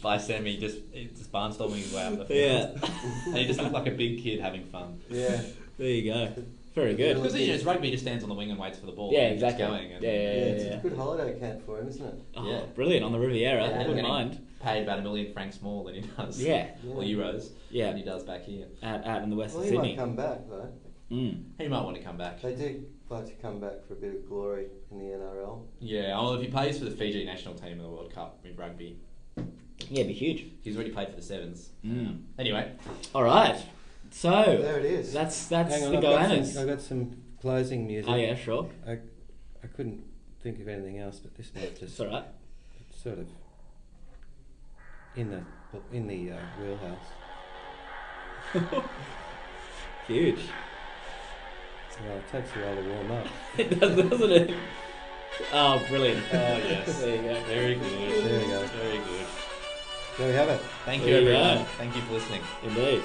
Speaker 2: by Sammy just, just barnstorming his way up the
Speaker 1: Yeah.
Speaker 2: field. and he just looked like a big kid having fun.
Speaker 4: Yeah.
Speaker 1: There you go. Very good.
Speaker 8: Because you know, it's rugby just stands on the wing and waits for the ball.
Speaker 1: Yeah,
Speaker 8: and it's
Speaker 1: exactly.
Speaker 8: Going and
Speaker 1: Yeah, yeah, yeah.
Speaker 4: good holiday camp for him, isn't it?
Speaker 1: Oh,
Speaker 8: Yeah.
Speaker 1: brilliant on the Riviera.
Speaker 8: Yeah,
Speaker 1: I wouldn't
Speaker 8: getting
Speaker 1: mind.
Speaker 8: Paid about a million francs more than he does.
Speaker 1: Yeah.
Speaker 8: Or euros. Than
Speaker 1: Yeah,
Speaker 8: he does back here.
Speaker 1: out, out in the west of Sydney.
Speaker 4: come back, though.
Speaker 1: Mm.
Speaker 8: He might want to come back.
Speaker 4: They do like to come back for a bit of glory in the NRL.
Speaker 8: Yeah. Well, if he plays for the Fiji national team in the World Cup in rugby,
Speaker 1: Yeah, it'd be huge.
Speaker 8: he's already played for the Sevens.
Speaker 1: Mm.
Speaker 8: Anyway,
Speaker 1: All right. So
Speaker 4: There it is.
Speaker 1: Oh, that's that's
Speaker 4: Hang on,
Speaker 1: the
Speaker 4: I've got,
Speaker 1: Goannas.
Speaker 4: some, I've got some closing music.
Speaker 1: Oh yeah, sure.
Speaker 4: I, I couldn't think of anything else, but this note just
Speaker 1: It's all right.
Speaker 4: sort of in the in the uh, wheelhouse.
Speaker 1: Huge.
Speaker 4: Well, it takes a while to warm up.
Speaker 1: It does, doesn't it? Oh, brilliant.
Speaker 2: Oh, yes.
Speaker 1: There you go.
Speaker 2: Very good.
Speaker 4: There we go.
Speaker 2: Very good.
Speaker 4: There we have it.
Speaker 8: thank
Speaker 1: There
Speaker 8: you
Speaker 1: you
Speaker 8: everyone.
Speaker 1: go.
Speaker 8: Thank you for listening.
Speaker 1: Indeed.